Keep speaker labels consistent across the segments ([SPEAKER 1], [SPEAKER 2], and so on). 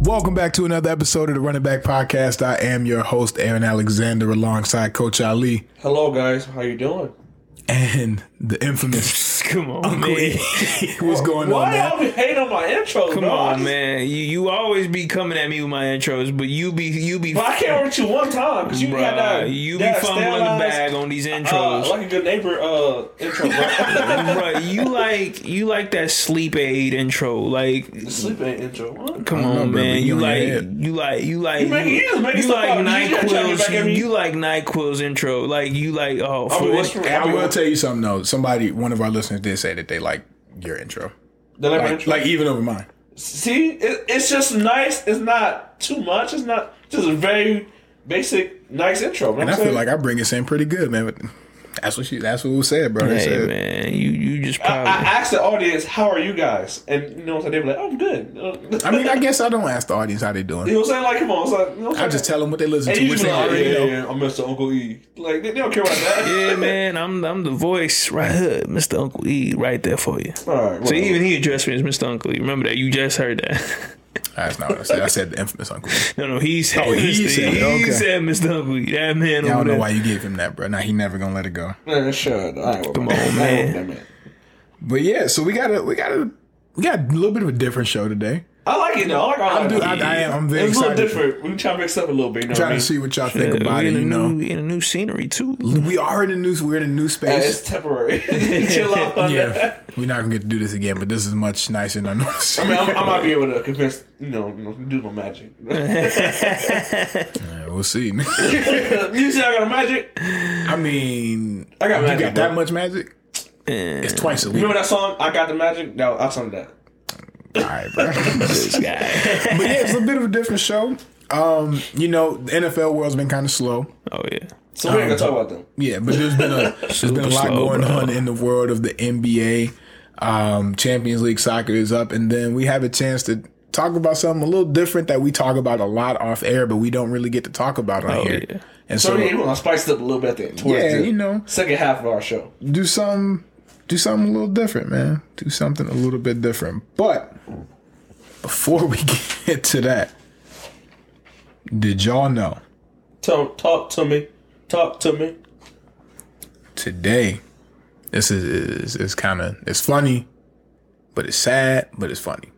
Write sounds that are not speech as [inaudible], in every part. [SPEAKER 1] Welcome back to another episode of the Running Back Podcast. I am your host, Aaron Alexander, alongside Coach Ali
[SPEAKER 2] Hello, guys. How you doing?
[SPEAKER 1] and the infamous
[SPEAKER 3] [laughs] Come on,
[SPEAKER 1] Uncle
[SPEAKER 3] man.
[SPEAKER 1] E. [laughs] What's going on,
[SPEAKER 2] Why
[SPEAKER 1] man?
[SPEAKER 2] y'all be hating on my intro?
[SPEAKER 3] Come on, man. You you always be coming at me with my intros, but you be you be
[SPEAKER 2] But I can't with you one time because you
[SPEAKER 3] bruh,
[SPEAKER 2] got that.
[SPEAKER 3] you be
[SPEAKER 2] that
[SPEAKER 3] fumbling the
[SPEAKER 2] stylized,
[SPEAKER 3] bag on these
[SPEAKER 2] Uh,
[SPEAKER 3] intros.
[SPEAKER 2] like a good neighbor uh,
[SPEAKER 1] [laughs]
[SPEAKER 2] intro. bro.
[SPEAKER 3] Bruh, you like you like that sleep aid intro. Like
[SPEAKER 2] Sleep ain't intro. What?
[SPEAKER 3] come on,
[SPEAKER 1] know, bruh,
[SPEAKER 3] man.
[SPEAKER 1] but
[SPEAKER 3] You
[SPEAKER 1] you on
[SPEAKER 3] like
[SPEAKER 1] your head.
[SPEAKER 3] you like you like
[SPEAKER 2] You making- you just making
[SPEAKER 3] you
[SPEAKER 2] stuff
[SPEAKER 3] like
[SPEAKER 2] up. You just trying to get back at
[SPEAKER 3] NyQuil's
[SPEAKER 2] me.
[SPEAKER 3] you like NyQuil's intro. Like you like oh
[SPEAKER 2] I mean,
[SPEAKER 3] for
[SPEAKER 2] what's
[SPEAKER 3] this-
[SPEAKER 2] your-
[SPEAKER 1] I will tell you something though. Somebody, one of our listeners, did say that they like your intro,
[SPEAKER 2] The neighbor
[SPEAKER 1] like,
[SPEAKER 2] intro.
[SPEAKER 1] like even over mine.
[SPEAKER 2] See, it, it's just nice. It's not too much. It's not just a very basic, nice intro.
[SPEAKER 1] And I feel like I bring this in pretty good, man. But that's what she. That's what was said, bro. They
[SPEAKER 3] Hey
[SPEAKER 1] said,
[SPEAKER 3] man, you you just
[SPEAKER 2] I, I
[SPEAKER 3] probably
[SPEAKER 2] asked the audience, "How are you guys?" And you know what I'm saying? They were like, "I'm good."
[SPEAKER 1] I mean,
[SPEAKER 2] [laughs]
[SPEAKER 1] I guess I don't ask the audience how they doing.
[SPEAKER 2] you know what I'm saying? Like, come on. It's like, you know what I'm
[SPEAKER 1] I just
[SPEAKER 2] saying?
[SPEAKER 1] tell them what they listen
[SPEAKER 2] And
[SPEAKER 1] to,
[SPEAKER 2] you
[SPEAKER 1] which
[SPEAKER 2] just
[SPEAKER 1] they
[SPEAKER 2] be like,
[SPEAKER 1] already
[SPEAKER 2] yeah,
[SPEAKER 1] know.
[SPEAKER 2] yeah, I'm Mr. Uncle E. Like, they, they don't care about that.
[SPEAKER 3] Yeah, man, I'm I'm the voice right here, Mr. Uncle E, right there for you.
[SPEAKER 2] [laughs] All right,
[SPEAKER 3] So
[SPEAKER 2] well,
[SPEAKER 3] even he addressed me as Mr. Uncle. You remember that? You just heard that. [laughs]
[SPEAKER 1] That's not what I said. I said the infamous uncle.
[SPEAKER 3] no, no, he said.
[SPEAKER 1] Oh, he
[SPEAKER 3] Mr.
[SPEAKER 1] said,
[SPEAKER 3] He
[SPEAKER 1] okay.
[SPEAKER 3] said Mr. Uncle. That man
[SPEAKER 1] I
[SPEAKER 3] over
[SPEAKER 1] don't know
[SPEAKER 3] there.
[SPEAKER 1] why you gave him that, bro. Now he never gonna let it go.
[SPEAKER 2] man, sure. All right, well,
[SPEAKER 3] Come
[SPEAKER 2] man.
[SPEAKER 3] on,
[SPEAKER 2] I
[SPEAKER 3] man.
[SPEAKER 2] want that man.
[SPEAKER 1] But yeah, so we got a we got a we got a little bit of a different show today.
[SPEAKER 2] I like it though. I like all
[SPEAKER 1] I do.
[SPEAKER 2] that.
[SPEAKER 1] I, I am. I'm very
[SPEAKER 2] It's a little
[SPEAKER 1] excited.
[SPEAKER 2] different. We try to mix up a little bit. You know what I
[SPEAKER 1] Trying
[SPEAKER 2] mean?
[SPEAKER 1] to see what y'all think
[SPEAKER 3] Uh,
[SPEAKER 1] about
[SPEAKER 3] we
[SPEAKER 1] it.
[SPEAKER 3] in a
[SPEAKER 1] You know,
[SPEAKER 3] new in a new scenery too.
[SPEAKER 1] [laughs] we are in a new we're in a new
[SPEAKER 2] Uh,
[SPEAKER 1] space.
[SPEAKER 2] it's temporary. [laughs] Chill out on that.
[SPEAKER 1] [laughs] Yeah, we're not gonna get to do this again, but this is much nicer than I
[SPEAKER 2] [laughs] I mean,
[SPEAKER 1] know.
[SPEAKER 2] I'm, I might be able to convince, you know, you know, do my [laughs] magic.
[SPEAKER 1] Yeah, we'll [laughs] see.
[SPEAKER 2] you see, I got a magic.
[SPEAKER 1] I mean,
[SPEAKER 2] I got
[SPEAKER 1] you
[SPEAKER 2] magic,
[SPEAKER 1] got that
[SPEAKER 2] bro.
[SPEAKER 1] much magic? It's twice a week.
[SPEAKER 2] Remember that song? I got the magic. No, I sung that.
[SPEAKER 1] All
[SPEAKER 2] [laughs]
[SPEAKER 1] right, bro. [laughs]
[SPEAKER 3] This guy.
[SPEAKER 1] but yeah, it's a bit of a different show. Um, you know, the NFL world's been kind of slow.
[SPEAKER 3] Oh yeah.
[SPEAKER 2] So we ain't gonna talk about them.
[SPEAKER 1] Yeah, but there's been
[SPEAKER 3] [laughs]
[SPEAKER 1] a there's been a lot
[SPEAKER 3] slow,
[SPEAKER 1] going
[SPEAKER 3] bro.
[SPEAKER 1] on in the world of the NBA. Um, Champions League soccer is up, and then we have a chance to talk about something a little different that we talk about a lot off air, but we don't really get to talk about on
[SPEAKER 3] Oh,
[SPEAKER 1] here.
[SPEAKER 3] yeah.
[SPEAKER 1] And
[SPEAKER 2] So
[SPEAKER 1] so,
[SPEAKER 2] yeah, we're gonna spice it up a little bit then. Towards
[SPEAKER 1] yeah,
[SPEAKER 2] the
[SPEAKER 1] you know,
[SPEAKER 2] second half of our show.
[SPEAKER 1] do some do something a little different, man. Do something a little bit different. But before [laughs] we get to that, did y'all know
[SPEAKER 2] Tell, talk to me. Talk to me.
[SPEAKER 1] today? This is is, is kind of it's funny, but it's sad, but it's funny.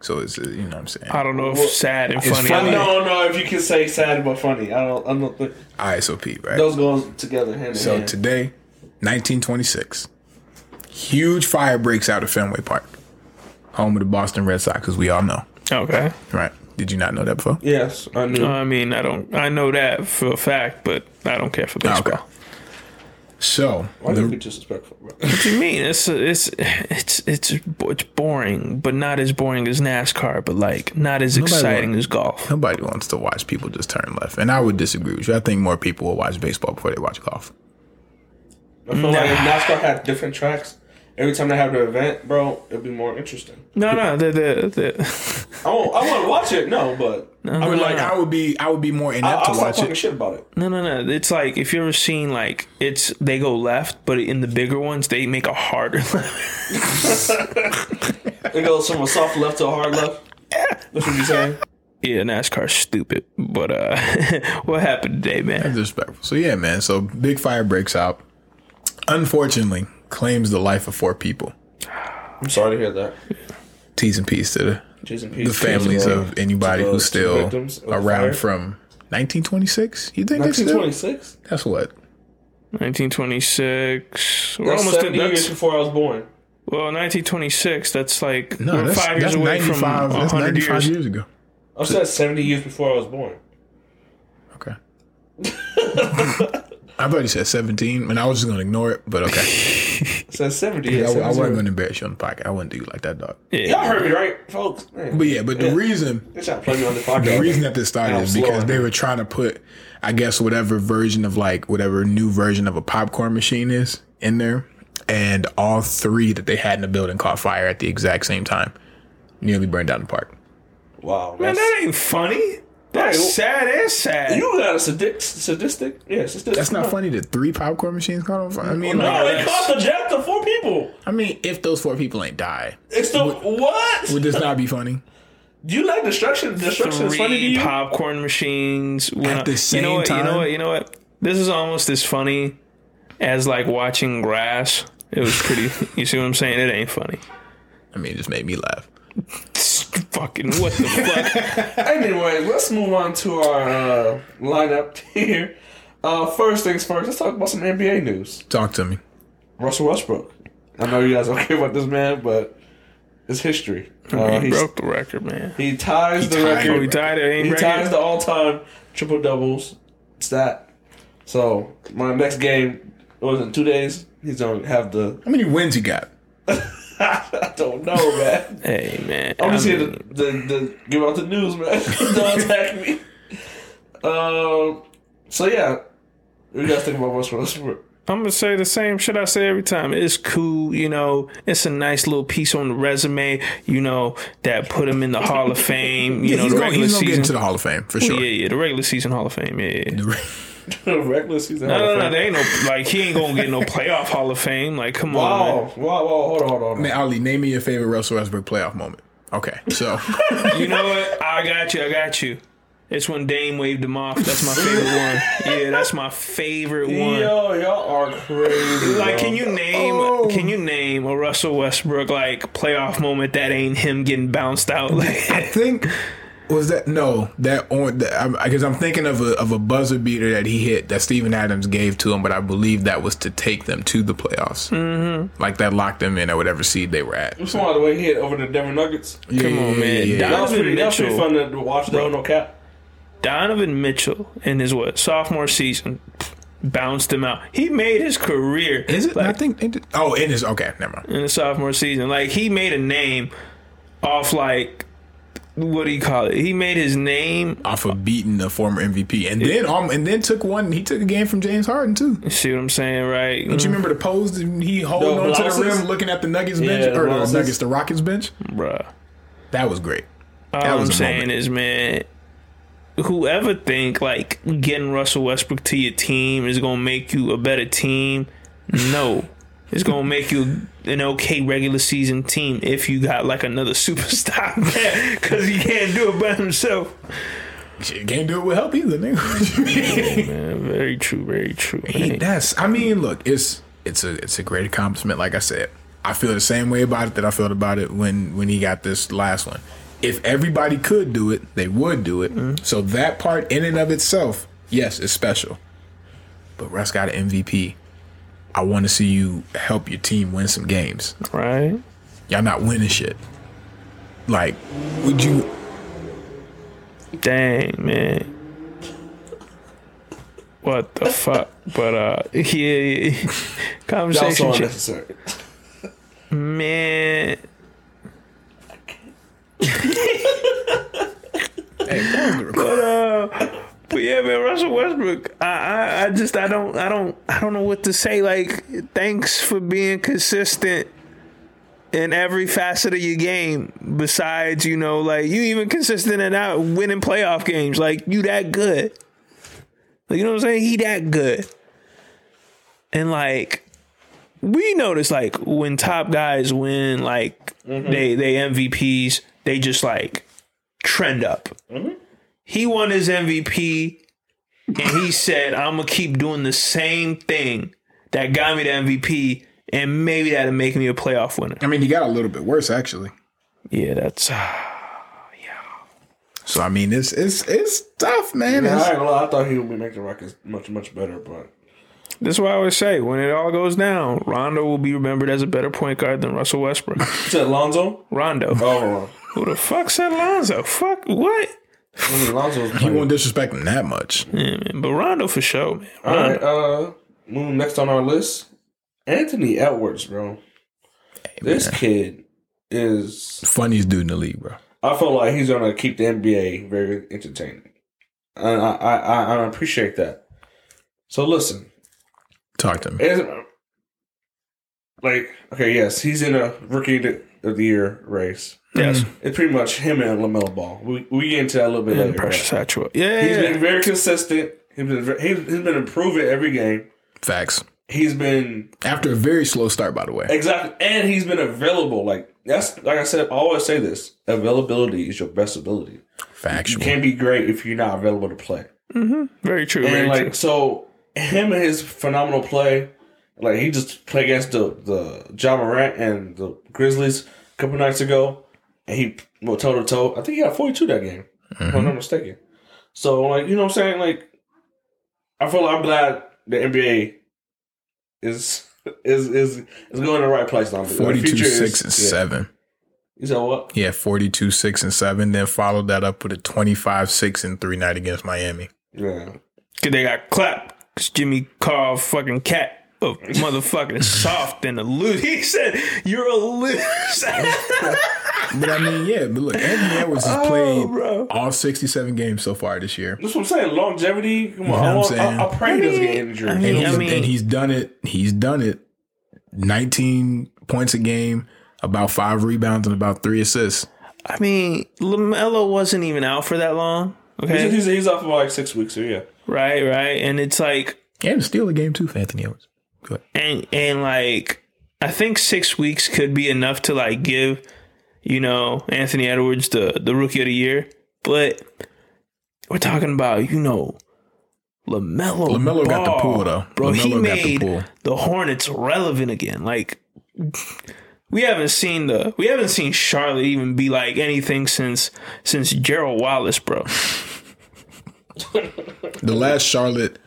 [SPEAKER 1] So it's uh, you know what I'm saying.
[SPEAKER 3] I don't know if sad and
[SPEAKER 1] It's
[SPEAKER 3] funny.
[SPEAKER 1] funny.
[SPEAKER 2] I
[SPEAKER 3] Like,
[SPEAKER 2] don't know if you can say sad but funny. I don't. I don't think
[SPEAKER 1] All right, so Pete, right?
[SPEAKER 2] those go together hand in
[SPEAKER 1] So
[SPEAKER 2] hand.
[SPEAKER 1] today, 1926, huge fire breaks out at Fenway Park, home of the Boston Red Sox, as we all know,
[SPEAKER 3] okay.
[SPEAKER 1] right? Did you not know that before?
[SPEAKER 2] yes, I knew.
[SPEAKER 3] I mean, I don't. I know that for a fact, but I don't care for baseball.
[SPEAKER 1] Okay. So
[SPEAKER 2] Why
[SPEAKER 1] the
[SPEAKER 2] you be disrespectful? Bro?
[SPEAKER 3] What do you mean? It's it's it's it's it's boring, but not as boring as NASCAR, but like not as exciting
[SPEAKER 1] would.
[SPEAKER 3] as golf.
[SPEAKER 1] Nobody wants to watch people just turn left, and I would disagree with you. I think more people will watch baseball before they watch golf.
[SPEAKER 2] I [laughs] feel like if NASCAR had different tracks, every time they have the event, bro, it'd be more interesting.
[SPEAKER 3] No, no, the the, the
[SPEAKER 2] I won't. I want to watch it. No, but
[SPEAKER 1] I would
[SPEAKER 3] no,
[SPEAKER 1] like.
[SPEAKER 3] no.
[SPEAKER 1] I would be. I would be more
[SPEAKER 2] I,
[SPEAKER 1] inept
[SPEAKER 2] I'll
[SPEAKER 1] to
[SPEAKER 2] stop
[SPEAKER 1] watch
[SPEAKER 2] talking
[SPEAKER 1] it.
[SPEAKER 2] shit about it.
[SPEAKER 3] no, no, no. It's like if you ever seen like it's they go left, but in the bigger ones they make a harder [laughs] left.
[SPEAKER 2] It goes from a soft left to a hard
[SPEAKER 1] [laughs]
[SPEAKER 2] left. That's what you're saying.
[SPEAKER 3] yeah, NASCAR's stupid. But uh, [laughs] what happened today, man?
[SPEAKER 1] Disrespectful. So yeah, man. So big fire breaks out. Unfortunately, claims the life of four people.
[SPEAKER 2] I'm sorry to hear that.
[SPEAKER 1] T's and P's to the,
[SPEAKER 2] Jason P.
[SPEAKER 1] the families of anybody
[SPEAKER 2] to the-
[SPEAKER 1] who's
[SPEAKER 2] to the
[SPEAKER 1] still
[SPEAKER 2] victims of the fire.
[SPEAKER 1] around from 1926. You think they still?
[SPEAKER 2] 1926.
[SPEAKER 1] That's what.
[SPEAKER 3] 1926. We're
[SPEAKER 2] That's
[SPEAKER 3] almost at,
[SPEAKER 2] 70 years
[SPEAKER 3] that's,
[SPEAKER 2] before I was born.
[SPEAKER 3] well, 1926. That's like
[SPEAKER 1] No,
[SPEAKER 3] we're
[SPEAKER 1] that's,
[SPEAKER 3] five years
[SPEAKER 1] that's
[SPEAKER 3] away
[SPEAKER 1] 95.
[SPEAKER 3] from
[SPEAKER 1] that's
[SPEAKER 3] 100
[SPEAKER 1] 95
[SPEAKER 3] years.
[SPEAKER 1] years. ago.
[SPEAKER 2] I said 70 years before I was born.
[SPEAKER 1] Okay. [laughs] I thought you said 17, and I was just gonna ignore it. But okay.
[SPEAKER 2] I said 70 years.
[SPEAKER 1] I, I
[SPEAKER 2] 70.
[SPEAKER 1] wasn't gonna embarrass you on the podcast. I wouldn't do you like that, dog.
[SPEAKER 2] Y'all
[SPEAKER 3] Yeah.
[SPEAKER 2] heard me, right, folks? Man,
[SPEAKER 1] But yeah, but the reason
[SPEAKER 2] they trying to play me on the
[SPEAKER 1] the
[SPEAKER 2] podcast.
[SPEAKER 1] reason that this started
[SPEAKER 2] I'm
[SPEAKER 1] is because
[SPEAKER 2] slower.
[SPEAKER 1] they were trying to put, I guess, whatever version of like whatever new version of a popcorn machine is in there, and all three that they had in the building caught fire at the exact same time, nearly burned down the park.
[SPEAKER 2] wow,
[SPEAKER 3] Man,
[SPEAKER 2] that's-
[SPEAKER 3] that ain't funny. That's
[SPEAKER 2] Right.
[SPEAKER 3] sad and sad.
[SPEAKER 2] you got a sadistic, sadistic. Yeah, sadistic.
[SPEAKER 1] That's not funny that three popcorn machines caught on fire. I mean, like,
[SPEAKER 2] No, it
[SPEAKER 3] Yes.
[SPEAKER 2] cost the death to four people.
[SPEAKER 1] I mean, if those four people ain't die,
[SPEAKER 2] It's the what?
[SPEAKER 1] would this not be funny?
[SPEAKER 2] Do you like destruction? Destruction is funny to
[SPEAKER 3] three
[SPEAKER 2] you.
[SPEAKER 3] popcorn machines when
[SPEAKER 1] At the
[SPEAKER 3] you know
[SPEAKER 1] same
[SPEAKER 3] what, You know
[SPEAKER 1] time?
[SPEAKER 3] what? You know what? This is almost as funny as like watching grass. It was
[SPEAKER 1] [laughs]
[SPEAKER 3] pretty. you see what I'm saying? It ain't funny.
[SPEAKER 1] I mean, it just made me laugh.
[SPEAKER 3] Fucking
[SPEAKER 1] [laughs]
[SPEAKER 3] what the fuck?
[SPEAKER 2] Anyway, let's move on to our uh, lineup [laughs] here. Uh, first things first, let's talk about some NBA news.
[SPEAKER 1] Talk to me.
[SPEAKER 2] Russell Westbrook. I know you guys don't [laughs] care about this man, but it's history.
[SPEAKER 1] Uh-huh.
[SPEAKER 2] Uh,
[SPEAKER 3] he
[SPEAKER 2] he's-
[SPEAKER 3] broke the record, man.
[SPEAKER 2] he ties the
[SPEAKER 1] tied
[SPEAKER 3] Oh, he
[SPEAKER 2] record.
[SPEAKER 3] died at
[SPEAKER 2] He
[SPEAKER 3] ain't
[SPEAKER 2] ties
[SPEAKER 3] record.
[SPEAKER 2] the all-time triple doubles stat. So my next game it was in two days. He's gonna have the. [laughs]
[SPEAKER 1] How many wins you got?
[SPEAKER 2] I don't know, man.
[SPEAKER 3] Hey man,
[SPEAKER 2] I'm
[SPEAKER 3] I
[SPEAKER 2] just here to, to,
[SPEAKER 3] mean,
[SPEAKER 2] to give out the news, man. [laughs] don't attack me. Um. So yeah, we gotta think [laughs] about Russell Westbrook.
[SPEAKER 3] I'm gonna say the same shit I say every time. It's cool, you know. It's a nice little piece on the resume, you know, that put him in the Hall of Fame. You know,
[SPEAKER 1] he's
[SPEAKER 3] the
[SPEAKER 1] gonna,
[SPEAKER 3] regular
[SPEAKER 1] he's gonna get
[SPEAKER 3] season.
[SPEAKER 1] into the Hall of Fame for
[SPEAKER 3] Yeah,
[SPEAKER 1] sure.
[SPEAKER 3] yeah, the regular season Hall of Fame. Yeah, yeah.
[SPEAKER 2] Reckless. He's
[SPEAKER 3] No, no, no, there ain't no like he ain't gonna get no playoff Hall of Fame. Like, come on,
[SPEAKER 2] Wow, wow, wow! Oh, Hold on, hold
[SPEAKER 1] [laughs]
[SPEAKER 2] on.
[SPEAKER 1] Man, Ali, name me your favorite Russell Westbrook playoff moment. Okay, [laughs] so
[SPEAKER 3] man. you know what? I got you, I got you. It's when Dame waved him off. That's my favorite one. Yeah, that's my favorite one.
[SPEAKER 2] Yo, y'all are crazy.
[SPEAKER 3] [laughs] Like,
[SPEAKER 2] bro.
[SPEAKER 3] can you name?
[SPEAKER 1] Oh.
[SPEAKER 3] Can you name a Russell Westbrook like playoff moment that ain't him getting bounced out?
[SPEAKER 1] I
[SPEAKER 3] Like, [laughs]
[SPEAKER 1] think was that no that on because I'm thinking of a of a buzzer beater that he hit that Steven Adams gave to him, but I believe that was to take them to the playoffs, mm-hmm. like that locked them in at whatever seed they were at.
[SPEAKER 2] It's one of the way he hit over the Denver Nuggets.
[SPEAKER 1] Come
[SPEAKER 3] on, man.
[SPEAKER 2] That was
[SPEAKER 3] Donovan
[SPEAKER 2] pretty, that was pretty
[SPEAKER 3] Mitchell.
[SPEAKER 2] fun to watch. Though, no cap.
[SPEAKER 3] Donovan Mitchell in his what sophomore season bounced him out. He made his career.
[SPEAKER 1] Is it?
[SPEAKER 3] Like,
[SPEAKER 1] I think. It, oh, it is. Okay, never mind.
[SPEAKER 3] in the sophomore season. Like he made a name off like what do you call it? He made his name.
[SPEAKER 1] Off of beating the former MVP, and then um, and then took one. He took a game from James Harden too.
[SPEAKER 3] You see what I'm saying, right?
[SPEAKER 1] Do you remember the pose that he holding
[SPEAKER 2] The
[SPEAKER 1] on to the
[SPEAKER 2] blouses?
[SPEAKER 1] rim, looking at the Nuggets bench
[SPEAKER 2] Yeah, the
[SPEAKER 1] or the
[SPEAKER 2] blouses.
[SPEAKER 1] Nuggets, the Rockets bench?
[SPEAKER 3] bruh.
[SPEAKER 1] That was great. That
[SPEAKER 3] All
[SPEAKER 1] was
[SPEAKER 3] I'm
[SPEAKER 1] a
[SPEAKER 3] saying
[SPEAKER 1] moment.
[SPEAKER 3] is, man, whoever think like getting Russell Westbrook to your team is gonna make you a better team, no. [laughs] It's gonna make you an okay regular season team if you got like another [laughs] superstar there, because he can't do it by himself.
[SPEAKER 1] Shit, can't do it with help either,
[SPEAKER 3] [laughs]
[SPEAKER 1] nigga. [laughs]
[SPEAKER 3] Man, very true, very true.
[SPEAKER 1] He-
[SPEAKER 3] man.
[SPEAKER 1] That's. I mean, look, it's it's a it's a great accomplishment. Like I said, I feel the same way about it that I felt about it when when he got this last one. If everybody could do it, they would do it. So that part in and of itself, yes, is special. But Russ got an MVP. I want to see you help your team win some games.
[SPEAKER 3] Right?
[SPEAKER 1] Y'all not winning shit. Like, would you?
[SPEAKER 3] Dang, man. What the fuck? But uh [laughs] yeah, yeah, yeah.
[SPEAKER 2] That was so
[SPEAKER 3] conversation shit.
[SPEAKER 2] unnecessary.
[SPEAKER 3] man. But uh but yeah, man, Russell Westbrook. I, I I just I don't I don't I don't know what to say. Like thanks for being consistent in every facet of your game besides, you know, like you even consistent in out winning playoff games. Like you that good. Like you know what I'm saying? He that good. And like we notice like when top guys win like they they MVPs, they just like trend up. He won his MVP and he said, I'm gonna keep doing the same thing that got me the MVP and maybe that'll make me a playoff winner.
[SPEAKER 1] I mean, he got a little bit worse actually.
[SPEAKER 3] Yeah, that's
[SPEAKER 1] So I mean, it's it's it's tough, man.
[SPEAKER 2] I
[SPEAKER 1] It's-
[SPEAKER 2] ain't gonna lie, I thought he would be making the Rockets much, much better, but
[SPEAKER 3] that's why I always say when it all goes down, Rondo will be remembered as a better point guard than Russell Westbrook. [laughs]
[SPEAKER 2] you said Lonzo?
[SPEAKER 3] Rondo,
[SPEAKER 2] Oh,
[SPEAKER 3] who the fuck said Lonzo? Fuck what?
[SPEAKER 2] I mean, Lonzo was [laughs]
[SPEAKER 1] He
[SPEAKER 2] playing.
[SPEAKER 1] won't disrespect him that much.
[SPEAKER 3] Yeah, man, but Rondo for sure, man.
[SPEAKER 2] All right, uh, moving next on our list, Anthony Edwards, bro. This kid is.
[SPEAKER 1] Funniest dude in the league, bro.
[SPEAKER 2] I feel like he's gonna keep the NBA very entertaining, and I, I, I, I appreciate that. So listen,
[SPEAKER 1] Talk to me.
[SPEAKER 2] As, like, okay, yes, he's in a rookie th- of the year race.
[SPEAKER 3] Yes,
[SPEAKER 2] It's pretty much him and Lamelo Ball. We we get into that a little bit
[SPEAKER 3] and
[SPEAKER 2] later.
[SPEAKER 3] Precious
[SPEAKER 2] but
[SPEAKER 3] Hatchwell. Yeah,
[SPEAKER 2] He's
[SPEAKER 3] yeah,
[SPEAKER 2] been very consistent. He's been, ve- he's, he's been improving every game.
[SPEAKER 1] Facts.
[SPEAKER 2] he's been
[SPEAKER 1] After a very slow start, by the way.
[SPEAKER 2] exactly, and he's been available. Like that's like I said, I always say this: availability is your best ability. You
[SPEAKER 1] Factual.
[SPEAKER 2] can't be great if you're not available to play.
[SPEAKER 3] Very true.
[SPEAKER 2] And
[SPEAKER 3] Very
[SPEAKER 2] like
[SPEAKER 3] true.
[SPEAKER 2] so, him and his phenomenal play, like he just played against the the John Morant and the Grizzlies a couple nights ago, and he well toe to toe. I think he got forty two that game, if
[SPEAKER 1] Mm-hmm.
[SPEAKER 2] I'm not mistaken. So like you know what I'm saying, like I feel like I'm glad the NBA is is is is going to the right place now. The
[SPEAKER 1] 42,
[SPEAKER 2] future is-
[SPEAKER 1] 6, and
[SPEAKER 2] yeah.
[SPEAKER 1] 7.
[SPEAKER 2] You said what?
[SPEAKER 1] Yeah, 42, 6, and 7. Then followed that up with a 25, 6, and 3 night against Miami.
[SPEAKER 2] Yeah.
[SPEAKER 3] 'Cause they got clapped. 'Cause Jimmy Carr fucking cat. Oh,
[SPEAKER 2] [laughs]
[SPEAKER 3] motherfucking soft and a loser. He said, You're a [laughs] loser.
[SPEAKER 1] But I mean, yeah, but look, Anthony Edwards
[SPEAKER 2] [laughs]
[SPEAKER 1] has
[SPEAKER 3] Oh,
[SPEAKER 1] played
[SPEAKER 3] bro.
[SPEAKER 1] all 67 games so far this year.
[SPEAKER 2] That's what I'm saying. Longevity. Come on,
[SPEAKER 1] know what
[SPEAKER 2] I,
[SPEAKER 1] I'm
[SPEAKER 2] want-
[SPEAKER 1] saying?
[SPEAKER 2] I, I pray he doesn't get
[SPEAKER 3] mean-
[SPEAKER 2] injured.
[SPEAKER 3] I
[SPEAKER 1] And
[SPEAKER 3] mean-
[SPEAKER 1] he's, and he's done it. He's done it. 19 points a game, about five rebounds, and about three assists.
[SPEAKER 3] I mean, LaMelo wasn't even out for that long. Okay.
[SPEAKER 2] he's, he's, he's out for like six weeks. So yeah.
[SPEAKER 3] right, right. And it's like,
[SPEAKER 1] And steal a game, too, for Anthony Edwards. Go ahead.
[SPEAKER 3] and and like I think six weeks could be enough to like give, you know, Anthony Edwards the the rookie of the year. But we're talking about you know, Lamelo.
[SPEAKER 1] LaMelo got the
[SPEAKER 3] Ball.
[SPEAKER 1] pull, though.
[SPEAKER 3] Bro, he
[SPEAKER 1] LaMelo got the
[SPEAKER 3] made
[SPEAKER 1] pull.
[SPEAKER 3] the Hornets relevant again. Like we haven't seen the we haven't seen Charlotte even be like anything since since Gerald Wallace, bro. [laughs]
[SPEAKER 1] The last Charlotte.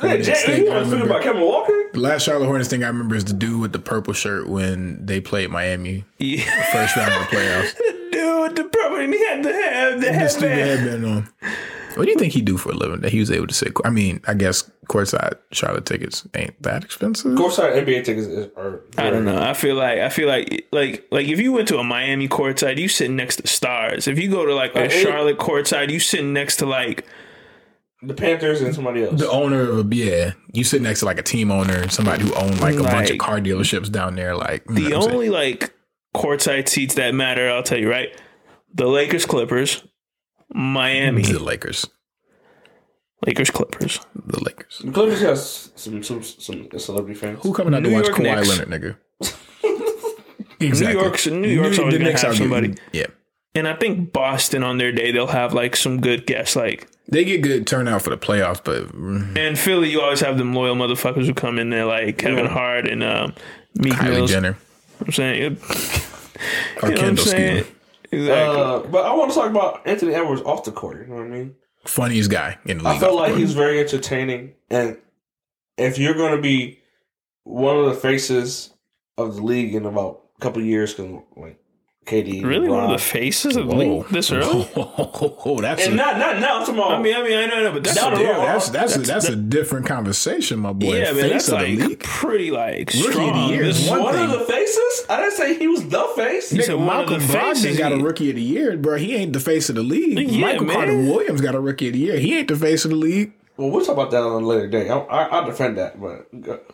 [SPEAKER 2] Hey,
[SPEAKER 1] Hornets
[SPEAKER 2] Jack,
[SPEAKER 1] thing
[SPEAKER 2] you
[SPEAKER 1] I
[SPEAKER 2] want to
[SPEAKER 1] remember-
[SPEAKER 2] speak about Kevin Walker?
[SPEAKER 1] The last Charlotte Hornets thing I remember is the dude with the purple shirt when they played Miami
[SPEAKER 3] Yeah.
[SPEAKER 1] first round of the
[SPEAKER 3] [laughs]
[SPEAKER 1] playoffs.
[SPEAKER 3] Dude, the purple and he had the head the
[SPEAKER 1] This dude
[SPEAKER 3] headband.
[SPEAKER 1] had been on. um, What do you think he do for a living that he was able to sit? I mean, I guess courtside Charlotte tickets ain't that expensive.
[SPEAKER 2] Of course, our NBA tickets is- are.
[SPEAKER 3] I don't know. I feel like I feel like like like if you went to a Miami courtside, you sitting next to stars. If you go to
[SPEAKER 1] Uh,
[SPEAKER 3] like a
[SPEAKER 2] it-
[SPEAKER 3] Charlotte courtside, you sitting next to like
[SPEAKER 2] The Panthers and somebody else.
[SPEAKER 1] The owner of a yeah, you sit next to like a team owner, somebody who owned like a bunch of
[SPEAKER 3] Like-
[SPEAKER 1] car dealerships down there. Like you
[SPEAKER 3] the
[SPEAKER 1] know what I'm saying?
[SPEAKER 3] only like courtside seats that matter. I'll tell you right: the Lakers, Clippers, Miami,
[SPEAKER 1] the Lakers,
[SPEAKER 3] Lakers, Clippers.
[SPEAKER 1] the Lakers.
[SPEAKER 2] The Clippers has some some some celebrity fans.
[SPEAKER 1] Who coming out
[SPEAKER 3] New
[SPEAKER 1] to watch
[SPEAKER 3] York
[SPEAKER 1] Kawhi
[SPEAKER 3] Knicks.
[SPEAKER 1] Leonard, nigga? exactly.
[SPEAKER 3] New York's New York's always
[SPEAKER 1] the
[SPEAKER 3] gonna
[SPEAKER 1] Knicks
[SPEAKER 3] have
[SPEAKER 1] are getting-
[SPEAKER 3] somebody,
[SPEAKER 1] Yeah,
[SPEAKER 3] and I think Boston on their day they'll have like some good guests. Like
[SPEAKER 1] they get good turnout for the playoffs, but mm,
[SPEAKER 3] and Philly, you always have them loyal motherfuckers who come in there, like Kevin Hart and um, Meek
[SPEAKER 1] Kylie
[SPEAKER 3] Mills.
[SPEAKER 1] Jenner
[SPEAKER 3] I'm saying.
[SPEAKER 1] or
[SPEAKER 3] You know what I'm
[SPEAKER 1] Kendall
[SPEAKER 3] saying?
[SPEAKER 1] Steele,
[SPEAKER 3] Exactly.
[SPEAKER 2] Uh, but I want to talk about Anthony Edwards off the court. You know what I mean?
[SPEAKER 1] funniest guy in the league.
[SPEAKER 2] I feel
[SPEAKER 1] off the
[SPEAKER 2] like
[SPEAKER 1] court.
[SPEAKER 2] he's very entertaining, and if you're going to be one of the faces of the league in about a couple of years, because like KD,
[SPEAKER 3] really, one of
[SPEAKER 2] LeBron.
[SPEAKER 3] the faces of the
[SPEAKER 1] Whoa.
[SPEAKER 3] league this
[SPEAKER 1] [laughs]
[SPEAKER 3] early?
[SPEAKER 1] Whoa, that's
[SPEAKER 2] and
[SPEAKER 1] a,
[SPEAKER 2] not not now. I'm talking about
[SPEAKER 3] [laughs] I mean, I mean, I know, I know, but that's
[SPEAKER 2] Down
[SPEAKER 1] Damn,
[SPEAKER 2] the road.
[SPEAKER 1] that's that's a, that's a different conversation, my boy.
[SPEAKER 3] yeah, man,
[SPEAKER 1] Face
[SPEAKER 3] that's
[SPEAKER 1] of the
[SPEAKER 3] like
[SPEAKER 1] league.
[SPEAKER 3] pretty like
[SPEAKER 1] of the
[SPEAKER 3] strong.
[SPEAKER 1] year is
[SPEAKER 3] This-
[SPEAKER 1] one
[SPEAKER 2] one
[SPEAKER 1] thing.
[SPEAKER 2] of the faces. I didn't say he was the face.
[SPEAKER 3] said
[SPEAKER 1] Nigga,
[SPEAKER 3] one of the
[SPEAKER 1] Malcolm Brogdon
[SPEAKER 3] faces
[SPEAKER 1] got a
[SPEAKER 3] he-
[SPEAKER 1] rookie of the year, bro. He ain't the face of the league.
[SPEAKER 3] Yeah,
[SPEAKER 1] Michael
[SPEAKER 3] man.
[SPEAKER 1] Carter Williams got a rookie of the year. He ain't the face of the league.
[SPEAKER 2] Well, we'll talk about that on a later day. I, I, I defend that, but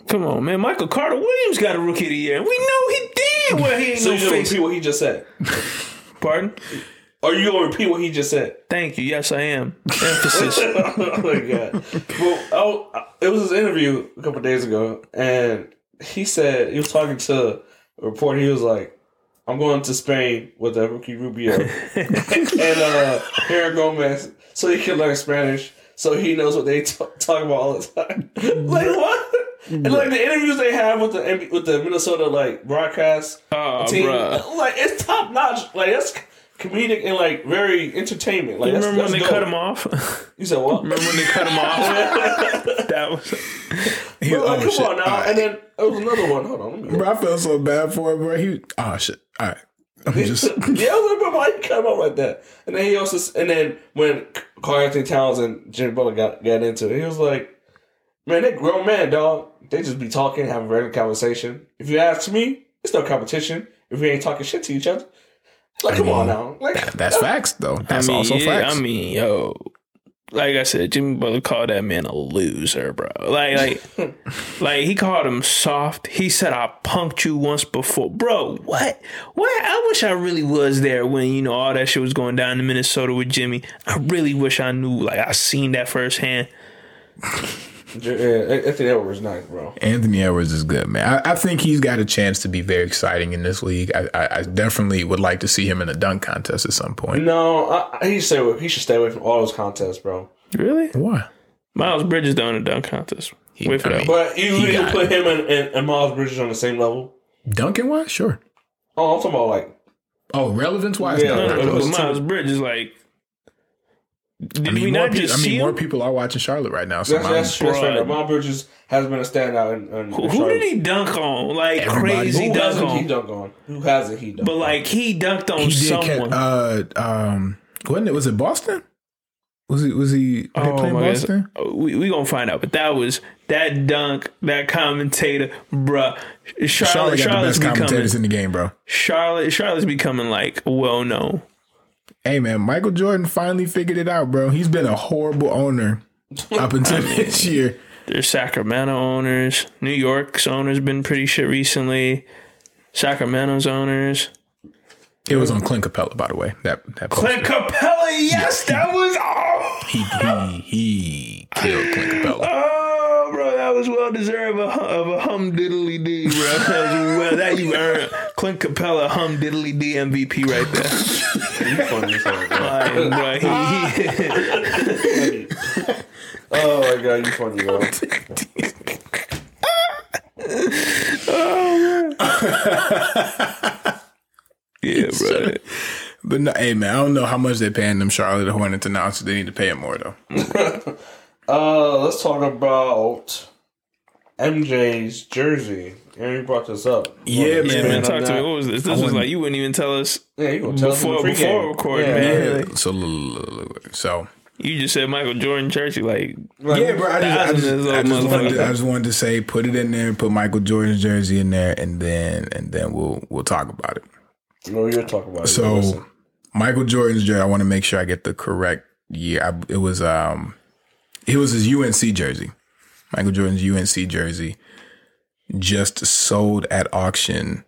[SPEAKER 3] Come on, man, Michael Carter Williams got a rookie of the year, and we know he
[SPEAKER 1] [laughs]
[SPEAKER 3] did. Well, he ain't
[SPEAKER 2] so
[SPEAKER 3] no
[SPEAKER 2] you gonna
[SPEAKER 3] face.
[SPEAKER 2] repeat what he just said?
[SPEAKER 3] Pardon?
[SPEAKER 2] Are you gonna repeat what he just said? [laughs]
[SPEAKER 3] Thank you. Yes, I am.
[SPEAKER 1] [laughs]
[SPEAKER 3] Emphasis.
[SPEAKER 2] oh my god! Well, oh, it was his interview a couple days ago, and he said he was talking to a reporter. He was like, "I'm going to Spain with the rookie Rubio and uh, Aaron Gomez, so he can learn Spanish, so he knows what they t- talk about all the time." [laughs] like what? And like the interviews they have with the NBA with the Minnesota like broadcast
[SPEAKER 3] Oh,
[SPEAKER 2] team,
[SPEAKER 3] bruh.
[SPEAKER 2] like it's top notch. Like that's comedic and like very entertainment. Like that's,
[SPEAKER 3] Remember when
[SPEAKER 2] that's
[SPEAKER 3] they
[SPEAKER 2] dope.
[SPEAKER 3] cut him off? [laughs] Remember
[SPEAKER 2] You said what? [laughs]
[SPEAKER 3] when they cut
[SPEAKER 1] [laughs]
[SPEAKER 3] him off? that was.
[SPEAKER 1] He-
[SPEAKER 2] Bro, like,
[SPEAKER 1] oh,
[SPEAKER 2] come
[SPEAKER 1] shit.
[SPEAKER 2] on now.
[SPEAKER 1] All right.
[SPEAKER 2] And then there was another one. Hold on. Let me go.
[SPEAKER 1] Bro, I felt so bad for him, bro. He oh shit. All right,
[SPEAKER 3] [laughs]
[SPEAKER 1] I'm just
[SPEAKER 2] [laughs] yeah, I was like, bro, why you cut him out like that? And then he also, s- and then when Carl Anthony Towns and Jimmy Butler got, got into it, he was like, man, they grown man, dog. They just be talking, having regular conversation. If you ask me, it's no competition if we ain't talking shit to each other. Like, come on now. Like,
[SPEAKER 1] that's facts though. That's
[SPEAKER 3] I mean,
[SPEAKER 1] also
[SPEAKER 3] yeah,
[SPEAKER 1] facts.
[SPEAKER 3] I mean, yo, like I said, Jimmy Butler called that man a loser, bro. Like,
[SPEAKER 1] [laughs]
[SPEAKER 3] like, like he called him soft. He said, "I punked you once before, bro." What? What? I wish I really was there when you know all that shit was going down in Minnesota with Jimmy. I really wish I knew. Like, I seen that firsthand.
[SPEAKER 2] Yeah, Anthony Edwards nice, bro.
[SPEAKER 1] Anthony Edwards is good, man. I, I think he's got a chance to be very exciting in this league. I, I, I definitely would like to see him in a dunk contest at some point.
[SPEAKER 2] No, I, I- he should stay away, he should stay away from all those contests, bro.
[SPEAKER 3] Really?
[SPEAKER 1] Why?
[SPEAKER 3] Miles Bridges done a dunk contest.
[SPEAKER 1] He-
[SPEAKER 3] Wait for
[SPEAKER 1] I
[SPEAKER 3] that.
[SPEAKER 1] mean-
[SPEAKER 2] But you
[SPEAKER 1] He
[SPEAKER 2] literally
[SPEAKER 1] got
[SPEAKER 2] put him and, and, and Miles Bridges on the same level.
[SPEAKER 1] Duncan wise? Sure.
[SPEAKER 2] Oh, I'm talking about like
[SPEAKER 1] Oh, relevance wise?
[SPEAKER 2] Yeah.
[SPEAKER 3] No,
[SPEAKER 1] no.
[SPEAKER 3] no,
[SPEAKER 2] It
[SPEAKER 3] but
[SPEAKER 2] was
[SPEAKER 3] Miles Bridges, like, did
[SPEAKER 1] I mean,
[SPEAKER 3] we
[SPEAKER 1] more,
[SPEAKER 3] not
[SPEAKER 1] pe-
[SPEAKER 3] just
[SPEAKER 1] I mean
[SPEAKER 3] see
[SPEAKER 1] more
[SPEAKER 3] him?
[SPEAKER 1] people are watching Charlotte right now. So
[SPEAKER 2] that's
[SPEAKER 1] mine-
[SPEAKER 2] that's, that's right.
[SPEAKER 3] broad.
[SPEAKER 2] Miles Bridges has been a standout. In, in,
[SPEAKER 3] Who, who did he dunk on? Like
[SPEAKER 1] Everybody.
[SPEAKER 3] crazy
[SPEAKER 2] Who
[SPEAKER 3] dunk
[SPEAKER 2] hasn't
[SPEAKER 3] on.
[SPEAKER 2] he dunk on? Who hasn't he dunk?
[SPEAKER 3] But like he dunked on
[SPEAKER 1] he did
[SPEAKER 3] someone.
[SPEAKER 1] catch. Uh, um, wasn't it? Was it Boston? Was he? Was he? Were they
[SPEAKER 3] oh
[SPEAKER 1] playing
[SPEAKER 3] my
[SPEAKER 1] Boston?
[SPEAKER 3] goodness. We we gonna find out. But that was that dunk. That commentator, bruh.
[SPEAKER 1] Charlotte got the
[SPEAKER 3] Charlotte, Uh, Charlotte's
[SPEAKER 1] best
[SPEAKER 3] becoming
[SPEAKER 1] commentators in the game, bro.
[SPEAKER 3] Charlotte. Charlotte's becoming like well known.
[SPEAKER 1] Hey man, Michael Jordan finally figured it out, bro. He's been a horrible owner up until [laughs] this year.
[SPEAKER 3] There's Sacramento owners. New York's owners been pretty shit recently. Sacramento's owners.
[SPEAKER 1] It was on Clint Capella, by the way. That that post.
[SPEAKER 3] Clint Capella. Yes, that was. Oh.
[SPEAKER 1] he he he killed Clint Capella.
[SPEAKER 3] Oh, bro, that was well deserved of a, of a hum diddly d, bro. [laughs] That, was well, that you earned Clint Capella hum diddly d MVP right there.
[SPEAKER 2] you funny as hell, bro.
[SPEAKER 3] Like, bro, he- he-
[SPEAKER 2] [laughs] Oh my god, you funny, bro.
[SPEAKER 3] [laughs]
[SPEAKER 2] [laughs]
[SPEAKER 3] yeah, bro.
[SPEAKER 1] But no, hey man, I don't know how much they're paying them Charlotte Hornets announcers. They need to pay him more though.
[SPEAKER 2] Uh, let's talk about MJ's jersey. And you brought this up.
[SPEAKER 1] Yeah,
[SPEAKER 2] Wanna
[SPEAKER 1] man.
[SPEAKER 2] expand
[SPEAKER 3] Man,
[SPEAKER 2] on
[SPEAKER 3] talk to
[SPEAKER 2] that?
[SPEAKER 3] me. What was this? This was like you wouldn't even tell us.
[SPEAKER 2] Yeah, you gonna tell
[SPEAKER 3] Before-
[SPEAKER 2] us in the
[SPEAKER 3] before
[SPEAKER 2] pregame.
[SPEAKER 3] recording,
[SPEAKER 2] yeah.
[SPEAKER 3] man.
[SPEAKER 1] Yeah.
[SPEAKER 3] Really?
[SPEAKER 1] So l- l- l- so
[SPEAKER 3] You just said Michael Jordan jersey. Like,
[SPEAKER 2] Like,
[SPEAKER 1] yeah, bro. I just, I
[SPEAKER 3] Thousands
[SPEAKER 1] just,
[SPEAKER 3] of
[SPEAKER 1] I just
[SPEAKER 3] motherfuckers.
[SPEAKER 1] wanted to, I just wanted to say, put it in there, put Michael Jordan's jersey in there, and then and then we'll we'll talk about it.
[SPEAKER 2] No, you're talking about it.
[SPEAKER 1] So Michael Jordan's jersey. I want to make sure I get the correct year. I, it was um, it was his UNC jersey. Michael Jordan's UNC jersey just sold at auction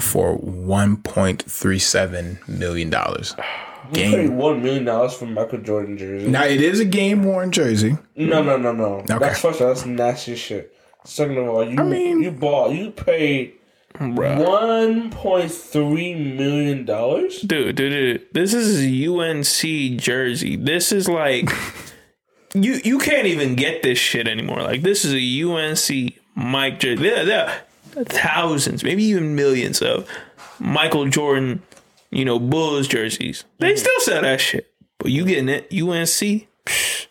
[SPEAKER 1] for one point three seven million dollars.
[SPEAKER 2] Pay
[SPEAKER 1] Game.
[SPEAKER 2] one million dollars for Michael Jordan jersey.
[SPEAKER 1] Now it is a game worn jersey.
[SPEAKER 2] No, no, no, no. That's first. of all, That's nasty shit. Second of all, you
[SPEAKER 1] mean-
[SPEAKER 2] you bought you paid
[SPEAKER 3] bro,
[SPEAKER 2] one point three million dollars.
[SPEAKER 3] dude, dude, dude, this is UNC jersey. This is like, [laughs] you you can't even get this shit anymore. Like, this is a UNC Mike jersey. There, there are thousands, maybe even millions of Michael Jordan, you know, Bulls jerseys. They still sell that shit, but you getting it UNC. Psh.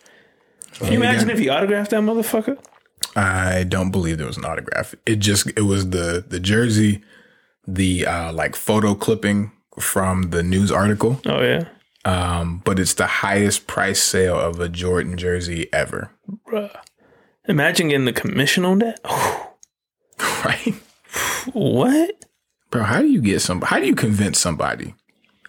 [SPEAKER 3] Can you
[SPEAKER 1] And
[SPEAKER 3] imagine
[SPEAKER 1] again,
[SPEAKER 3] if you autographed that motherfucker?
[SPEAKER 1] I don't believe there was an autograph. It just it was the the jersey, the uh like photo clipping from the news article.
[SPEAKER 3] Oh yeah,
[SPEAKER 1] Um, but it's the highest price sale of a Jordan jersey ever. [laughs]
[SPEAKER 3] bruh. Imagine getting the commission on that. [laughs]
[SPEAKER 1] Right?
[SPEAKER 3] What?
[SPEAKER 1] Bro, how do you get some how do you convince somebody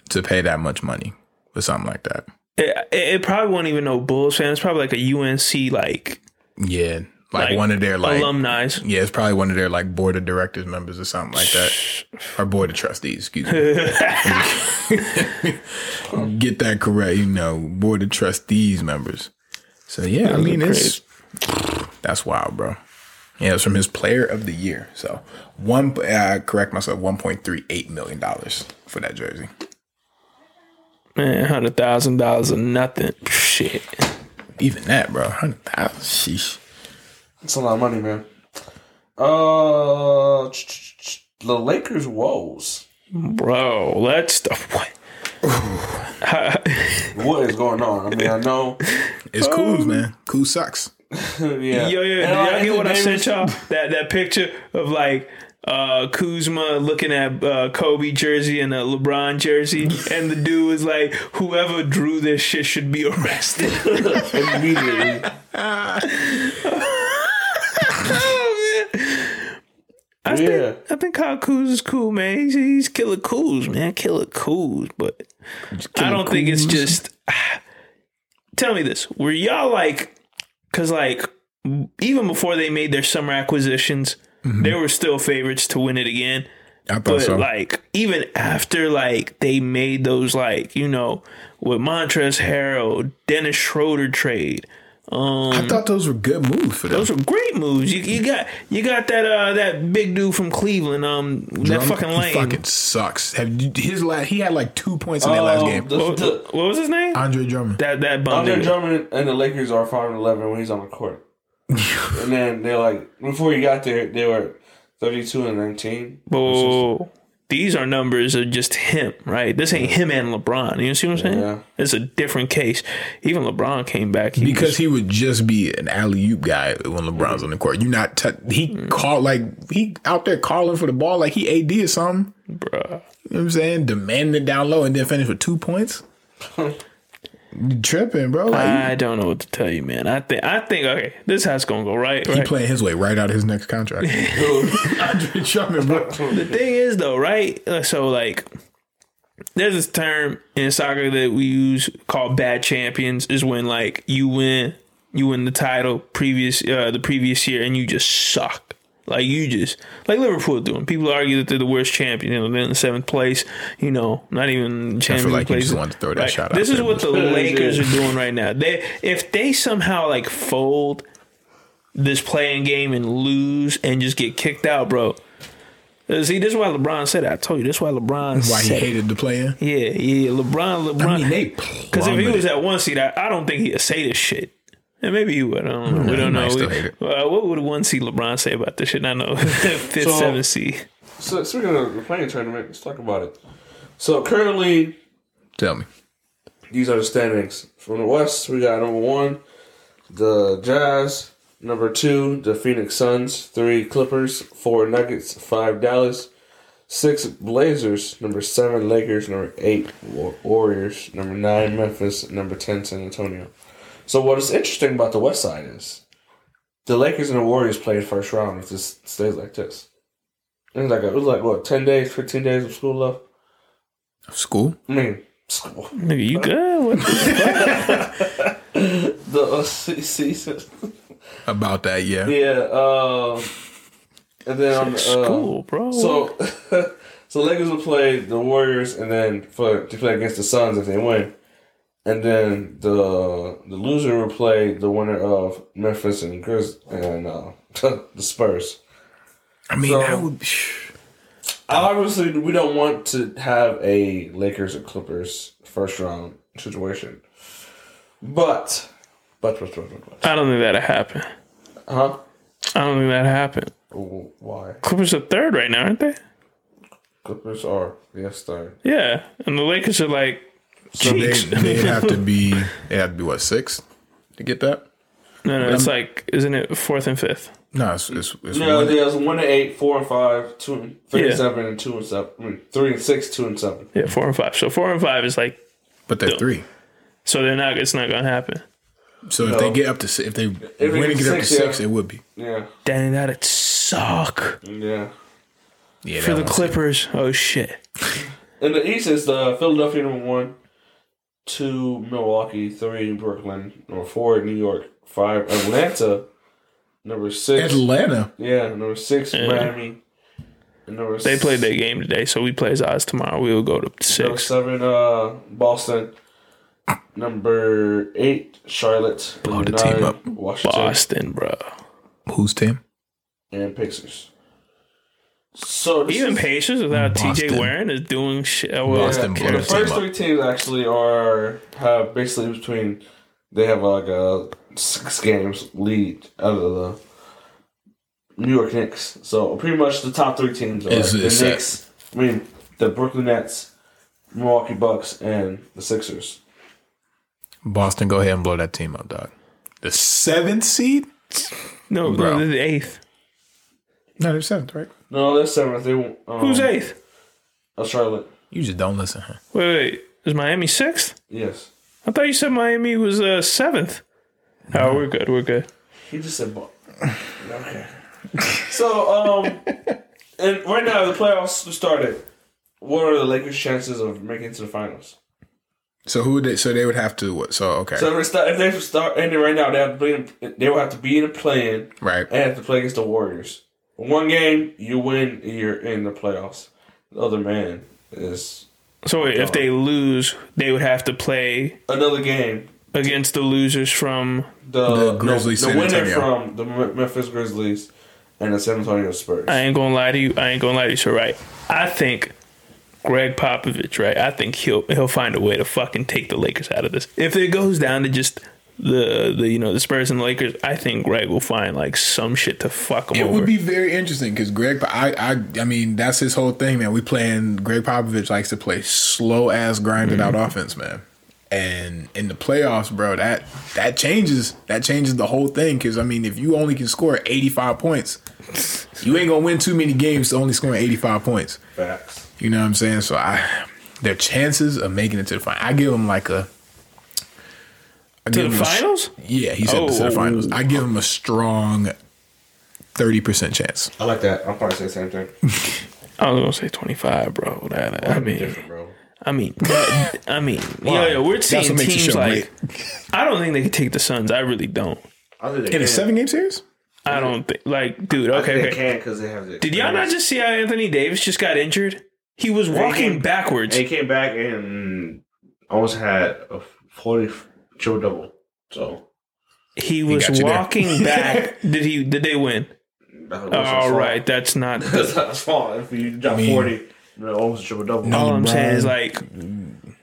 [SPEAKER 1] to pay that much money for something like that?
[SPEAKER 3] It, it, it probably won't even know Bulls fans. It's probably like a UNC like,
[SPEAKER 1] Yeah. Like,
[SPEAKER 3] Like,
[SPEAKER 1] one of their like
[SPEAKER 3] alumni.
[SPEAKER 1] Yeah, it's probably one of their like board of directors members or something like that. or board of trustees, excuse me. [laughs] Get that correct, you know, board of trustees members. So yeah, I mean it's that's wild, bro. Yeah, it's from his player of the year. So one uh, correct myself, one point three eight million dollars for that jersey.
[SPEAKER 3] Man, hundred thousand dollars or nothing. Shit.
[SPEAKER 1] Even that, bro. Hundred thousand. Sheesh.
[SPEAKER 2] It's a lot of money, man. Uh, the Lakers woes.
[SPEAKER 3] Bro, let's what?
[SPEAKER 2] What is going on? I mean, I know. [laughs]
[SPEAKER 1] It's cool,
[SPEAKER 3] Um,
[SPEAKER 1] man. Cool sucks.
[SPEAKER 2] yeah.
[SPEAKER 3] Yo, yo, did
[SPEAKER 2] And, uh,
[SPEAKER 3] y'all get
[SPEAKER 2] Anthony
[SPEAKER 3] what I
[SPEAKER 2] Davis-
[SPEAKER 3] sent y'all? That that picture of like uh Kuzma looking at uh Kobe jersey and a LeBron jersey, and the dude was like, Whoever drew this shit should be [laughs] arrested. [laughs]
[SPEAKER 2] immediately.
[SPEAKER 3] oh man. I
[SPEAKER 2] Yeah.
[SPEAKER 3] think I think Kyle Kuz is cool, man. He's he's killer Kuz, man. Killer Kuz, but I don't think it's just. [sighs] Tell me this: Were y'all like, because like even before they made their summer acquisitions, they were still favorites to win it again.
[SPEAKER 1] I Mm-hmm. thought
[SPEAKER 3] But
[SPEAKER 1] so.
[SPEAKER 3] like even after like they made those like you know with Montrezl Harrell, Dennis Schroeder trade, um,
[SPEAKER 1] I thought those were good moves for them.
[SPEAKER 3] Those were great moves. You, you got you got that uh, that big dude from Cleveland. Um, that
[SPEAKER 1] Drum-
[SPEAKER 3] fucking
[SPEAKER 1] he
[SPEAKER 3] lane.
[SPEAKER 1] fucking sucks. Have you, his last, he had like two points in that
[SPEAKER 3] Oh,
[SPEAKER 1] last
[SPEAKER 2] Um,
[SPEAKER 1] game.
[SPEAKER 2] the-
[SPEAKER 3] what,
[SPEAKER 2] the-
[SPEAKER 3] what was his name?
[SPEAKER 1] Andre Drummond.
[SPEAKER 3] that that bum
[SPEAKER 2] Andre
[SPEAKER 3] dude.
[SPEAKER 2] Drummond and the Lakers are five and eleven when he's on the court. and then they're like, before he got there, they were thirty-two and nineteen.
[SPEAKER 3] Whoa. These are numbers of just him, right? This ain't him and LeBron. You see what I'm saying?
[SPEAKER 2] Yeah.
[SPEAKER 3] It's a different case. Even LeBron came back. He
[SPEAKER 1] because he would just be an alley oop guy when LeBron's on the court. You not t- he
[SPEAKER 3] Hmm.
[SPEAKER 1] call like he out there calling for the ball like he AD or something.
[SPEAKER 3] was, bruh.
[SPEAKER 1] You know what I'm saying? Demanding it down low and then finish with two
[SPEAKER 3] [laughs]
[SPEAKER 1] points. you tripping, bro. Like,
[SPEAKER 3] I don't know what to tell you, man. I think I think okay, this is how it's gonna go, right?
[SPEAKER 1] he
[SPEAKER 3] right?
[SPEAKER 1] playing his way right out of his next
[SPEAKER 3] [laughs]
[SPEAKER 1] contract. Andre Drummond, bro.
[SPEAKER 3] the thing is though, right? Uh, So like there's this term in soccer that we use called bad champions is when like you win you win the title previous uh, the previous year and you just suck. Like you just like Liverpool doing. People argue that they're the worst champion, you know, they're in seventh place, you know, not even champion.
[SPEAKER 1] like you
[SPEAKER 3] place.
[SPEAKER 1] just wanted to throw that
[SPEAKER 3] Right.
[SPEAKER 1] shot out
[SPEAKER 3] [laughs] This is
[SPEAKER 1] there,
[SPEAKER 3] what the
[SPEAKER 2] Yeah.
[SPEAKER 3] Lakers are doing right now. They if they somehow like fold this playing game and lose and just get kicked out, bro. Uh, See, this is why LeBron said it. I told you. This is why LeBron
[SPEAKER 1] Why he
[SPEAKER 3] said it.
[SPEAKER 1] hated the playing?
[SPEAKER 3] Yeah, yeah, LeBron, LeBron.
[SPEAKER 1] I mean, they
[SPEAKER 3] Because if he
[SPEAKER 1] plummeted.
[SPEAKER 3] was at one seed, I, I don't think he'd say this shit. And maybe he would. I don't know. We
[SPEAKER 1] he
[SPEAKER 3] don't know.
[SPEAKER 1] might still
[SPEAKER 3] We-
[SPEAKER 1] Mm, hate it.
[SPEAKER 3] uh, what would one seed LeBron say about this shit? I know. [laughs] Fifth,
[SPEAKER 2] So-
[SPEAKER 3] seventh seed.
[SPEAKER 2] So speaking of the playing tournament, let's talk about it. So currently,
[SPEAKER 1] tell me.
[SPEAKER 2] these are the standings from the West. We got number one, the Jazz. Number two, the Phoenix Suns. Three, Clippers. Four, Nuggets. Five, Dallas. Six, Blazers. Number seven, Lakers. Number eight, Wa- Warriors. Number nine, Memphis. Number ten, San Antonio. So what is interesting about the West side is the Lakers and the Warriors played first round. If this stays like this, it was like it was like what ten days, fifteen days of school left.
[SPEAKER 1] School?
[SPEAKER 2] I mean, [laughs] school.
[SPEAKER 3] Nigga, you good? What the-
[SPEAKER 2] The uh, [laughs] se- season.
[SPEAKER 1] About that, yeah.
[SPEAKER 2] Yeah. Um, and then on the, uh,
[SPEAKER 3] School, bro.
[SPEAKER 2] So, [laughs] so Lakers will play the Warriors, and then for to play against the Suns if they win, and then the the loser will play the winner of Memphis and Grizz and uh, [laughs] the Spurs.
[SPEAKER 1] I mean,
[SPEAKER 2] So-
[SPEAKER 1] I would. [sighs]
[SPEAKER 3] [laughs]
[SPEAKER 2] Obviously, we don't want to have a Lakers or Clippers first round situation, but but but but but, but.
[SPEAKER 3] I don't think that'll happen.
[SPEAKER 2] huh?
[SPEAKER 3] I don't think that'll happen.
[SPEAKER 2] W- Why
[SPEAKER 3] Clippers are third right now, aren't they?
[SPEAKER 2] Clippers are yes third.
[SPEAKER 3] Yeah. And the Lakers are like,
[SPEAKER 1] So they,
[SPEAKER 3] cheeks.
[SPEAKER 1] [laughs] they'd have to be. They have to be what six to get that?
[SPEAKER 3] No, no, it's like, isn't it fourth and fifth?
[SPEAKER 1] No, it's it's, it's
[SPEAKER 2] Yeah,
[SPEAKER 1] one.
[SPEAKER 2] there's one and eight, four and five, two and three
[SPEAKER 3] Yeah.
[SPEAKER 2] and seven, and two and seven. I mean, three and six, two and seven.
[SPEAKER 3] Yeah, four and five. So four and five is like,
[SPEAKER 1] but they're three.
[SPEAKER 3] so they're not. It's not gonna happen.
[SPEAKER 1] So if they get up to si- if they win and
[SPEAKER 2] get
[SPEAKER 1] get up to
[SPEAKER 2] six, yeah.
[SPEAKER 1] six, it would be.
[SPEAKER 2] Yeah,
[SPEAKER 3] Danny, that'd suck
[SPEAKER 2] yeah.
[SPEAKER 1] Yeah,
[SPEAKER 3] for
[SPEAKER 1] that
[SPEAKER 3] the
[SPEAKER 1] one's-
[SPEAKER 3] Clippers. Oh shit.
[SPEAKER 2] In the East is the Philadelphia number one, two Milwaukee, three Brooklyn, number four New York, five Atlanta, number six.
[SPEAKER 1] Atlanta.
[SPEAKER 2] yeah, number six Miami, and number
[SPEAKER 3] They played their game today, so we play his odds tomorrow. We will go to
[SPEAKER 2] number
[SPEAKER 3] six.
[SPEAKER 2] seven uh, Boston, number eight Charlotte,
[SPEAKER 1] Blow
[SPEAKER 2] number
[SPEAKER 1] the team
[SPEAKER 2] nine,
[SPEAKER 1] up.
[SPEAKER 2] Washington,
[SPEAKER 3] Boston, bro.
[SPEAKER 1] Who's team?
[SPEAKER 2] and Pacers. So this
[SPEAKER 3] Even
[SPEAKER 2] is-
[SPEAKER 3] Pacers without TJ
[SPEAKER 1] Boston.
[SPEAKER 3] Warren is doing shit. Oh, well,
[SPEAKER 1] Boston
[SPEAKER 3] okay.
[SPEAKER 1] blow
[SPEAKER 2] The
[SPEAKER 1] the team
[SPEAKER 2] first
[SPEAKER 1] up.
[SPEAKER 2] three teams actually are have basically between they have like a six games lead out of the New York Knicks. So pretty much the top three teams are
[SPEAKER 1] Is-
[SPEAKER 2] the
[SPEAKER 1] is that-
[SPEAKER 2] Knicks. I mean the Brooklyn Nets, Milwaukee Bucks, and the Sixers.
[SPEAKER 1] Boston. Go ahead and blow that team up, dog. The seventh seed.
[SPEAKER 3] No,
[SPEAKER 1] Bro.
[SPEAKER 3] no, they're the eighth.
[SPEAKER 1] No, they're seventh, right?
[SPEAKER 2] No, they're seventh. They won't. Um,
[SPEAKER 3] Who's eighth?
[SPEAKER 2] Uh, Charlotte.
[SPEAKER 1] You just don't listen, huh?
[SPEAKER 3] Wait, wait. Is Miami sixth?
[SPEAKER 2] Yes.
[SPEAKER 3] I thought you said Miami was uh, seventh. Oh, we're good. We're good.
[SPEAKER 2] He just said ball. Okay. so, um, and right now the playoffs started. What are the Lakers' chances of making it to the finals?
[SPEAKER 1] So who would they? So they would have to what? So okay,
[SPEAKER 2] So if they start, if they start ending right now, they have to be in, they will have to be in a plan
[SPEAKER 1] right?
[SPEAKER 2] and have to play against the Warriors. One game you win, you're in the playoffs. The other man is
[SPEAKER 3] So wait, if they lose, they would have to play
[SPEAKER 2] another game.
[SPEAKER 3] against the losers from
[SPEAKER 1] The
[SPEAKER 2] The,
[SPEAKER 1] Grizzlies,
[SPEAKER 2] the,
[SPEAKER 1] San
[SPEAKER 2] winner
[SPEAKER 1] Antonio.
[SPEAKER 2] from the Me- Memphis Grizzlies and the San Antonio Spurs.
[SPEAKER 3] I ain't gonna lie to you. I ain't gonna lie to you. So right, I think Greg Popovich. Right, I think he'll he'll find a way to fucking take the Lakers out of this. If it goes down to just the the you know the Spurs and the Lakers, I think Greg will find like some shit to fuck them
[SPEAKER 1] It
[SPEAKER 3] over.
[SPEAKER 1] would be very interesting because Greg, Po- I, I, I mean, that's his whole thing, man. We playing. Greg Popovich likes to play slow ass, grinded
[SPEAKER 3] Mm-hmm.
[SPEAKER 1] out offense, man. And in the playoffs, bro, that that changes. That changes the whole thing. Because I mean, if you only can score eighty five points, you ain't gonna win too many games to only scoring eighty five points.
[SPEAKER 2] Facts.
[SPEAKER 1] You know what I'm saying? So I, their chances of making it to the final, I give them like a. I
[SPEAKER 3] to
[SPEAKER 1] give them
[SPEAKER 3] the
[SPEAKER 1] a s-
[SPEAKER 3] finals.
[SPEAKER 1] yeah, he said this to the
[SPEAKER 3] Oh.
[SPEAKER 1] finals. I give him a strong thirty percent chance.
[SPEAKER 2] I like that. I'm probably saying the same thing.
[SPEAKER 3] I was gonna say twenty five, bro. That I mean,
[SPEAKER 2] Different, bro.
[SPEAKER 3] I mean, [laughs] that- I mean, yeah, yeah. We're
[SPEAKER 1] what
[SPEAKER 3] seeing
[SPEAKER 1] makes the
[SPEAKER 3] teams
[SPEAKER 1] show
[SPEAKER 3] like [laughs] I don't think they can take the Suns. I really don't.
[SPEAKER 2] I think they
[SPEAKER 1] In a
[SPEAKER 2] can.
[SPEAKER 1] seven game series?
[SPEAKER 3] I don't think like, dude.
[SPEAKER 2] I think
[SPEAKER 3] Okay,
[SPEAKER 2] they
[SPEAKER 3] okay.
[SPEAKER 2] can because they have the.
[SPEAKER 3] Did y'all not just see how Anthony Davis just got injured? He was walking
[SPEAKER 2] came-
[SPEAKER 3] backwards.
[SPEAKER 2] And he came back and almost had a 40 triple double. So.
[SPEAKER 3] He was
[SPEAKER 1] got you there. [laughs]
[SPEAKER 3] walking back. Did he? Did they win? All right, that's
[SPEAKER 2] [laughs]
[SPEAKER 3] not.
[SPEAKER 2] That's not small. If you drop
[SPEAKER 1] I mean-
[SPEAKER 2] 40, then almost a triple double.
[SPEAKER 1] No,
[SPEAKER 3] all I'm
[SPEAKER 1] LeBron.
[SPEAKER 3] saying is like,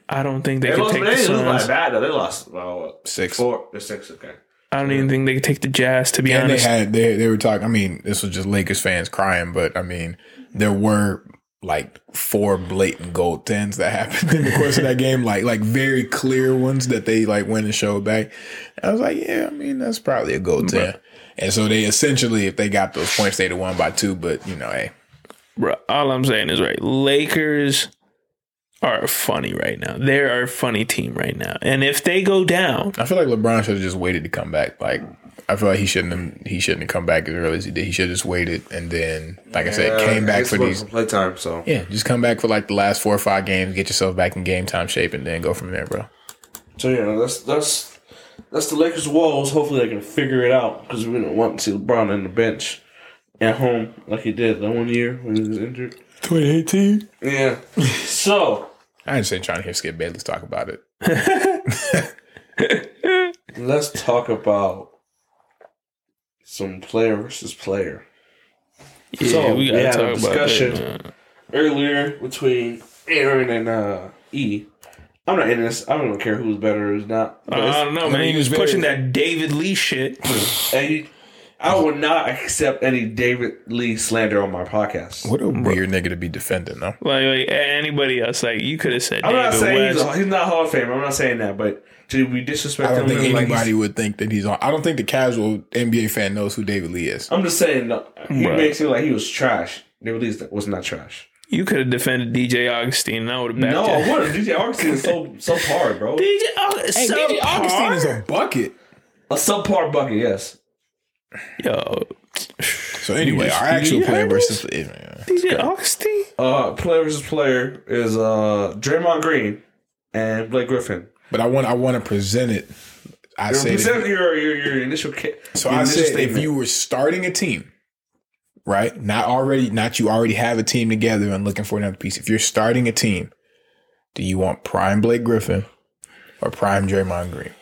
[SPEAKER 3] I don't think they
[SPEAKER 2] They
[SPEAKER 3] could
[SPEAKER 2] lost,
[SPEAKER 3] take
[SPEAKER 2] but they
[SPEAKER 3] the
[SPEAKER 2] didn't lose by
[SPEAKER 3] Suns.
[SPEAKER 2] bad though. They lost well, what,
[SPEAKER 1] Six.
[SPEAKER 2] four, or six. Okay,
[SPEAKER 3] I don't even think they could take the Jazz. To be
[SPEAKER 1] And they
[SPEAKER 3] honest,
[SPEAKER 1] had they they were talking. I mean, this was just Lakers fans crying, but I mean, there were like four blatant gold tens that [laughs] happened in the course of that game, like like very clear ones that they like went and showed back. I was like, yeah, I mean, that's probably a gold ten. And so they essentially, if they got those points, they'd have won by two. But you know, hey,
[SPEAKER 3] Bruh, all I'm saying is right. Lakers are funny right now. They are a funny team right now, and if they go down,
[SPEAKER 1] I feel like LeBron should have just waited to come back. Like I feel like he shouldn't have he shouldn't have come back as early as he did. He should have just waited and then, like I said,
[SPEAKER 2] Uh,
[SPEAKER 1] came back for these.
[SPEAKER 2] playtime. So
[SPEAKER 1] Yeah, just come back for like the last four or five games, get yourself back in game time shape, and then go from there, bro.
[SPEAKER 2] so yeah, that's that's that's the Lakers' woes. Hopefully, they can figure it out because we don't want to see LeBron on the bench at home like he did that one year when he was injured.
[SPEAKER 1] 2018.
[SPEAKER 3] [laughs]
[SPEAKER 2] Yeah. so
[SPEAKER 1] I ain't saying trying to hear Skip Bayless talk about it.
[SPEAKER 2] let's talk about some player versus player.
[SPEAKER 3] yeah,
[SPEAKER 2] So,
[SPEAKER 3] we gotta
[SPEAKER 2] we had a
[SPEAKER 3] talk about
[SPEAKER 2] discussion.
[SPEAKER 3] that. man.
[SPEAKER 2] earlier between Aaron and uh, E. I'm not in this. I don't even care who's better or who's not. But
[SPEAKER 3] I
[SPEAKER 2] it's-
[SPEAKER 3] don't know,
[SPEAKER 1] mean,
[SPEAKER 3] man. He
[SPEAKER 1] it's
[SPEAKER 3] was pushing
[SPEAKER 1] very-
[SPEAKER 3] that David Lee shit.
[SPEAKER 2] and you- I will not accept any David Lee slander on my podcast.
[SPEAKER 1] What a weird nigga to be defending, though.
[SPEAKER 3] Like, like a- anybody else, like you could have said
[SPEAKER 2] I'm not
[SPEAKER 3] David
[SPEAKER 2] saying he's,
[SPEAKER 3] West.
[SPEAKER 2] a, he's not Hall of Famer. I'm not saying that, but to we disrespect
[SPEAKER 1] I don't
[SPEAKER 2] him.
[SPEAKER 1] think
[SPEAKER 2] like
[SPEAKER 1] anybody
[SPEAKER 2] he's-
[SPEAKER 1] would think that he's on. I don't think the casual NBA fan knows who David Lee is.
[SPEAKER 2] I'm just saying no, he
[SPEAKER 3] Bruh.
[SPEAKER 2] makes it like he was trash. David Lee was not trash.
[SPEAKER 3] You could have defended DJ Augustine, and I would have backed
[SPEAKER 2] No,
[SPEAKER 3] you.
[SPEAKER 2] I wouldn't. DJ Augustine is so so hard, bro.
[SPEAKER 3] DJ, August,
[SPEAKER 1] Hey, DJ Augustine is
[SPEAKER 3] subpar?
[SPEAKER 1] a bucket.
[SPEAKER 2] A subpar bucket, yes.
[SPEAKER 3] Yo,
[SPEAKER 1] So anyway, our actual
[SPEAKER 3] you
[SPEAKER 1] player
[SPEAKER 3] heard
[SPEAKER 1] versus yeah.
[SPEAKER 3] DJ Augustine.
[SPEAKER 2] Uh, player versus player is uh Draymond Green and Blake Griffin.
[SPEAKER 1] But I want I want to present it. I say that-
[SPEAKER 2] Present your, your your initial ca-
[SPEAKER 1] So
[SPEAKER 2] your
[SPEAKER 1] I
[SPEAKER 2] initial
[SPEAKER 1] said, if
[SPEAKER 2] statement.
[SPEAKER 1] you were starting a team, right? Not already, not you already have a team together and looking for another piece. If you're starting a team, do you want prime Blake Griffin or prime Draymond Green?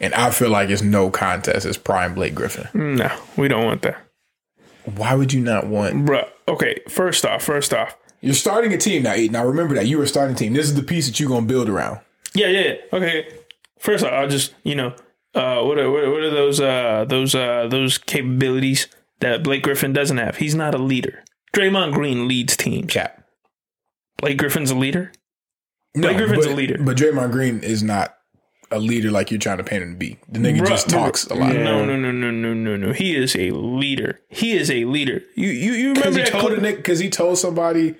[SPEAKER 1] And I feel like it's no contest. It's prime Blake Griffin.
[SPEAKER 3] No, we don't want that,
[SPEAKER 1] [laughs] Why would you not want?
[SPEAKER 3] Bruh, Okay, first off, first off,
[SPEAKER 1] You're starting a team now. Eat. Now remember that you were starting a team. This is the piece that you're gonna build around.
[SPEAKER 3] Yeah, yeah. yeah. Okay. First, off, I'll just you know, uh, what are what are, what are those uh, those uh, those capabilities that Blake Griffin doesn't have? He's not a leader. Draymond Green leads teams.
[SPEAKER 1] Cap.
[SPEAKER 3] Blake Griffin's a leader.
[SPEAKER 1] No,
[SPEAKER 3] Blake Griffin's
[SPEAKER 1] but,
[SPEAKER 3] a leader.
[SPEAKER 1] but Draymond Green is not a leader like you're trying to paint him to be. The nigga
[SPEAKER 3] Bruh,
[SPEAKER 1] just talks a lot.
[SPEAKER 2] yeah.
[SPEAKER 3] No, no, no, no, no, no, no. He is a leader. He is a leader. You you, you
[SPEAKER 1] Because
[SPEAKER 3] remember
[SPEAKER 1] he
[SPEAKER 3] that
[SPEAKER 1] told a
[SPEAKER 3] clip-
[SPEAKER 1] nigga, because he told somebody,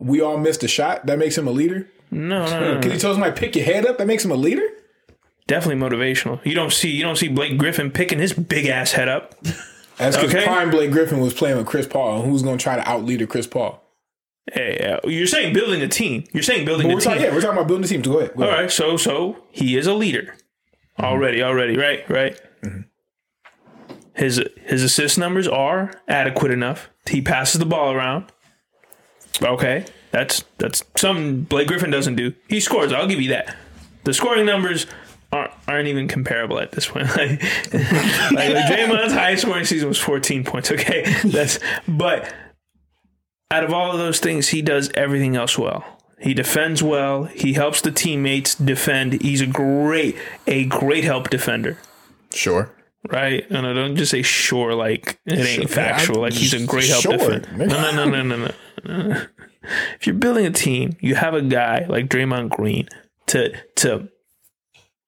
[SPEAKER 1] we all missed a shot. That makes him a leader.
[SPEAKER 3] No, no, no,
[SPEAKER 1] [laughs]
[SPEAKER 3] no.
[SPEAKER 1] Because he told somebody, pick your head up. That makes him a leader.
[SPEAKER 3] Definitely motivational. You don't see you don't see Blake Griffin picking his big ass head up.
[SPEAKER 1] That's because
[SPEAKER 3] Okay.
[SPEAKER 1] prime Blake Griffin was playing with Chris Paul, and who's going to try to outleader Chris Paul?
[SPEAKER 3] Hey, uh, you're saying building a team. You're saying building
[SPEAKER 1] We're
[SPEAKER 3] a team.
[SPEAKER 1] talking, yeah, we're talking about building a team. So go ahead. Go
[SPEAKER 3] All
[SPEAKER 1] ahead.
[SPEAKER 3] right, so so he is a leader
[SPEAKER 1] Mm-hmm.
[SPEAKER 3] already, already, right, right. His his assist numbers are adequate enough. He passes the ball around. Okay, that's that's something Blake Griffin doesn't do. He scores. I'll give you that. The scoring numbers aren't, aren't even comparable at this point. [laughs] like, like, like Draymond's highest scoring season was 14
[SPEAKER 1] [laughs]
[SPEAKER 3] points. Okay, that's but out of all of those things, he does everything else well. He defends well. He helps the teammates defend. He's a great, a great help defender.
[SPEAKER 1] Sure.
[SPEAKER 3] Right? No, no, don't just say sure like it ain't
[SPEAKER 1] Sure,
[SPEAKER 3] factual.
[SPEAKER 1] I-
[SPEAKER 3] like he's a great help
[SPEAKER 1] sure, [laughs]
[SPEAKER 3] defender. No,
[SPEAKER 1] nigga.
[SPEAKER 3] no, no, no, no, no. if you're building a team, you have a guy like Draymond Green to to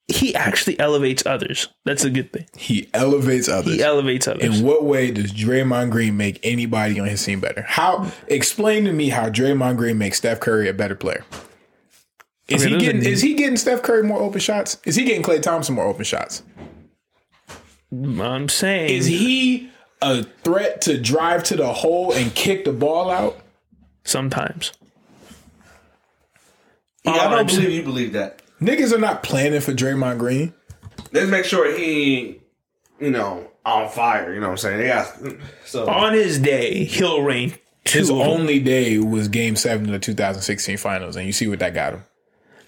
[SPEAKER 3] he actually elevates others. That's a good thing.
[SPEAKER 1] He elevates others.
[SPEAKER 3] He elevates others.
[SPEAKER 1] In what way does Draymond Green make anybody on his team better? How explain to me how Draymond Green makes Steph Curry a better player? Is he
[SPEAKER 3] Okay, those are
[SPEAKER 1] getting
[SPEAKER 3] deep.
[SPEAKER 1] is he getting Steph Curry more open shots? Is he getting Klay Thompson more open shots?
[SPEAKER 3] I'm saying
[SPEAKER 1] Is he a threat to drive to the hole and kick the ball out?
[SPEAKER 3] sometimes.
[SPEAKER 2] Yeah, I
[SPEAKER 3] I'm
[SPEAKER 2] don't
[SPEAKER 3] saying-
[SPEAKER 2] believe you believe that.
[SPEAKER 1] Niggas are not planning for Draymond Green.
[SPEAKER 2] Let's make sure he, you know, on fire. You know what I'm saying? Yeah. So
[SPEAKER 3] on his day, he'll reign two
[SPEAKER 1] His
[SPEAKER 3] of them.
[SPEAKER 1] only day was Game Seven of the 2016 Finals, and you see what that got him.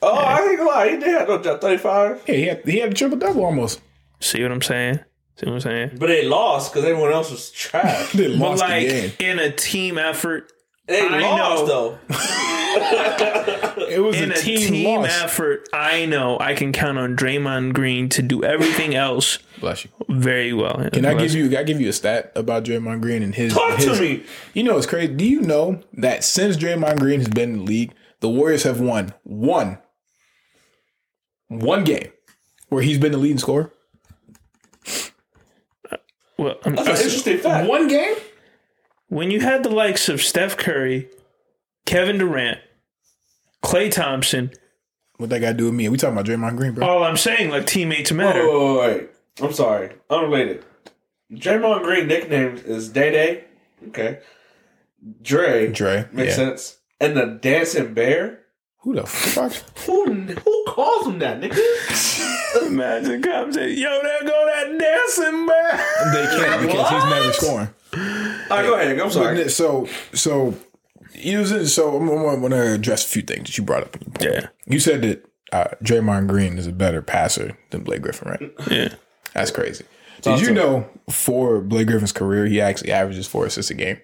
[SPEAKER 2] oh, I ain't gonna lie. He did have no job. 35,
[SPEAKER 1] Yeah, he had he had a triple double almost.
[SPEAKER 3] See what I'm saying? See what I'm saying?
[SPEAKER 2] but they lost because everyone else was [laughs] trash.
[SPEAKER 1] They lost
[SPEAKER 3] but like
[SPEAKER 1] the game.
[SPEAKER 3] in a team effort,
[SPEAKER 2] They
[SPEAKER 3] I
[SPEAKER 2] lost
[SPEAKER 3] know.
[SPEAKER 2] though.
[SPEAKER 1] It was
[SPEAKER 3] in
[SPEAKER 1] a team, loss.
[SPEAKER 3] effort, I know I can count on Draymond Green to do everything else
[SPEAKER 1] Bless you.
[SPEAKER 3] very well.
[SPEAKER 1] Can I give you? I give you a stat about Draymond Green and his.
[SPEAKER 2] Talk to
[SPEAKER 1] his-
[SPEAKER 2] me.
[SPEAKER 1] You know it's crazy. Do you know that since Draymond Green has been in the league, the Warriors have won one, one game where he's been the leading scorer.
[SPEAKER 3] Well, I'm-
[SPEAKER 2] That's an interesting fact.
[SPEAKER 1] One game.
[SPEAKER 3] when you had the likes of Steph Curry, Kevin Durant, Clay Thompson,
[SPEAKER 1] What that got to do with me? We talking about Draymond Green,
[SPEAKER 2] Oh,
[SPEAKER 1] bro?
[SPEAKER 3] all I'm saying, like teammates matter.
[SPEAKER 2] Wait, wait, wait, wait. I'm sorry. Unrelated. Draymond Green nickname is Day Day. Okay. Dre.
[SPEAKER 1] Dre.
[SPEAKER 2] Makes
[SPEAKER 1] yeah.
[SPEAKER 2] sense. And the Dancing Bear.
[SPEAKER 1] Who the
[SPEAKER 2] [laughs]
[SPEAKER 1] fuck?
[SPEAKER 2] Who who calls him that, nigga?
[SPEAKER 3] Imagine comes in, yo, there go that
[SPEAKER 1] [laughs]
[SPEAKER 3] dancing man.
[SPEAKER 1] they can't because he's never scoring.
[SPEAKER 2] All right, go ahead. I'm sorry.
[SPEAKER 1] So so using so I'm, I'm going to address a few things that you brought up.
[SPEAKER 3] Yeah,
[SPEAKER 1] You said that uh, Draymond Green is a better passer than Blake Griffin, right?
[SPEAKER 2] Mm-hmm.
[SPEAKER 3] yeah.
[SPEAKER 1] That's crazy. Did you know for Blake Griffin's career, he actually averages four assists a game?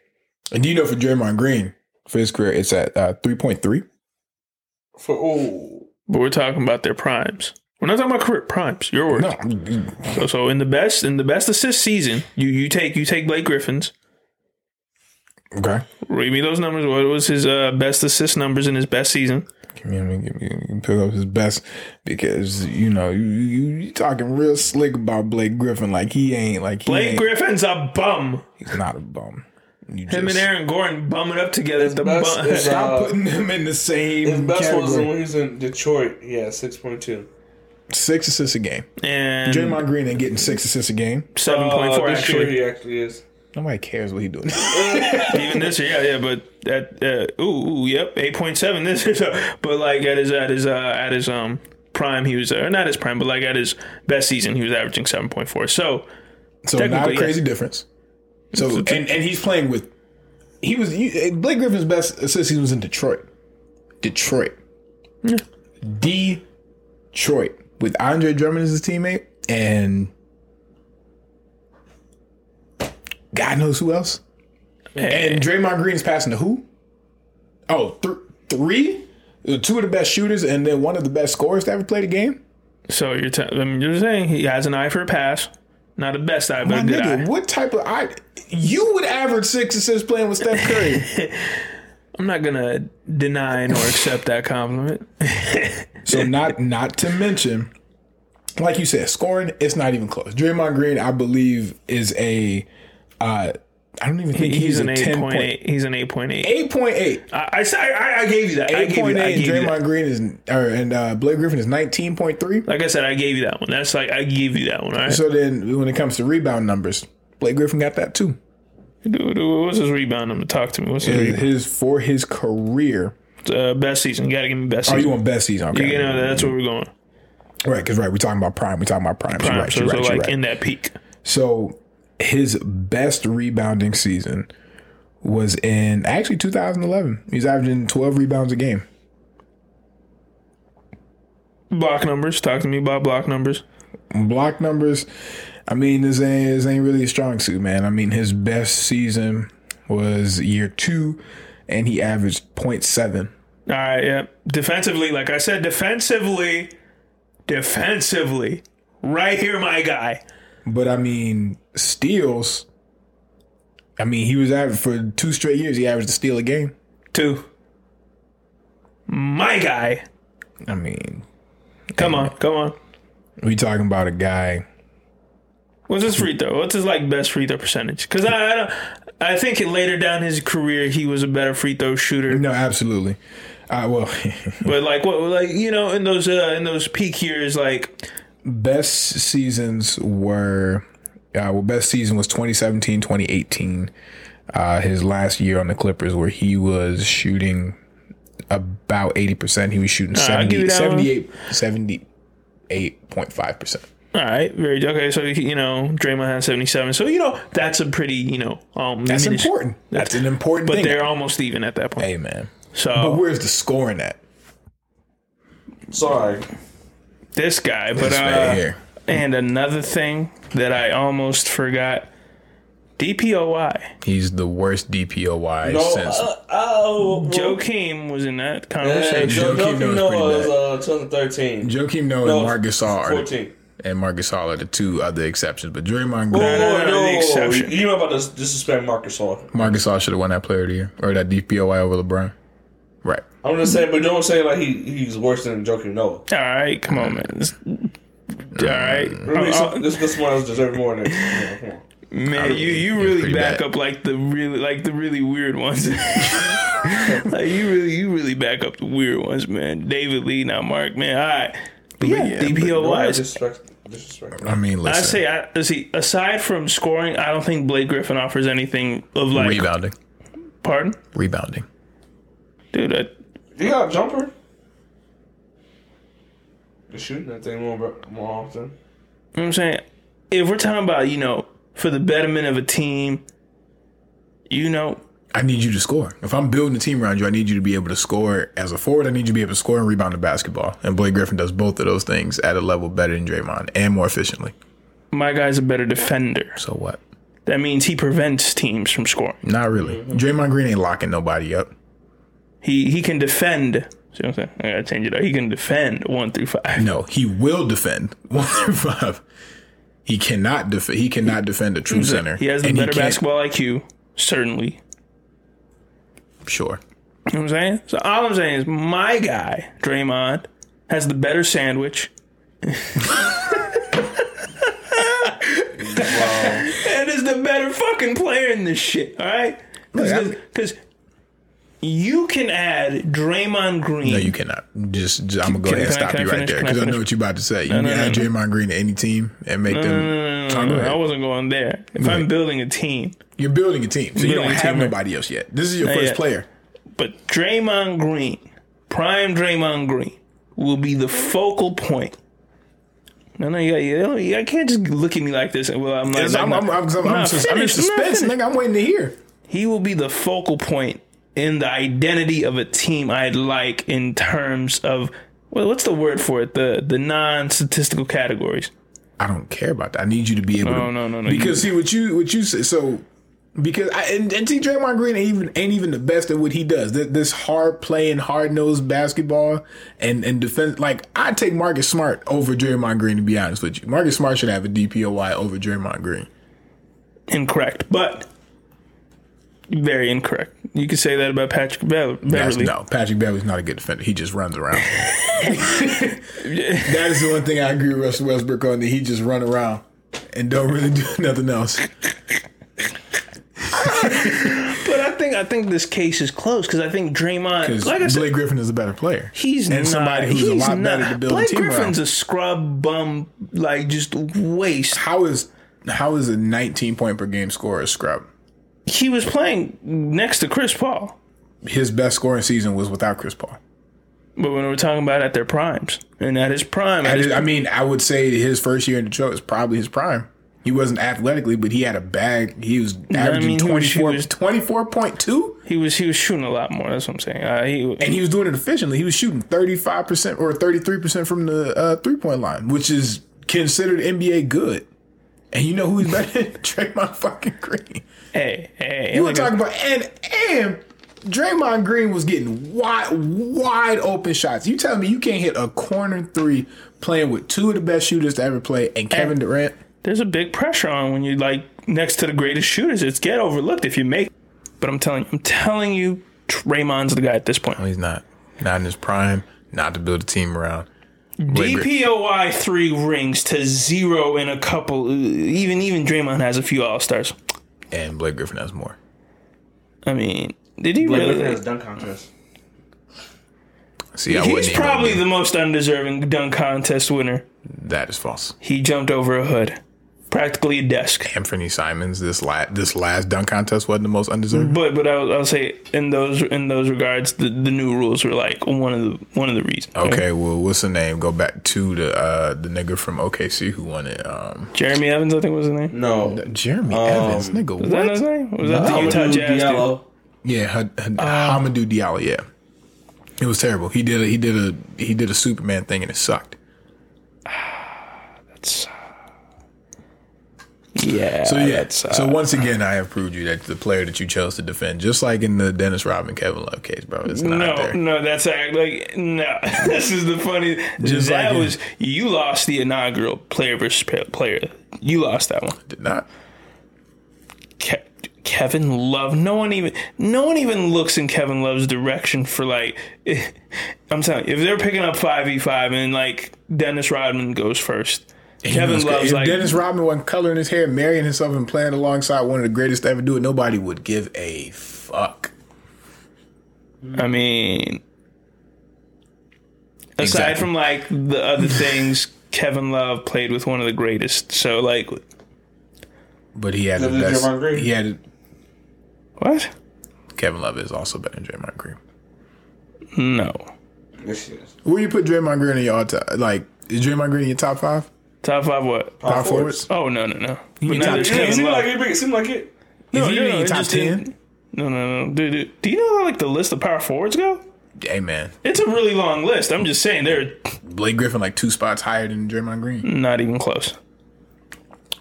[SPEAKER 1] And do you know for Draymond Green, for his career, it's at uh, 3.3?
[SPEAKER 2] For ooh.
[SPEAKER 3] But we're talking about their primes. We're not talking about career primes. Your words.
[SPEAKER 1] No. [laughs]
[SPEAKER 3] So, so in the best in the best assist season, you you take you take Blake Griffin's.
[SPEAKER 1] Okay.
[SPEAKER 3] Read me those numbers. What was his uh, best assist numbers in his best season?
[SPEAKER 1] Give me, give me, give me, give me pick up his best because, you know, you, you, you talking real slick about Blake Griffin. Like, he ain't, like, he
[SPEAKER 3] Blake
[SPEAKER 1] ain't,
[SPEAKER 3] Griffin's a bum.
[SPEAKER 1] he's not a bum. You
[SPEAKER 3] Him and
[SPEAKER 1] just-
[SPEAKER 3] Aaron Gordon bumming up together. at The
[SPEAKER 2] best
[SPEAKER 3] bum.
[SPEAKER 2] is-
[SPEAKER 1] Stop
[SPEAKER 2] Uh,
[SPEAKER 1] putting him in the
[SPEAKER 2] His
[SPEAKER 1] same
[SPEAKER 2] best was
[SPEAKER 1] category.
[SPEAKER 2] when he was in Detroit. Yeah, six point two.
[SPEAKER 1] Six assists a game.
[SPEAKER 3] [laughs] and
[SPEAKER 1] Draymond Green ain't getting six assists a game.
[SPEAKER 3] seven point
[SPEAKER 2] uh,
[SPEAKER 3] four actually.
[SPEAKER 2] he actually is.
[SPEAKER 1] Nobody cares what he doing.
[SPEAKER 3] Even this year, yeah, yeah. But that uh, ooh, ooh, yep, eight point seven this year. So, but like at his at his uh, at his um prime, he was uh, not his prime, but like at his best season, he was averaging seven point four. So
[SPEAKER 1] So not
[SPEAKER 3] Technically,
[SPEAKER 1] a crazy difference. So and, and he's playing with he was you, eh, Blake Griffin's best assist season was in Detroit. Detroit.
[SPEAKER 3] Hmm.
[SPEAKER 1] Detroit with Andre Drummond as his teammate and God knows who else. And Draymond Green is passing to who? Oh, th- three, Uh, two of the best shooters, and then one of the best scorers to ever play the game.
[SPEAKER 3] so you're t- I mean, you're saying he has an eye for a pass, not the best eye, but
[SPEAKER 1] My
[SPEAKER 3] a good
[SPEAKER 1] nigga,
[SPEAKER 3] eye.
[SPEAKER 1] what type of I? You would average six assists playing with Steph Curry.
[SPEAKER 3] I'm not gonna deny nor accept
[SPEAKER 1] [laughs]
[SPEAKER 3] that compliment.
[SPEAKER 1] So not not to mention, like you said, scoring it's not even close. Draymond Green, I believe, is a uh, I don't even think he's,
[SPEAKER 3] He's
[SPEAKER 1] a
[SPEAKER 3] an eight
[SPEAKER 1] ten
[SPEAKER 3] point eight. He's an eight point eight.
[SPEAKER 1] Eight point eight.
[SPEAKER 3] I, I, I- I gave you that. I
[SPEAKER 1] Eight
[SPEAKER 3] gave you
[SPEAKER 1] point
[SPEAKER 3] that. I
[SPEAKER 1] eight.
[SPEAKER 3] gave you that.
[SPEAKER 1] Draymond Green is or and uh, Blake Griffin is nineteen point three.
[SPEAKER 3] Like I said, I gave you that one. That's like I gave you that one. All right.
[SPEAKER 1] So then when it comes to rebound numbers, Blake Griffin got that too.
[SPEAKER 3] Dude, what's his rebound number? Talk to me. What's his
[SPEAKER 1] His,
[SPEAKER 3] rebound?
[SPEAKER 1] his for his career.
[SPEAKER 3] Uh, best season. You gotta give me best
[SPEAKER 1] Oh, you
[SPEAKER 3] season.
[SPEAKER 1] want best season?
[SPEAKER 3] You,
[SPEAKER 1] Okay,
[SPEAKER 3] know that's where we're going.
[SPEAKER 1] right? Because right, we're talking about prime. We're talking about prime. You're right,
[SPEAKER 3] so,
[SPEAKER 1] you're
[SPEAKER 3] so,
[SPEAKER 1] right, you're
[SPEAKER 3] like
[SPEAKER 1] right.
[SPEAKER 3] in that peak.
[SPEAKER 1] So his best rebounding season was in actually 2011. He's averaging 12 rebounds a game.
[SPEAKER 3] Block numbers. Talk to me about block numbers.
[SPEAKER 1] block numbers. I mean, this ain't, this ain't really a strong suit, man. I mean, his best season was year two, and he averaged 0.7.
[SPEAKER 3] All right, yeah. Defensively, like I said, defensively, defensively, right here, my guy.
[SPEAKER 1] But I mean, steals. I mean, he was average for two straight years. He averaged a steal a game.
[SPEAKER 3] Two. My guy.
[SPEAKER 1] I mean,
[SPEAKER 3] Come on, come on.
[SPEAKER 1] we talking about a guy.
[SPEAKER 3] What's his free throw? What's his like best free throw percentage? Because I, I, don't, I think later down his career he was a better free throw shooter.
[SPEAKER 1] No, absolutely. Uh, well, [laughs]
[SPEAKER 3] But like what, like you know, in those uh, in those peak years, like
[SPEAKER 1] best seasons were uh, well best season was 2017 2018 uh, his last year on the clippers where he was shooting about 80% he was shooting
[SPEAKER 3] I'll give
[SPEAKER 1] 70,
[SPEAKER 3] you that one.
[SPEAKER 1] 78 78.5%
[SPEAKER 3] all right, very okay. So you know, Draymond had seventy seven. So you know, that's a pretty you know, um,
[SPEAKER 1] that's
[SPEAKER 3] diminished-
[SPEAKER 1] important that's an important
[SPEAKER 3] But
[SPEAKER 1] thing
[SPEAKER 3] they're Oh. almost even at that point.
[SPEAKER 1] hey man but
[SPEAKER 3] So
[SPEAKER 1] where's the scoring at
[SPEAKER 2] Sorry.
[SPEAKER 3] this guy, but
[SPEAKER 1] It's
[SPEAKER 3] uh,
[SPEAKER 1] right here
[SPEAKER 3] and another thing that I almost forgot, DPOY.
[SPEAKER 1] he's the worst dpoi
[SPEAKER 2] No,
[SPEAKER 1] since
[SPEAKER 2] uh, oh,
[SPEAKER 3] Joakim was in that
[SPEAKER 2] Yeah,
[SPEAKER 3] conversation.
[SPEAKER 2] Joe
[SPEAKER 1] Joakim
[SPEAKER 2] Joakim
[SPEAKER 1] Noah's pretty
[SPEAKER 2] Noah was
[SPEAKER 1] bad.
[SPEAKER 2] uh, 2013.
[SPEAKER 1] Joakim Noah and
[SPEAKER 2] No,
[SPEAKER 1] Marcus Gasol are the,
[SPEAKER 2] 14.
[SPEAKER 1] and Marcus Gasol are the two other exceptions, but Draymond
[SPEAKER 2] Oh,
[SPEAKER 1] Green,
[SPEAKER 3] no, no,
[SPEAKER 2] no.
[SPEAKER 3] the exception.
[SPEAKER 2] You know about this disrespect Marcus Hall.
[SPEAKER 1] Marcus Gasol should have won that player of the year or that DPOY over LeBron. Right.
[SPEAKER 2] I'm just saying, but don't say like he he's worse than Joakim Noah.
[SPEAKER 3] All right, come on, man. It's- All right,
[SPEAKER 2] Really,
[SPEAKER 3] Uh,
[SPEAKER 2] so- this this one is deserving more than yeah, come on.
[SPEAKER 3] man, you you
[SPEAKER 1] It's
[SPEAKER 3] really
[SPEAKER 1] pretty
[SPEAKER 3] back
[SPEAKER 1] bad.
[SPEAKER 3] up like the really like the really weird ones. [laughs] like you really you really back up the weird ones, man. David Lee, now Mark, man. All right, but yeah,
[SPEAKER 1] yeah, but
[SPEAKER 3] DPOY is
[SPEAKER 2] disrespect, disrespect.
[SPEAKER 1] I mean,
[SPEAKER 3] I
[SPEAKER 1] listen.
[SPEAKER 3] say, I see. Aside from scoring, I don't think Blake Griffin offers anything of like.
[SPEAKER 1] rebounding,
[SPEAKER 3] Pardon,
[SPEAKER 1] rebounding.
[SPEAKER 3] dude. I,
[SPEAKER 2] You got a jumper? You're shooting that thing more more often.
[SPEAKER 3] you know what I'm saying, if we're talking about you know for the betterment of a team, you know,
[SPEAKER 1] I need you to score. If I'm building a team around you, I need you to be able to score as a forward. I need you to be able to score and rebound the basketball. And Blake Griffin does both of those things at a level better than Draymond and more efficiently.
[SPEAKER 3] my guy's a better defender.
[SPEAKER 1] So what?
[SPEAKER 3] That means he prevents teams from scoring.
[SPEAKER 1] Not really.
[SPEAKER 3] Mm-hmm.
[SPEAKER 1] Draymond Green ain't locking nobody up.
[SPEAKER 3] He he can defend. See what I'm saying? I gotta change it up. He can defend one through five.
[SPEAKER 1] No, he will defend [laughs] one through five. He cannot defend. He cannot defend a true center.
[SPEAKER 3] He has the
[SPEAKER 1] And
[SPEAKER 3] better
[SPEAKER 1] can't-
[SPEAKER 3] basketball IQ, certainly.
[SPEAKER 1] Sure.
[SPEAKER 3] You know what I'm saying? So all I'm saying is my guy, Draymond, has the better sandwich. [laughs] and is the better fucking player in this shit, all right?
[SPEAKER 1] Look, I-
[SPEAKER 3] Because you can add Draymond Green.
[SPEAKER 1] No, you cannot. Just, just- I'm gonna go
[SPEAKER 3] Can-
[SPEAKER 1] ahead and
[SPEAKER 3] can I-
[SPEAKER 1] stop
[SPEAKER 3] can I
[SPEAKER 1] you right
[SPEAKER 3] finish?
[SPEAKER 1] there
[SPEAKER 3] Can I
[SPEAKER 1] because I, know
[SPEAKER 3] finish?
[SPEAKER 1] what you're about to say. You can
[SPEAKER 3] no,
[SPEAKER 1] add
[SPEAKER 3] no.
[SPEAKER 1] Draymond Green to any team and make them. Oh, go ahead.
[SPEAKER 3] I wasn't going there. If I'm building a team,
[SPEAKER 1] You're building a team, so you
[SPEAKER 3] Building
[SPEAKER 1] don't
[SPEAKER 3] a
[SPEAKER 1] have
[SPEAKER 3] team, right?
[SPEAKER 1] nobody else yet. This is your
[SPEAKER 3] Not
[SPEAKER 1] first
[SPEAKER 3] yet.
[SPEAKER 1] player.
[SPEAKER 3] But Draymond Green, prime Draymond Green, will be the focal point. No, no, yeah, yeah, yeah. I can't just look at me like this. And well, I'm like,
[SPEAKER 1] It's- I'm,
[SPEAKER 3] like,
[SPEAKER 1] I'm, I'm, I'm, I'm,
[SPEAKER 3] Nah,
[SPEAKER 1] sus- I'm in
[SPEAKER 3] finish, nah,
[SPEAKER 1] suspense,
[SPEAKER 3] finish.
[SPEAKER 1] nigga. I'm waiting to hear.
[SPEAKER 3] he will be the focal point in the identity of a team I'd like in terms of well, what's the word for it? The the non-statistical categories.
[SPEAKER 1] I don't care about that. I need you to be able.
[SPEAKER 3] No,
[SPEAKER 1] to,
[SPEAKER 3] no, no, no,
[SPEAKER 1] Because see what you what you say. So because I, and, and see Draymond Green ain't even ain't even the best at what he does. Th- This hard playing, hard nosed basketball and and defense. Like I take Marcus Smart over Draymond Green. To be honest with you, Marcus Smart should have a DPOY over Draymond Green.
[SPEAKER 3] Incorrect, but very incorrect. You could say that about Patrick Bev-
[SPEAKER 1] That's,
[SPEAKER 3] Beverly.
[SPEAKER 1] no, Patrick Beverly's not a good defender. He just runs
[SPEAKER 3] [laughs]
[SPEAKER 1] around. [laughs] that is the one thing I agree with Russell Westbrook on. That he just run around and don't really do [laughs] nothing else.
[SPEAKER 3] But I think I think this case is close because I think Draymond,
[SPEAKER 1] Because
[SPEAKER 3] like I said,
[SPEAKER 1] Blake Griffin is a better player.
[SPEAKER 3] He's
[SPEAKER 1] and
[SPEAKER 3] not,
[SPEAKER 1] somebody who's a
[SPEAKER 3] he's
[SPEAKER 1] lot
[SPEAKER 3] not,
[SPEAKER 1] better to build
[SPEAKER 3] Blake
[SPEAKER 1] a team
[SPEAKER 3] Griffin's
[SPEAKER 1] around.
[SPEAKER 3] a scrub bum, like just waste.
[SPEAKER 1] how is how is a 19 point per game scorer a scrub?
[SPEAKER 3] He was playing next to Chris Paul,
[SPEAKER 1] His best scoring season was without Chris Paul.
[SPEAKER 3] but when we're talking about at their primes and at his prime, at
[SPEAKER 1] I,
[SPEAKER 3] his-
[SPEAKER 1] just- I mean, I would say his first year in Detroit was probably his prime. He wasn't athletically, but he had a bag. He was
[SPEAKER 3] I
[SPEAKER 1] averaging
[SPEAKER 3] mean, he
[SPEAKER 1] twenty
[SPEAKER 3] was- he
[SPEAKER 1] four
[SPEAKER 3] was-
[SPEAKER 1] twenty four point two,
[SPEAKER 3] He was he was shooting a lot more. That's what I'm saying. Uh, he,
[SPEAKER 1] and he was doing it efficiently. He was shooting thirty five percent or thirty three percent from the uh, three point line, which is considered NBA good. And you know who he's better than? [laughs] Draymond fucking Green.
[SPEAKER 3] hey hey.
[SPEAKER 1] You were
[SPEAKER 3] like a-
[SPEAKER 1] talking about and and Draymond Green was getting wide wide open shots. You tell me you can't hit a corner three playing with two of the best shooters to ever play and Kevin Durant.
[SPEAKER 3] there's a big pressure on when you're like next to the greatest shooters. It's get overlooked if you make. But I'm telling you, I'm telling you, Draymond's the guy at this point.
[SPEAKER 1] He's not. Not in his prime. Not to build a team around.
[SPEAKER 3] DPOI three rings to zero in a couple. Even even Draymond has a few All Stars.
[SPEAKER 1] And Blake Griffin has more.
[SPEAKER 3] I mean, did he
[SPEAKER 2] Blake
[SPEAKER 3] really?
[SPEAKER 2] Griffin has dunk contest.
[SPEAKER 1] See, I
[SPEAKER 3] He's probably the most undeserving dunk contest winner.
[SPEAKER 1] that is false.
[SPEAKER 3] He jumped over a hood, practically a desk.
[SPEAKER 1] Anthony Simons, this last this last dunk contest wasn't the most undeserved.
[SPEAKER 3] But but I'll, I'll say in those in those regards, the, the new rules were like one of the one of the reasons.
[SPEAKER 1] Okay, well, what's the name? Go back to the uh, the nigga from OKC who won it. Um,
[SPEAKER 3] Jeremy Evans, I think was his name.
[SPEAKER 2] No.
[SPEAKER 1] Jeremy Evans, nigga.
[SPEAKER 3] Was that his name? Was that the
[SPEAKER 2] Amadou
[SPEAKER 3] Utah Jazz? dude?
[SPEAKER 2] Diallo.
[SPEAKER 1] Yeah, H- H- Hamadou Diallo. Yeah, it was terrible. He did a he did a he did a Superman thing and it sucked.
[SPEAKER 3] That's- Yeah.
[SPEAKER 1] So yeah.
[SPEAKER 3] that's, uh,
[SPEAKER 1] so once again, I have proved you that the player that you chose to defend, just like in the Dennis Rodman Kevin Love case, bro, it's not
[SPEAKER 3] no,
[SPEAKER 1] there.
[SPEAKER 3] no, that's act- like no. [laughs] this is the funny.
[SPEAKER 1] Just
[SPEAKER 3] that
[SPEAKER 1] like-
[SPEAKER 3] was you lost the inaugural player versus pa- player. You lost that one.
[SPEAKER 1] Did not.
[SPEAKER 3] Ke- Kevin Love. No one even. No one even looks in Kevin Love's direction for like. [laughs] I'm telling you, if they're picking up five v five and like Dennis Rodman goes first, Kevin
[SPEAKER 1] If
[SPEAKER 3] Love's like
[SPEAKER 1] Dennis Rodman wasn't coloring his hair, marrying himself, and playing alongside one of the greatest to ever do it. Nobody would give a fuck.
[SPEAKER 3] I mean, aside
[SPEAKER 1] Exactly.
[SPEAKER 3] from like the
[SPEAKER 1] [laughs]
[SPEAKER 3] other things, Kevin Love played with one of the greatest. So like,
[SPEAKER 1] But he had the
[SPEAKER 2] Is it
[SPEAKER 1] best.
[SPEAKER 2] Draymond Green?
[SPEAKER 1] He had
[SPEAKER 3] what?
[SPEAKER 1] Kevin Love is also better than Draymond Green.
[SPEAKER 3] No,
[SPEAKER 2] Yes, he is.
[SPEAKER 1] Where you put Draymond Green in your all time? Like is Draymond Green in your top five?
[SPEAKER 3] top five what?
[SPEAKER 1] Power forwards?
[SPEAKER 2] forwards.
[SPEAKER 3] Oh no no no. But
[SPEAKER 1] mean
[SPEAKER 3] neither
[SPEAKER 1] top
[SPEAKER 3] is
[SPEAKER 1] ten?
[SPEAKER 2] Yeah, it
[SPEAKER 3] Kevin
[SPEAKER 2] seemed
[SPEAKER 3] Love.
[SPEAKER 2] like it. It seemed like it.
[SPEAKER 1] Is
[SPEAKER 3] No,
[SPEAKER 1] he
[SPEAKER 3] no,
[SPEAKER 1] in your
[SPEAKER 3] it
[SPEAKER 1] top
[SPEAKER 3] just
[SPEAKER 1] ten?
[SPEAKER 3] didn't- No no no, dude, dude. Do you know how like the list of power forwards go?
[SPEAKER 1] Hey man,
[SPEAKER 3] It's a really long list. I'm just saying they're
[SPEAKER 1] Blake Griffin like two spots higher than Draymond Green.
[SPEAKER 3] not even close.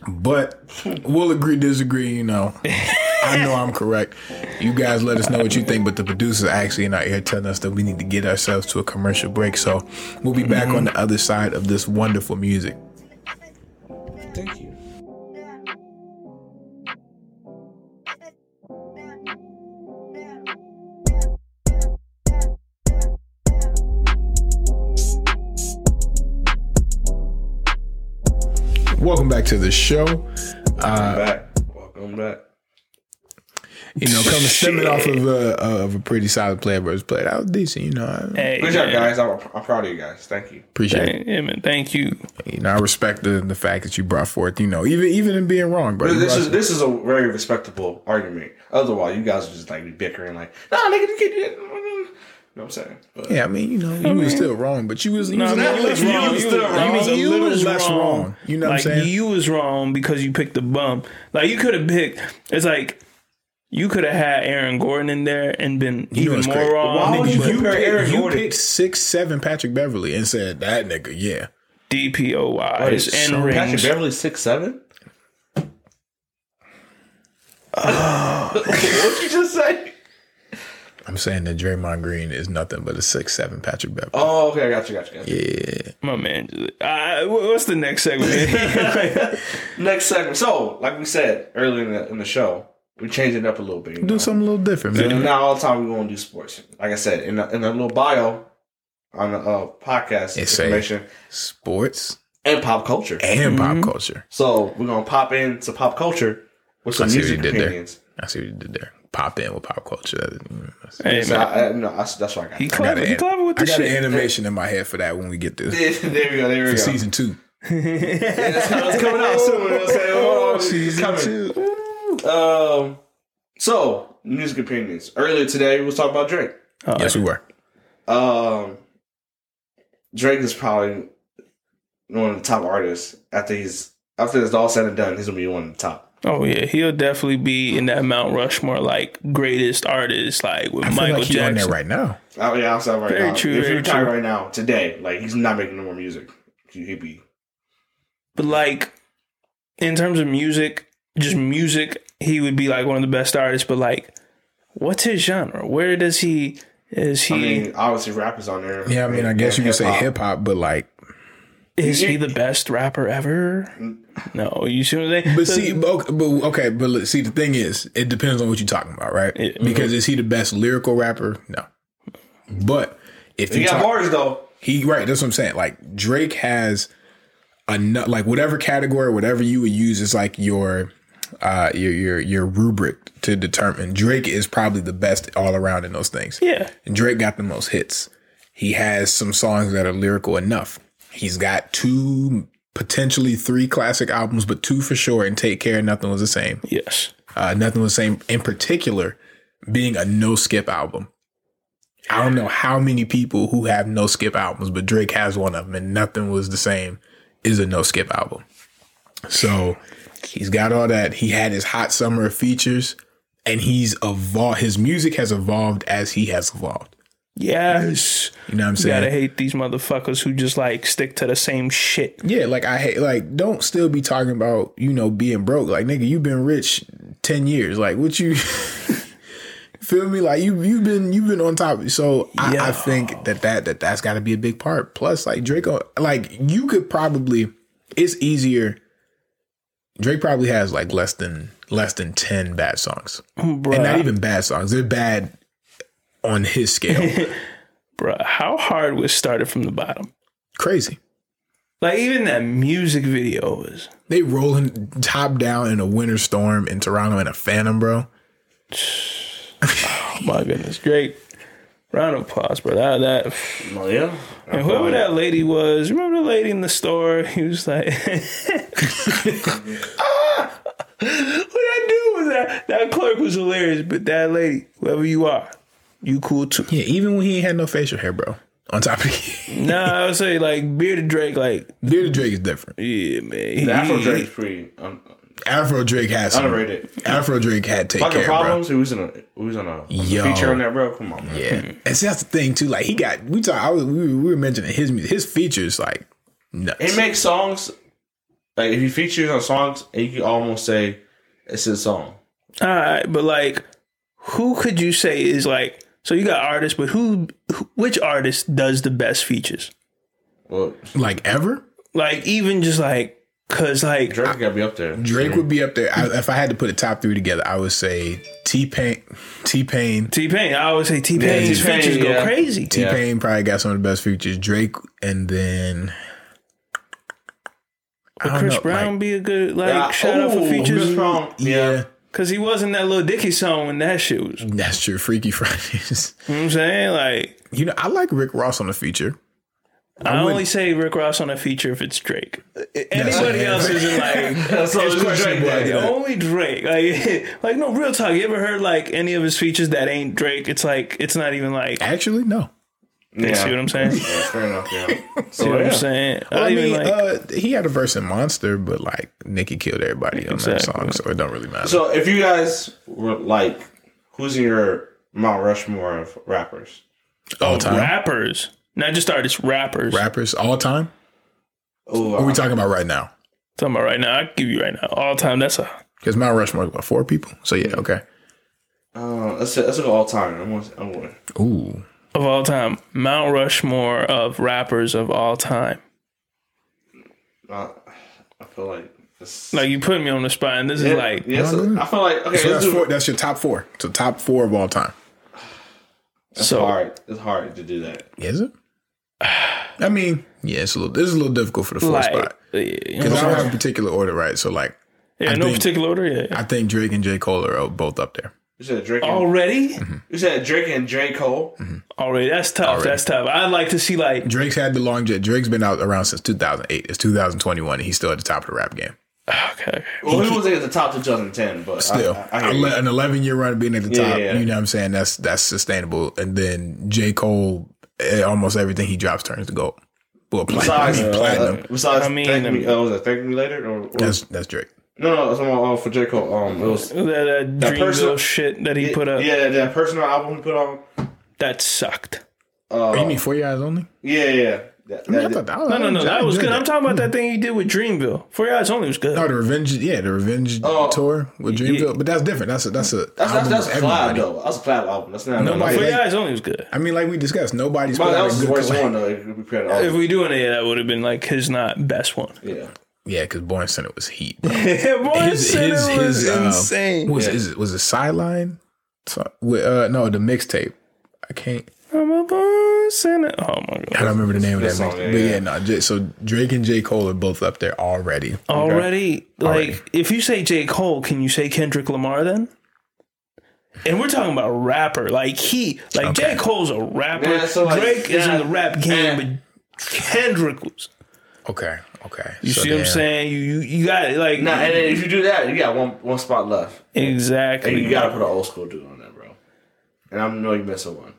[SPEAKER 1] But we'll agree, disagree. You know, I know I'm correct. You guys let us know what you think, but the producers actually in our ear telling us that we need to get ourselves to a commercial break. So we'll be back on the other side of this wonderful music.
[SPEAKER 2] Thank you.
[SPEAKER 1] Welcome back to the show.
[SPEAKER 2] back. Welcome back.
[SPEAKER 1] You know, coming stemming
[SPEAKER 3] Shit.
[SPEAKER 1] off of a of a pretty solid player versus player. That was decent. You know, I
[SPEAKER 3] Hey,
[SPEAKER 2] Good job,
[SPEAKER 3] man.
[SPEAKER 2] guys. I'm, I'm proud of you guys. Thank you.
[SPEAKER 1] appreciate it.
[SPEAKER 3] Hey, yeah, man, thank you.
[SPEAKER 1] You know, I respect the the fact that you brought forth. You know, even even in being wrong, bro.
[SPEAKER 2] But
[SPEAKER 1] You
[SPEAKER 2] this
[SPEAKER 1] brought-
[SPEAKER 2] is this is a very respectable argument. Otherwise, you guys are just like bickering, like, nah, nigga, you can't do that. You know what I'm saying? But
[SPEAKER 1] Yeah, I mean, you know, you were still wrong, but you was you
[SPEAKER 3] No,
[SPEAKER 1] was,
[SPEAKER 3] I mean,
[SPEAKER 1] you was,
[SPEAKER 3] wrong.
[SPEAKER 1] you was still
[SPEAKER 2] I
[SPEAKER 1] wrong.
[SPEAKER 2] mean,
[SPEAKER 1] You was a
[SPEAKER 3] you
[SPEAKER 1] little
[SPEAKER 3] was
[SPEAKER 1] less
[SPEAKER 3] wrong.
[SPEAKER 1] wrong. You know what I'm
[SPEAKER 3] like
[SPEAKER 1] saying?
[SPEAKER 3] you was wrong because you picked the bum. Like you could have picked. It's like you could have had Aaron Gordon in there and been even
[SPEAKER 1] it's
[SPEAKER 3] more
[SPEAKER 1] great.
[SPEAKER 3] wrong.
[SPEAKER 2] Why would
[SPEAKER 1] you
[SPEAKER 2] you compare
[SPEAKER 1] picked-
[SPEAKER 2] Aaron
[SPEAKER 1] you
[SPEAKER 2] Gordon?
[SPEAKER 1] picked six seven Patrick Beverly and said that nigga, yeah.
[SPEAKER 3] DPOIs and
[SPEAKER 1] so-
[SPEAKER 2] Patrick
[SPEAKER 3] rings.
[SPEAKER 2] Beverly six seven. What'd you just say?
[SPEAKER 1] I'm saying that Draymond Green is nothing but a six seven Patrick Beverly.
[SPEAKER 2] Oh, okay, I got you, got you, got you.
[SPEAKER 1] Yeah,
[SPEAKER 3] My man. Uh, what's the next
[SPEAKER 1] [laughs]
[SPEAKER 3] segment?
[SPEAKER 2] Next segment. So, like we said earlier in the, in the show, we changed it up a little bit. you know?
[SPEAKER 1] do something a little different,
[SPEAKER 2] And
[SPEAKER 1] man.
[SPEAKER 2] not all the time we're gonna do sports. Like I said, in the, in the little bio on the uh, podcast
[SPEAKER 1] It say-
[SPEAKER 2] information
[SPEAKER 1] Sports
[SPEAKER 2] and pop culture.
[SPEAKER 1] and
[SPEAKER 3] Mm-hmm.
[SPEAKER 1] pop culture.
[SPEAKER 2] So we're gonna pop into pop culture with some
[SPEAKER 1] I see what
[SPEAKER 2] music
[SPEAKER 1] you did there.
[SPEAKER 2] opinions.
[SPEAKER 1] I see what you did there. Pop in with pop culture. That- that's-
[SPEAKER 3] hey,
[SPEAKER 2] So
[SPEAKER 3] man.
[SPEAKER 2] I, I, no, that's, that's why I got.
[SPEAKER 3] He
[SPEAKER 2] That.
[SPEAKER 1] I got
[SPEAKER 3] clever. He
[SPEAKER 1] an-
[SPEAKER 3] clever with
[SPEAKER 1] I
[SPEAKER 3] the
[SPEAKER 1] got an
[SPEAKER 3] shit.
[SPEAKER 1] animation in my head for that when we get to
[SPEAKER 2] [laughs] there we go. There we go.
[SPEAKER 1] season two.
[SPEAKER 3] [laughs]
[SPEAKER 2] It's coming- it's coming out soon. You know what I'm saying? Oh, it's
[SPEAKER 1] Season
[SPEAKER 2] coming.
[SPEAKER 1] two.
[SPEAKER 2] Um. So music opinions. Earlier today, we was talking about Drake.
[SPEAKER 3] All
[SPEAKER 1] Yes,
[SPEAKER 3] right.
[SPEAKER 1] we were.
[SPEAKER 2] Um. Drake is probably one of the top artists after he's
[SPEAKER 4] after it's all said and done, he's gonna be one of the top.
[SPEAKER 3] Oh yeah, he'll definitely be in that Mount Rushmore like greatest artist like with
[SPEAKER 1] I feel
[SPEAKER 3] Michael
[SPEAKER 1] like he's on there
[SPEAKER 3] Jackson.
[SPEAKER 1] right now.
[SPEAKER 4] Oh yeah, outside right
[SPEAKER 3] Very
[SPEAKER 4] now.
[SPEAKER 3] true,
[SPEAKER 4] if
[SPEAKER 3] very
[SPEAKER 4] you retire
[SPEAKER 3] true.
[SPEAKER 4] right now, today, like he's not making no more music. He- He'd be
[SPEAKER 3] But like in terms of music, just music, he would be like one of the best artists. But like, what's his genre? Where does he is he
[SPEAKER 4] I mean, obviously rap is on there.
[SPEAKER 1] Yeah, I mean, I guess you could say hip hop, but like,
[SPEAKER 3] is he the best rapper ever? No, you see what I'm saying?
[SPEAKER 1] but
[SPEAKER 3] So-
[SPEAKER 1] see, but okay, but okay, but look, see, the thing is, it depends on what you're talking about, right?
[SPEAKER 3] Yeah. mm-hmm.
[SPEAKER 1] Because is he the best lyrical rapper? No. But if
[SPEAKER 4] He
[SPEAKER 1] you
[SPEAKER 4] got
[SPEAKER 1] talk,
[SPEAKER 4] bars though.
[SPEAKER 1] he right, that's what I'm saying. Like Drake has a nu- like whatever category, whatever you would use is like your. Uh, your your your rubric to determine Drake is probably the best all around in those things.
[SPEAKER 3] yeah,
[SPEAKER 1] And Drake got the most hits. He has some songs that are lyrical enough. He's got two, potentially three classic albums, but two for sure. And Take Care, Nothing Was the Same.
[SPEAKER 3] yes,
[SPEAKER 1] Uh, Nothing Was the Same, in particular, being a no skip album. I don't know how many people who have no skip albums, but Drake has one of them, and Nothing Was the Same is a no skip album. So he's got all that. He had his hot summer of features, and he's evolved. His music has evolved as he has evolved.
[SPEAKER 3] yes.
[SPEAKER 1] You know what I'm
[SPEAKER 3] You gotta
[SPEAKER 1] saying?
[SPEAKER 3] hate these motherfuckers who just like stick to the same shit.
[SPEAKER 1] Yeah, like I hate like don't still be talking about, you know, being broke. Like nigga, you've been rich 10 years. Like what you [laughs] feel me? Like you you've been you've been on top. So I, I
[SPEAKER 3] Yeah.
[SPEAKER 1] think that that that that's got to be a big part. Plus like Draco like you could probably it's easier Drake probably has like less than less than 10 bad songs.
[SPEAKER 3] Bruh,
[SPEAKER 1] And not even bad songs. They're bad on his [laughs] scale.
[SPEAKER 3] bruh, how hard was started from the bottom?
[SPEAKER 1] Crazy.
[SPEAKER 3] Like even that music video was
[SPEAKER 1] They rolling top down in a winter storm in Toronto in a phantom, bro.
[SPEAKER 3] oh my goodness, Drake. Round of applause, bro. That that
[SPEAKER 4] Well, yeah.
[SPEAKER 3] and whoever that lady was, remember the lady in the store? [laughs] He was like Ah! What that dude was that that clerk was hilarious, but that lady, whoever you are, you
[SPEAKER 4] [laughs]
[SPEAKER 3] cool too.
[SPEAKER 1] Yeah, even when he ain't had no facial hair, bro. On top of [laughs] it,
[SPEAKER 3] Nah, I would say like bearded Drake, like
[SPEAKER 1] Bearded Drake is different.
[SPEAKER 3] yeah, man. he-
[SPEAKER 4] The Afro
[SPEAKER 3] he-
[SPEAKER 4] Drake's pretty um,
[SPEAKER 1] Afro Drake had some.
[SPEAKER 4] underrated.
[SPEAKER 1] Afro Drake had take
[SPEAKER 4] Fucking
[SPEAKER 1] care, bro.
[SPEAKER 4] problems. Who's in a who's in a
[SPEAKER 1] Yo.
[SPEAKER 4] feature on that, bro? Come on, man.
[SPEAKER 1] Yeah, and see, that's the thing too. Like he got, we talk, I was, we, were- we were mentioning his music, his features, like nuts.
[SPEAKER 4] He makes songs. Like if he features on songs, you can almost say it's his song.
[SPEAKER 3] All right, but like, who could you say is like? So you got artists, but who, who which artist does the best features?
[SPEAKER 4] Well,
[SPEAKER 1] like ever,
[SPEAKER 3] Like even just like, cause like
[SPEAKER 4] Drake gotta be up there.
[SPEAKER 1] Drake would be up there. I, if I had to put a top three together, I would say T Pain, T Pain,
[SPEAKER 3] T Pain. I always say T Pain's
[SPEAKER 4] T-Pain,
[SPEAKER 3] features go
[SPEAKER 4] yeah.
[SPEAKER 3] crazy.
[SPEAKER 1] T Pain probably got some of the best features. Drake, and then I
[SPEAKER 3] Would
[SPEAKER 1] don't
[SPEAKER 3] Chris
[SPEAKER 1] know,
[SPEAKER 3] Brown
[SPEAKER 1] like-
[SPEAKER 3] be a good like
[SPEAKER 4] Ah,
[SPEAKER 3] shout
[SPEAKER 2] oh,
[SPEAKER 3] out for
[SPEAKER 4] ooh, Chris
[SPEAKER 3] features?
[SPEAKER 4] Brown. Yeah.
[SPEAKER 3] Cause he was in that little Dicky song when that shit was. You know
[SPEAKER 1] That's true. Freaky [laughs] Fridays.
[SPEAKER 3] what I'm saying? Like
[SPEAKER 1] You know, I like Rick Ross on the feature.
[SPEAKER 3] I, only say Rick Ross on a feature if it's Drake. Anybody
[SPEAKER 1] yeah.
[SPEAKER 3] else isn't
[SPEAKER 4] [laughs]
[SPEAKER 2] [laughs]
[SPEAKER 3] like
[SPEAKER 4] That's all it's Drake.
[SPEAKER 1] questionable,
[SPEAKER 4] Day.
[SPEAKER 1] yeah.
[SPEAKER 3] The only Drake, like, [laughs] like no real talk. You ever heard like any of his features that ain't Drake? It's like it's not even like.
[SPEAKER 1] Actually, no.
[SPEAKER 4] Yeah.
[SPEAKER 3] See what I'm saying?
[SPEAKER 2] Oh,
[SPEAKER 3] See
[SPEAKER 4] Yeah, fair enough. Yeah. So
[SPEAKER 3] what
[SPEAKER 4] yeah.
[SPEAKER 3] I'm saying?
[SPEAKER 1] I,
[SPEAKER 3] I
[SPEAKER 1] mean,
[SPEAKER 3] even like.
[SPEAKER 1] uh, he had a verse in Monster, but like Nicki killed everybody on that
[SPEAKER 3] Exactly.
[SPEAKER 1] song, so it don't really matter.
[SPEAKER 4] So if you guys were like, who's in your Mount Rushmore of rappers?
[SPEAKER 3] oh,
[SPEAKER 1] all time
[SPEAKER 3] Rappers, not just artists, rappers.
[SPEAKER 1] rappers, all time.
[SPEAKER 4] Oh,
[SPEAKER 1] What are we talking about right now?
[SPEAKER 3] Talking about right now, I can give you right now, all time. That's a
[SPEAKER 1] Because Mount Rushmore is what four people. So yeah, okay.
[SPEAKER 4] uh, let's let's look at all time. I'm gonna, I'm gonna,
[SPEAKER 1] Ooh,
[SPEAKER 3] of all time Mount Rushmore of rappers of all time.
[SPEAKER 4] uh, I feel like this.
[SPEAKER 3] Like you put me on the spot, and this is like
[SPEAKER 4] yeah, so I feel like okay. let's
[SPEAKER 1] so that's
[SPEAKER 4] do,
[SPEAKER 1] four. That's your top four. So top four of all time.
[SPEAKER 4] It's
[SPEAKER 3] so.
[SPEAKER 4] hard. It's hard to do that.
[SPEAKER 1] Is it? [sighs] I mean, yeah, it's a little. This is a little difficult for the four
[SPEAKER 3] Like,
[SPEAKER 1] spot
[SPEAKER 3] yeah, you know
[SPEAKER 1] because
[SPEAKER 3] what
[SPEAKER 1] I
[SPEAKER 3] I'm
[SPEAKER 1] don't
[SPEAKER 3] saying?
[SPEAKER 1] have a particular order, right? So like,
[SPEAKER 3] yeah, no
[SPEAKER 1] think-
[SPEAKER 3] particular order. Yeah,
[SPEAKER 1] I think Drake and J Cole are both up there.
[SPEAKER 4] You said Drake.
[SPEAKER 3] Oh.
[SPEAKER 4] And,
[SPEAKER 3] already,
[SPEAKER 4] you said Drake and J Cole.
[SPEAKER 3] already. That's tough. That's tough. I'd like to see like
[SPEAKER 1] Drake's had the long jet. Drake's been out around since 2008. It's 2021, and he's still at the top of the rap game.
[SPEAKER 3] okay, okay.
[SPEAKER 4] Well, he was at the top 2010, but
[SPEAKER 1] Still,
[SPEAKER 4] I, I, I hear you.
[SPEAKER 1] ele- an 11 year run being at the
[SPEAKER 4] Yeah,
[SPEAKER 1] top.
[SPEAKER 4] yeah.
[SPEAKER 1] You know what I'm saying? That's that's sustainable. And then J Cole, eh, almost everything he drops turns to gold. Well, [laughs]
[SPEAKER 4] Besides,
[SPEAKER 1] platinum. platinum.
[SPEAKER 4] uh, besides,
[SPEAKER 3] I
[SPEAKER 4] I
[SPEAKER 3] mean-
[SPEAKER 4] mean, thank me, uh, was that thank me later? Or, or,
[SPEAKER 1] that's that's Drake.
[SPEAKER 4] no, no, it's on, uh, for J Cole. Um, it was
[SPEAKER 3] That, uh, Dreamville
[SPEAKER 4] personal-
[SPEAKER 3] shit that he put up
[SPEAKER 4] Yeah, that, that personal album he put on.
[SPEAKER 3] that sucked.
[SPEAKER 1] Oh, you mean for your eyes only?
[SPEAKER 4] Yeah, uh, yeah. That,
[SPEAKER 1] I
[SPEAKER 4] that,
[SPEAKER 1] thought that was,
[SPEAKER 3] No, no, no, that was good.
[SPEAKER 1] talking.
[SPEAKER 3] I'm talking about that thing he did with Dreamville. Four Eyes Only was good.
[SPEAKER 1] Oh, the revenge, yeah, the revenge tour with Dreamville, but that's different. That's a that's a
[SPEAKER 4] Oh, that's that's,
[SPEAKER 1] album
[SPEAKER 4] that's
[SPEAKER 1] with
[SPEAKER 4] a collab
[SPEAKER 1] everybody.
[SPEAKER 4] though. That's a collab album. That's not.
[SPEAKER 3] No,
[SPEAKER 1] Nobody
[SPEAKER 3] Four
[SPEAKER 1] liked-
[SPEAKER 3] Eyes Only was good.
[SPEAKER 1] I mean, like we discussed, nobody's
[SPEAKER 4] But
[SPEAKER 1] put
[SPEAKER 4] that
[SPEAKER 1] out a
[SPEAKER 4] was the
[SPEAKER 1] good
[SPEAKER 4] worst
[SPEAKER 1] collab.
[SPEAKER 4] one though. If we created all
[SPEAKER 3] If we doing it, that would have been like his not best one.
[SPEAKER 4] yeah.
[SPEAKER 1] Yeah, because Born Center was heat.
[SPEAKER 3] Boy,
[SPEAKER 1] His
[SPEAKER 3] said
[SPEAKER 1] his
[SPEAKER 3] it was
[SPEAKER 1] his uh,
[SPEAKER 3] insane.
[SPEAKER 1] Was is it was it sideline? So, with, uh, no, the mixtape. I can't.
[SPEAKER 3] I'm a boy, said it- Oh my
[SPEAKER 1] I
[SPEAKER 3] god!
[SPEAKER 1] don't remember the name of that.
[SPEAKER 4] song,
[SPEAKER 1] mixtape.
[SPEAKER 4] yeah,
[SPEAKER 1] but yeah,
[SPEAKER 4] yeah.
[SPEAKER 1] no. J, so Drake and J Cole are both up there already.
[SPEAKER 3] Already, like if you say J Cole, can you say Kendrick Lamar then? And we're talking about rapper, like he, like J Cole's a rapper.
[SPEAKER 4] Yeah, so, like,
[SPEAKER 3] Drake is in
[SPEAKER 4] yeah,
[SPEAKER 3] the rap game,
[SPEAKER 4] eh.
[SPEAKER 3] but Kendrick was.
[SPEAKER 1] Okay. Okay.
[SPEAKER 3] You see what I'm saying? You you, you got it, like
[SPEAKER 4] Nah, and then if you do that, you got one one spot left. And you
[SPEAKER 3] exactly
[SPEAKER 4] gotta put an old school dude on that, bro. And I know you missing one.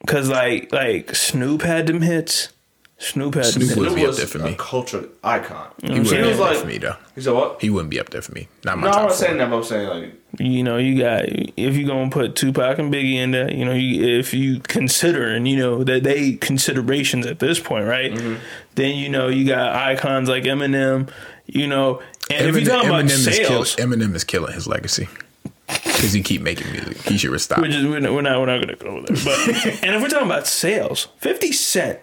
[SPEAKER 3] because like like Snoop had them hits. Snoop had
[SPEAKER 1] Snoop
[SPEAKER 3] them
[SPEAKER 1] was-
[SPEAKER 3] hits.
[SPEAKER 1] Wouldn't be
[SPEAKER 4] It
[SPEAKER 1] up
[SPEAKER 4] was
[SPEAKER 1] there for
[SPEAKER 4] a
[SPEAKER 1] me.
[SPEAKER 4] culture icon.
[SPEAKER 1] He wouldn't be
[SPEAKER 4] was
[SPEAKER 1] up there
[SPEAKER 4] like-
[SPEAKER 1] for me though.
[SPEAKER 4] You said what?
[SPEAKER 1] He wouldn't be up there for me. Not my
[SPEAKER 4] No, I'm
[SPEAKER 1] top
[SPEAKER 4] not
[SPEAKER 1] four.
[SPEAKER 4] saying that. But I'm saying like
[SPEAKER 3] you know, you got if you're gonna put Tupac and Biggie in there, you know, you, if you consider and you know that they considerations at this point, right? Then you know you got icons like Eminem, you know, and if you're talking about
[SPEAKER 1] is kill-
[SPEAKER 3] sales,
[SPEAKER 1] Eminem is killing his legacy because he keep making music. He should stop.
[SPEAKER 3] which is we're not we're not, we're not gonna go there, but and if we're talking about sales, Fifty Cent,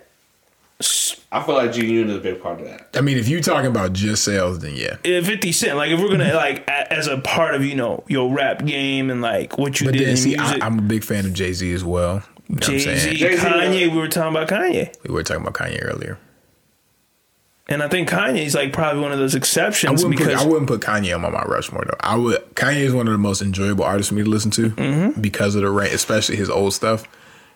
[SPEAKER 4] I feel like G Unit is a big part of that.
[SPEAKER 1] I mean, if you're talking about just sales, then yeah.
[SPEAKER 3] eh, Fifty Cent, like if we're gonna like a, as a part of you know your rap game and like what you
[SPEAKER 1] But
[SPEAKER 3] did in
[SPEAKER 1] then, see, I,
[SPEAKER 3] music,
[SPEAKER 1] I'm a big fan of Jay Z as well. You know what
[SPEAKER 3] Jay
[SPEAKER 1] I'm saying?
[SPEAKER 3] Z,
[SPEAKER 4] Jay-Z,
[SPEAKER 3] Kanye, we were talking about Kanye.
[SPEAKER 1] We were talking about Kanye earlier.
[SPEAKER 3] And I think Kanye's like probably one of those
[SPEAKER 1] I
[SPEAKER 3] exceptions
[SPEAKER 1] wouldn't, put,
[SPEAKER 3] because
[SPEAKER 1] I wouldn't put Kanye on my Mount Rushmore though. I would. Kanye is one of the most enjoyable artists for me to listen to because of the range, especially his old stuff.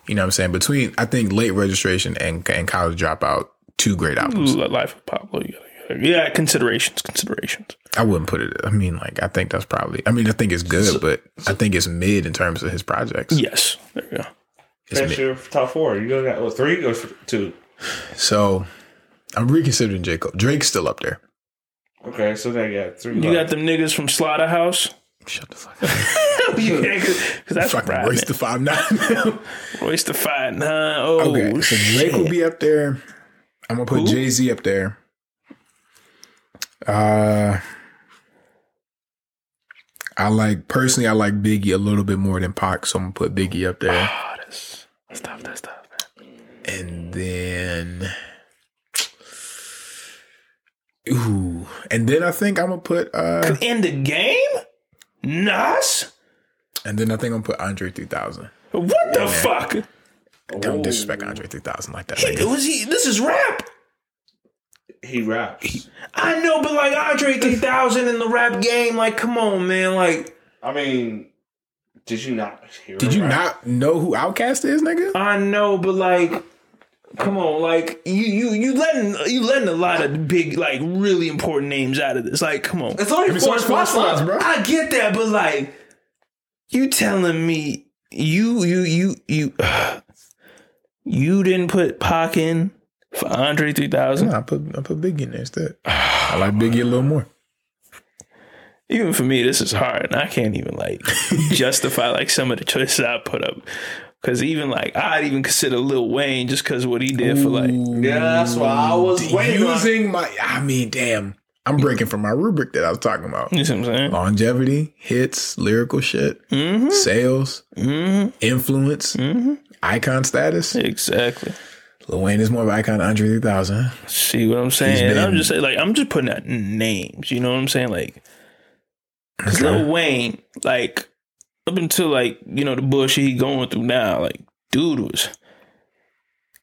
[SPEAKER 1] You know what I'm saying? Between I think late registration and and college dropout, two great albums.
[SPEAKER 3] Li- Life of Pablo. you gotta- Yeah, considerations, considerations.
[SPEAKER 1] I wouldn't put it. I mean, like I think that's probably. I mean, I think it's good, but I think it's mid in terms of his projects.
[SPEAKER 3] Yes, there we go.
[SPEAKER 1] It's
[SPEAKER 4] That's
[SPEAKER 1] mid.
[SPEAKER 4] your top four. You gonna got what, three or f- two?
[SPEAKER 1] So I'm reconsidering J Cole. Drake's still up there.
[SPEAKER 4] Okay, so then you got three.
[SPEAKER 3] You got
[SPEAKER 4] left.
[SPEAKER 3] them niggas from Slaughterhouse.
[SPEAKER 1] [laughs] Shut the fuck up.
[SPEAKER 3] [laughs] Because that's
[SPEAKER 1] Fucking
[SPEAKER 3] Brad,
[SPEAKER 1] Royce the five nine.
[SPEAKER 3] man. Royce the Five Nine. Oh,
[SPEAKER 1] okay, so Drake
[SPEAKER 3] shit.
[SPEAKER 1] will be up there. I'm gonna put Jay Z up there. Uh, I like personally, I like Biggie a little bit more than Pac, so I'm gonna put Biggie up there.
[SPEAKER 3] Oh, that's, that's tough. That's tough, man.
[SPEAKER 1] And then, ooh, and then I think I'm gonna put uh,
[SPEAKER 3] In the game, Nas.
[SPEAKER 1] and then I think I'm gonna put Andre 3000.
[SPEAKER 3] What the fuck?
[SPEAKER 1] Don't disrespect Andre 3000 like that.
[SPEAKER 3] He-
[SPEAKER 1] nigga.
[SPEAKER 3] was he? This is rap.
[SPEAKER 4] He raps.
[SPEAKER 3] I know, but like Andre 3000 in the rap game. Like, come on, man. Like
[SPEAKER 4] I mean, did you not hear?
[SPEAKER 1] Did
[SPEAKER 4] him
[SPEAKER 1] you
[SPEAKER 4] rap?
[SPEAKER 1] not know who Outkast is, nigga?
[SPEAKER 3] I know, but like, come on, like you you you letting you letting a lot of big like really important names out of this. Like, come on,
[SPEAKER 4] It's only four
[SPEAKER 1] only four
[SPEAKER 4] spots
[SPEAKER 1] spots,
[SPEAKER 4] left,
[SPEAKER 1] bro.
[SPEAKER 3] I get that, but like, you telling me you you you you [sighs] you didn't put Pac in for Andre three thousand?
[SPEAKER 1] No, I put I put Biggie in there instead. [sighs] I like Biggie a little more.
[SPEAKER 3] Even for me, this is hard, and I can't even like justify like some of the choices I put up. Cause even like I'd even consider Lil Wayne just cause what he did for like
[SPEAKER 4] Yeah, that's why I was waiting. on-
[SPEAKER 1] Using my, I mean, damn, I'm breaking from my rubric that I was talking about.
[SPEAKER 3] you see what I'm
[SPEAKER 1] Uh-huh.
[SPEAKER 3] saying? Mm-hmm,
[SPEAKER 1] Longevity, hits, lyrical shit, sales, influence, icon status.
[SPEAKER 3] Exactly.
[SPEAKER 1] Lil Wayne is more of an icon. than Andre 3000. huh?
[SPEAKER 3] See what I'm saying?
[SPEAKER 1] been-
[SPEAKER 3] And I'm just saying, like, I'm just putting out names. You know what I'm saying? Like, because Lil Wayne, like, up until like you know the bullshit he going through now, like, dude was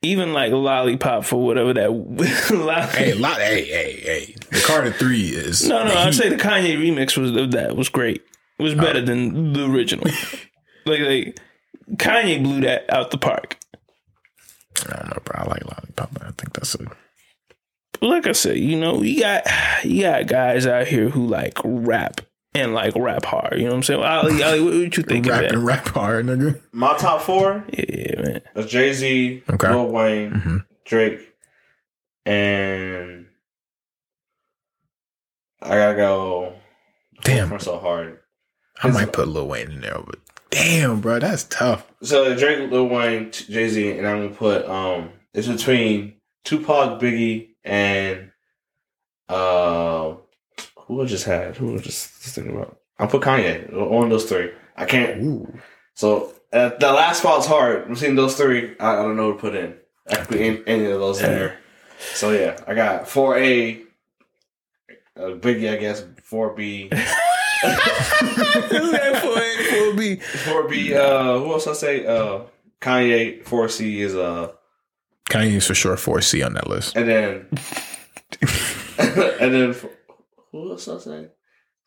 [SPEAKER 3] even like lollipop for whatever that [laughs] lollipop.
[SPEAKER 1] Hey, lot. Hey, hey, hey. The Carter Three is
[SPEAKER 3] no, no,
[SPEAKER 1] the
[SPEAKER 3] I'd
[SPEAKER 1] heat.
[SPEAKER 3] say the Kanye remix was of that was great. It
[SPEAKER 1] Oh.
[SPEAKER 3] was better than the original.
[SPEAKER 1] [laughs]
[SPEAKER 3] like, like Kanye blew that out the park.
[SPEAKER 1] I don't know, bro. I like Lollipop. but I think that's a
[SPEAKER 3] like I said, you know, you got you got guys out here who like rap and like rap hard. You know what I'm saying? Ali, Ali what, what you think of
[SPEAKER 1] rap
[SPEAKER 3] that?
[SPEAKER 1] and rap hard, nigga.
[SPEAKER 4] My top four
[SPEAKER 2] [laughs]
[SPEAKER 3] Yeah, man.
[SPEAKER 4] is Jay Z,
[SPEAKER 1] Okay.
[SPEAKER 4] Lil Wayne, Drake,
[SPEAKER 2] and I gotta go.
[SPEAKER 1] Damn.
[SPEAKER 2] I'm so hard.
[SPEAKER 1] I might put Lil Wayne in there, but damn, bro, that's tough.
[SPEAKER 2] So Drake, Lil Wayne, Jay Z, and I'm gonna put um. It's between Tupac, Biggie, and uh, who I just had. Who I just just thinking about? I put Kanye on those three. I can't.
[SPEAKER 1] Ooh.
[SPEAKER 2] So uh, the last spot's hard. Between those three, I, I don't know what to put in. I could put in, any of those in there. So yeah, I got four A, uh, Biggie, I guess four B,
[SPEAKER 3] will be
[SPEAKER 2] four B. Uh, who else I say? Uh, Kanye. Four C is uh,
[SPEAKER 1] Kanye's for sure 4C on that list.
[SPEAKER 2] and then [laughs] and then f- who else I say?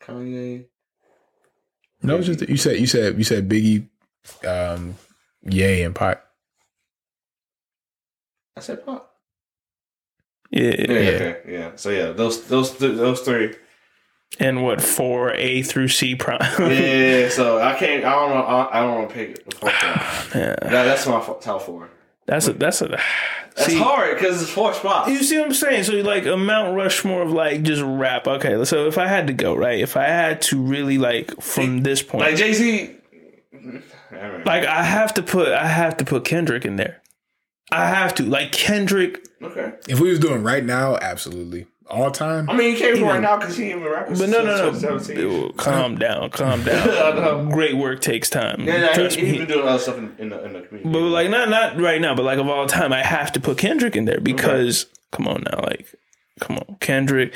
[SPEAKER 2] Kanye.
[SPEAKER 1] No, it's just you said you said you said Biggie, um, Yay and Pot.
[SPEAKER 2] I said pop.
[SPEAKER 3] yeah.
[SPEAKER 2] Yeah, okay, yeah. So yeah, those those th- those three.
[SPEAKER 3] And what four A through C prime? [laughs]
[SPEAKER 2] Yeah. so I can't. I don't know. I, I don't want to pick. the fourth one.
[SPEAKER 3] Yeah.
[SPEAKER 2] That, that's my f- top four.
[SPEAKER 3] That's a that's a
[SPEAKER 2] That's
[SPEAKER 3] see,
[SPEAKER 2] hard because it's four spots.
[SPEAKER 3] You see what I'm saying? So like a Mount Rushmore of like just rap. Okay, so if I had to go right, if I had to really like from this point,
[SPEAKER 2] Like
[SPEAKER 3] like,
[SPEAKER 2] Jay Z.
[SPEAKER 3] I have to put I have to put Kendrick in there. I have to like Kendrick,
[SPEAKER 2] Okay.
[SPEAKER 1] If we was doing right now, absolutely all time.
[SPEAKER 2] I mean, he can't be right now because he ain't been rapping.
[SPEAKER 3] but no, no,
[SPEAKER 2] since
[SPEAKER 3] no.
[SPEAKER 2] 2017.
[SPEAKER 3] Ew, Calm
[SPEAKER 2] [laughs]
[SPEAKER 3] down, calm
[SPEAKER 2] I
[SPEAKER 3] down.
[SPEAKER 2] know.
[SPEAKER 3] Great work takes time.
[SPEAKER 2] Yeah, nah, he-
[SPEAKER 3] Trust
[SPEAKER 2] he's
[SPEAKER 3] me.
[SPEAKER 2] been doing other stuff in, in, the, in the community.
[SPEAKER 3] But like not not right now, but like of all time, I have to put Kendrick in there because come on now, like come on, Kendrick,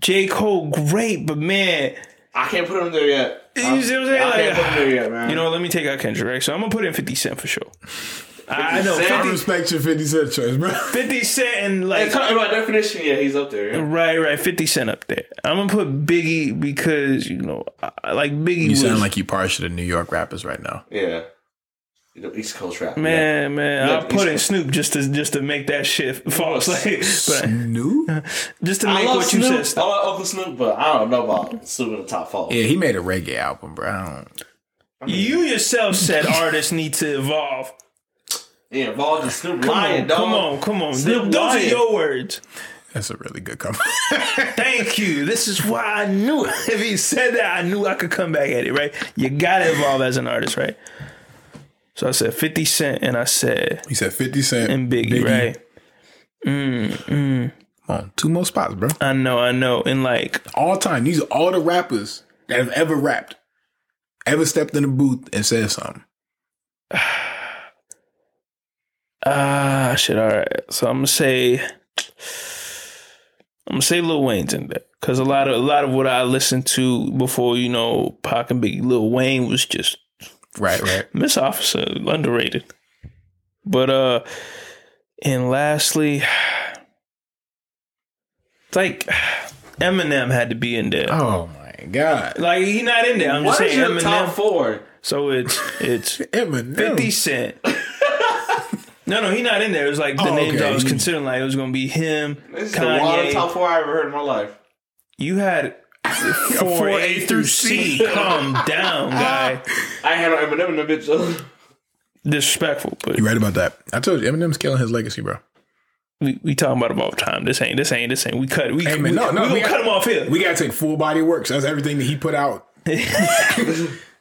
[SPEAKER 3] J Cole, great, but man,
[SPEAKER 2] I can't put him there yet.
[SPEAKER 3] you
[SPEAKER 2] I-
[SPEAKER 3] see what I'm saying?
[SPEAKER 2] I can't
[SPEAKER 3] Like,
[SPEAKER 2] put him there yet, man.
[SPEAKER 3] you know, let me take out Kendrick, right? So I'm gonna put in Fifty Cent for sure. I I know
[SPEAKER 2] Cent?
[SPEAKER 1] I
[SPEAKER 3] 50,
[SPEAKER 1] respect your 50 Cent choice, bro.
[SPEAKER 3] 50 Cent and like
[SPEAKER 2] Hey, talking about definition, yeah, he's up there. Yeah.
[SPEAKER 3] right, right, Fifty Cent up there. I'm gonna put Biggie because you know, I- I, like Biggie
[SPEAKER 1] [laughs] You
[SPEAKER 3] was
[SPEAKER 1] sound like you partial to New York rappers right now.
[SPEAKER 2] yeah. You know, East Coast rap.
[SPEAKER 3] man, man.
[SPEAKER 2] Yeah,
[SPEAKER 3] I put in
[SPEAKER 2] he's-
[SPEAKER 3] Snoop just to just to make that shit [laughs] false, like, [laughs] but
[SPEAKER 1] Snoop?
[SPEAKER 3] just to
[SPEAKER 2] I
[SPEAKER 3] make
[SPEAKER 2] love
[SPEAKER 3] what
[SPEAKER 2] Snoop.
[SPEAKER 3] you said.
[SPEAKER 2] I love Uncle Snoop, but I don't know about Snoop in the top five.
[SPEAKER 1] Yeah, he made a reggae album, bro. I don't.
[SPEAKER 3] You yourself said artists need to evolve.
[SPEAKER 2] Yeah, involved in Snoop
[SPEAKER 3] Come
[SPEAKER 2] lying,
[SPEAKER 3] on,
[SPEAKER 2] dog.
[SPEAKER 3] come on, come on.
[SPEAKER 2] Snoop
[SPEAKER 3] Th- those are
[SPEAKER 2] lying.
[SPEAKER 3] your words.
[SPEAKER 1] That's a really good [laughs] cover.
[SPEAKER 3] Thank you. This is why I knew [laughs] if he said that, I knew I could come back at it, right? You gotta evolve as an artist, right? So I said 50 Cent and I said
[SPEAKER 1] he said 50 Cent
[SPEAKER 3] and Biggie, right?
[SPEAKER 1] Come on, two more spots, bro.
[SPEAKER 3] I know, I know. And like
[SPEAKER 1] All time. These are all the rappers that have ever rapped, ever stepped in a booth and said something.
[SPEAKER 3] ah shit, alright. So I'm gonna say I'm gonna say Lil Wayne's in there. Cause a lot of a lot of what I listened to before, you know, Pac and Biggie, Lil Wayne was just
[SPEAKER 1] Right, right.
[SPEAKER 3] Miss Officer, underrated. But uh and lastly [sighs] it's like Eminem had to be in there.
[SPEAKER 1] Oh my God.
[SPEAKER 3] Like he not in there. I'm
[SPEAKER 2] What
[SPEAKER 3] just
[SPEAKER 2] is your
[SPEAKER 3] saying Eminem.
[SPEAKER 2] top four?
[SPEAKER 3] So it's it's
[SPEAKER 1] Eminem.
[SPEAKER 3] fifty cent. no, no, he not in there. It was like the
[SPEAKER 1] Oh,
[SPEAKER 3] names
[SPEAKER 1] okay.
[SPEAKER 3] I was considering like it was gonna be him,
[SPEAKER 2] This is the wildest top
[SPEAKER 3] Kanye.
[SPEAKER 2] four I ever heard in my life.
[SPEAKER 3] You had four A through C. Calm
[SPEAKER 1] [laughs]
[SPEAKER 3] down, guy.
[SPEAKER 2] I ain't had no Eminem in the bitch.
[SPEAKER 3] Disrespectful, but
[SPEAKER 1] You right about that. I told you, Eminem's killing his legacy, bro.
[SPEAKER 3] we, we talking about him all the time. This ain't this ain't this ain't. We cut we,
[SPEAKER 1] Hey, man,
[SPEAKER 3] we,
[SPEAKER 1] no, no,
[SPEAKER 3] we gonna
[SPEAKER 1] we got-
[SPEAKER 3] cut him off here.
[SPEAKER 1] We gotta take full body works. That's everything that he put out.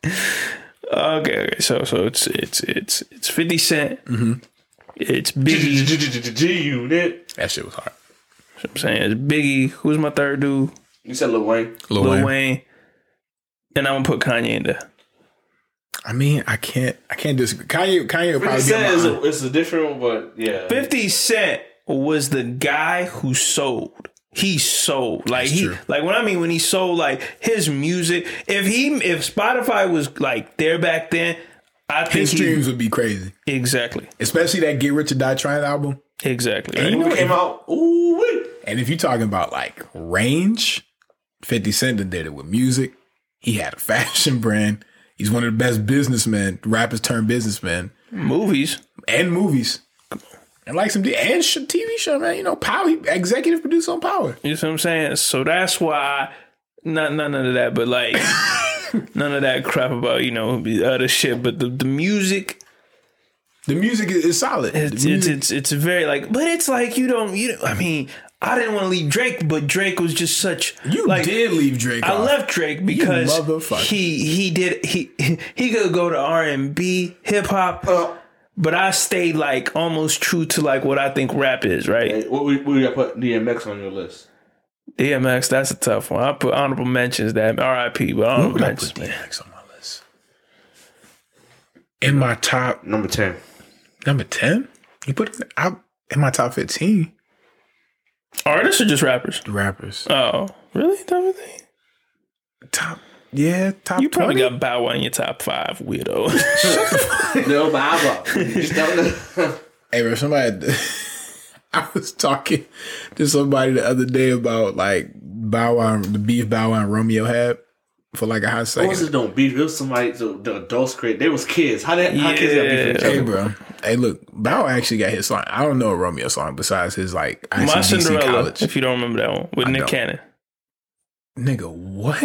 [SPEAKER 3] okay, okay, so so it's it's it's it's Fifty Cent.
[SPEAKER 1] Mm-hmm.
[SPEAKER 3] It's Biggie.
[SPEAKER 2] G Unit.
[SPEAKER 1] That shit was hard.
[SPEAKER 3] I'm saying it's Biggie. Who's my third dude?
[SPEAKER 2] You said Lil Wayne.
[SPEAKER 1] Lil,
[SPEAKER 3] Lil
[SPEAKER 1] Wayne.
[SPEAKER 3] Wayne. And I'm gonna put Kanye in there.
[SPEAKER 1] I mean, I can't, I can't disagree. Kanye, Kanye would
[SPEAKER 2] He
[SPEAKER 1] probably be
[SPEAKER 2] said it's
[SPEAKER 1] on my,
[SPEAKER 2] a, it's a different one, but yeah.
[SPEAKER 3] 50 Cent was the guy who sold. He sold. Like he
[SPEAKER 1] true.
[SPEAKER 3] like what I mean when he sold like his music. If he if Spotify was like there back then, I think
[SPEAKER 1] his
[SPEAKER 3] he-
[SPEAKER 1] streams would be crazy,
[SPEAKER 3] exactly.
[SPEAKER 1] especially that Get Rich or Die Trying album.
[SPEAKER 3] Exactly.
[SPEAKER 1] And, you
[SPEAKER 2] When
[SPEAKER 1] know,
[SPEAKER 2] we came out. Ooh wee.
[SPEAKER 1] and if you're talking about like range, Fifty Cent done did it with music. He had a [laughs] fashion brand. He's one of the best businessmen, rappers turned businessmen,
[SPEAKER 3] Movies.
[SPEAKER 1] and movies, and like some D- and sh- TV show man. You know, Power. He executive producer on Power.
[SPEAKER 3] You see what I'm saying? So that's why not not none of that,
[SPEAKER 1] [laughs]
[SPEAKER 3] but like none of that crap about, you know, the other shit. But the, the music
[SPEAKER 1] The music is, is solid.
[SPEAKER 3] It's,
[SPEAKER 1] The
[SPEAKER 3] it's
[SPEAKER 1] music-
[SPEAKER 3] it's it's very like, but it's like you don't you. Don't, I mean, I didn't want to leave Drake, but Drake was just such.
[SPEAKER 1] you
[SPEAKER 3] like,
[SPEAKER 1] did leave Drake.
[SPEAKER 3] I
[SPEAKER 1] off.
[SPEAKER 3] left Drake because
[SPEAKER 1] motherfucker.
[SPEAKER 3] he he did he he could go to R and B, hip hop, but I stayed like almost true to like what I think rap is. Right,
[SPEAKER 4] Hey, What we we gotta put DMX on your list?
[SPEAKER 3] DMX, that's a tough one. I put honorable mentions that R.I.P. But honorable
[SPEAKER 1] Would I
[SPEAKER 3] mentions,
[SPEAKER 1] put
[SPEAKER 3] man.
[SPEAKER 1] DMX on my list? In my top
[SPEAKER 4] Number ten.
[SPEAKER 1] number ten, you put him- I in my top fifteen
[SPEAKER 3] artists or just rappers?
[SPEAKER 1] rappers.
[SPEAKER 3] Oh, really? That was it?
[SPEAKER 1] Top yeah, top.
[SPEAKER 3] You probably
[SPEAKER 1] 20?
[SPEAKER 3] got Bow Wow in your top five, weirdo.
[SPEAKER 4] No, Baba. Just don't know.
[SPEAKER 1] Hey, bro, somebody. [laughs] I was talking to somebody the other day about like Bow Wow, the beef Bow Wow and Romeo had for like a hot
[SPEAKER 4] What
[SPEAKER 1] second.
[SPEAKER 4] was it? Don't beef. It was somebody. So the adults create. They was kids. How did how kids got beef with each
[SPEAKER 1] Hey,
[SPEAKER 4] other?
[SPEAKER 1] bro. Hey, look, Bow actually got his song. I don't know a Romeo song besides his like
[SPEAKER 3] My
[SPEAKER 1] ICDC
[SPEAKER 3] Cinderella, [laughs]
[SPEAKER 1] college.
[SPEAKER 3] if you don't remember that one, with Nick
[SPEAKER 1] don't.
[SPEAKER 3] Cannon.
[SPEAKER 1] Nigga, what?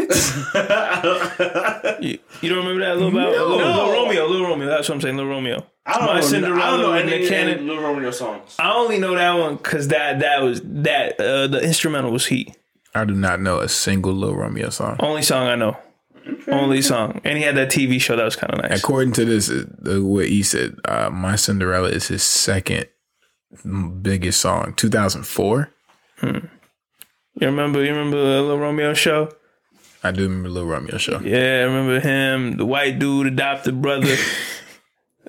[SPEAKER 3] You, you don't remember that little Bow
[SPEAKER 1] No.
[SPEAKER 3] Lil, Lil Romeo, Little Romeo. That's what I'm saying, Little Romeo.
[SPEAKER 4] I don't
[SPEAKER 3] My
[SPEAKER 4] know.
[SPEAKER 3] Cinderella
[SPEAKER 4] I don't know
[SPEAKER 3] and
[SPEAKER 4] any,
[SPEAKER 3] Nick
[SPEAKER 4] any
[SPEAKER 3] Cannon.
[SPEAKER 4] Little Romeo songs.
[SPEAKER 3] I only know that one because that that was that uh, the instrumental was heat.
[SPEAKER 1] [laughs] I do not know a single Lil Romeo song.
[SPEAKER 3] Only song I know. Only song, and he had that TV show that was kind of nice.
[SPEAKER 1] According to this, uh, the- what he said, uh, My Cinderella is his second biggest song, 2004.
[SPEAKER 3] You remember? You remember the Little Romeo show?
[SPEAKER 1] I do remember Lil Romeo show.
[SPEAKER 3] Yeah, I remember him, the white dude, adopted brother.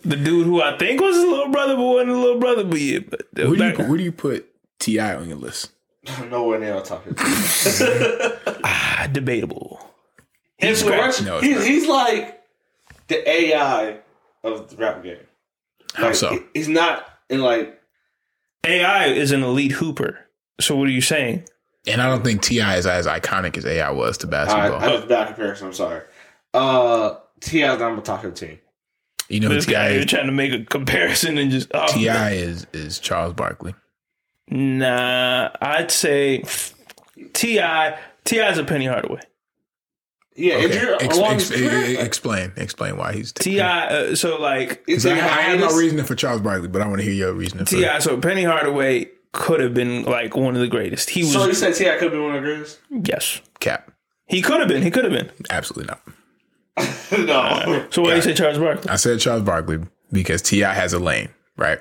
[SPEAKER 3] The dude who I think was his little brother, but wasn't a little brother, but yeah. But
[SPEAKER 1] Where do you put, where do you put Ti on your list?
[SPEAKER 4] Nowhere near our top.
[SPEAKER 3] Ah, debatable.
[SPEAKER 4] Influential.
[SPEAKER 1] No, it's
[SPEAKER 4] he's,
[SPEAKER 1] not.
[SPEAKER 4] he's like the AI of the rap game.
[SPEAKER 1] How
[SPEAKER 4] Like,
[SPEAKER 1] so?
[SPEAKER 4] he- He's not in like.
[SPEAKER 3] AI is an elite hooper. So what are you saying?
[SPEAKER 1] And I don't think Ti is as iconic as AI was to
[SPEAKER 4] I,
[SPEAKER 1] basketball.
[SPEAKER 4] I was bad comparison. I'm sorry. Uh, Ti's not my top fifteen.
[SPEAKER 1] you know,
[SPEAKER 3] This guy,
[SPEAKER 1] Ti
[SPEAKER 3] you're trying to make a comparison and just oh,
[SPEAKER 1] Ti is is Charles Barkley.
[SPEAKER 3] Nah, I'd say Ti. Ti is a Penny Hardaway.
[SPEAKER 4] Yeah, if
[SPEAKER 1] Okay.
[SPEAKER 4] you're
[SPEAKER 1] Ex-
[SPEAKER 4] along
[SPEAKER 1] ex-
[SPEAKER 4] his career,
[SPEAKER 1] e- e- explain, explain why he's
[SPEAKER 3] Ti. Uh, so like
[SPEAKER 4] it's
[SPEAKER 1] I, I
[SPEAKER 4] like
[SPEAKER 1] have no
[SPEAKER 4] hiatus.
[SPEAKER 1] reasoning for Charles Barkley, but I want to hear your reasoning. For,
[SPEAKER 3] Ti. So Penny Hardaway could have been like one of the greatest. He was
[SPEAKER 4] So you said Ti could be one of the greatest? [laughs]
[SPEAKER 3] yes.
[SPEAKER 1] Cap,
[SPEAKER 3] He could have been. He could have been.
[SPEAKER 1] absolutely not.
[SPEAKER 4] no.
[SPEAKER 3] So why do you say Charles Barkley?
[SPEAKER 1] I said Charles Barkley because Ti has a lane, right?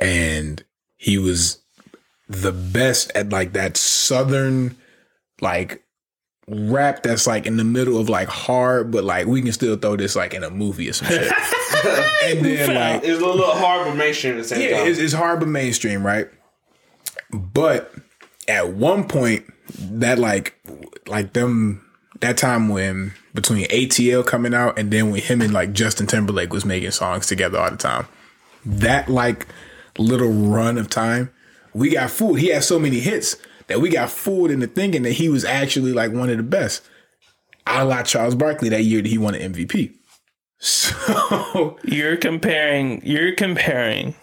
[SPEAKER 1] And he was the best at like that southern, like rap that's like in the middle of like hard, but like we can still throw this like in a movie or some shit. and then like
[SPEAKER 4] It's a little hard, but mainstream at the same
[SPEAKER 1] Yeah,
[SPEAKER 4] time.
[SPEAKER 1] it's, it's hard but mainstream, right? But at one point, that like, like them that time when between ATL coming out and then when him and like Justin Timberlake was making songs together all the time, that like little run of time, we got fooled. He had so many hits that we got fooled into thinking that he was actually like one of the best. I like Charles Barkley that year that he won an MVP. [laughs] So
[SPEAKER 3] You're comparing. You're comparing.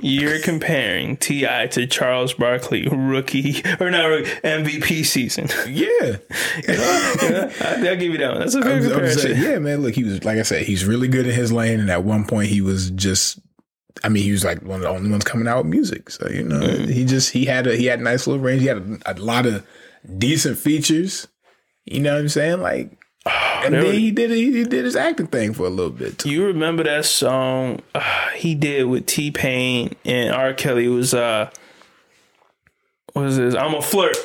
[SPEAKER 3] You're comparing Ti to Charles Barkley rookie or not rookie, MVP season.
[SPEAKER 1] yeah.
[SPEAKER 3] I- [laughs] I'll give you that one. That's a fair
[SPEAKER 1] I'm- I'm just
[SPEAKER 3] comparison.
[SPEAKER 1] saying, yeah, man. Look, he was like I said, he's really good in his lane, and at one point he was just. I mean, he was like one of the only ones coming out with music. So you know, he just he had a he had a nice little range. He had a, a lot of decent features. You know what I'm saying? Like, and
[SPEAKER 3] there
[SPEAKER 1] then
[SPEAKER 3] we-
[SPEAKER 1] he did he, he did his acting thing for a little bit.
[SPEAKER 3] Do
[SPEAKER 1] Too.
[SPEAKER 3] you remember that song uh, he did with T Pain and R. Kelly? It was uh, what is this? I'm a flirt.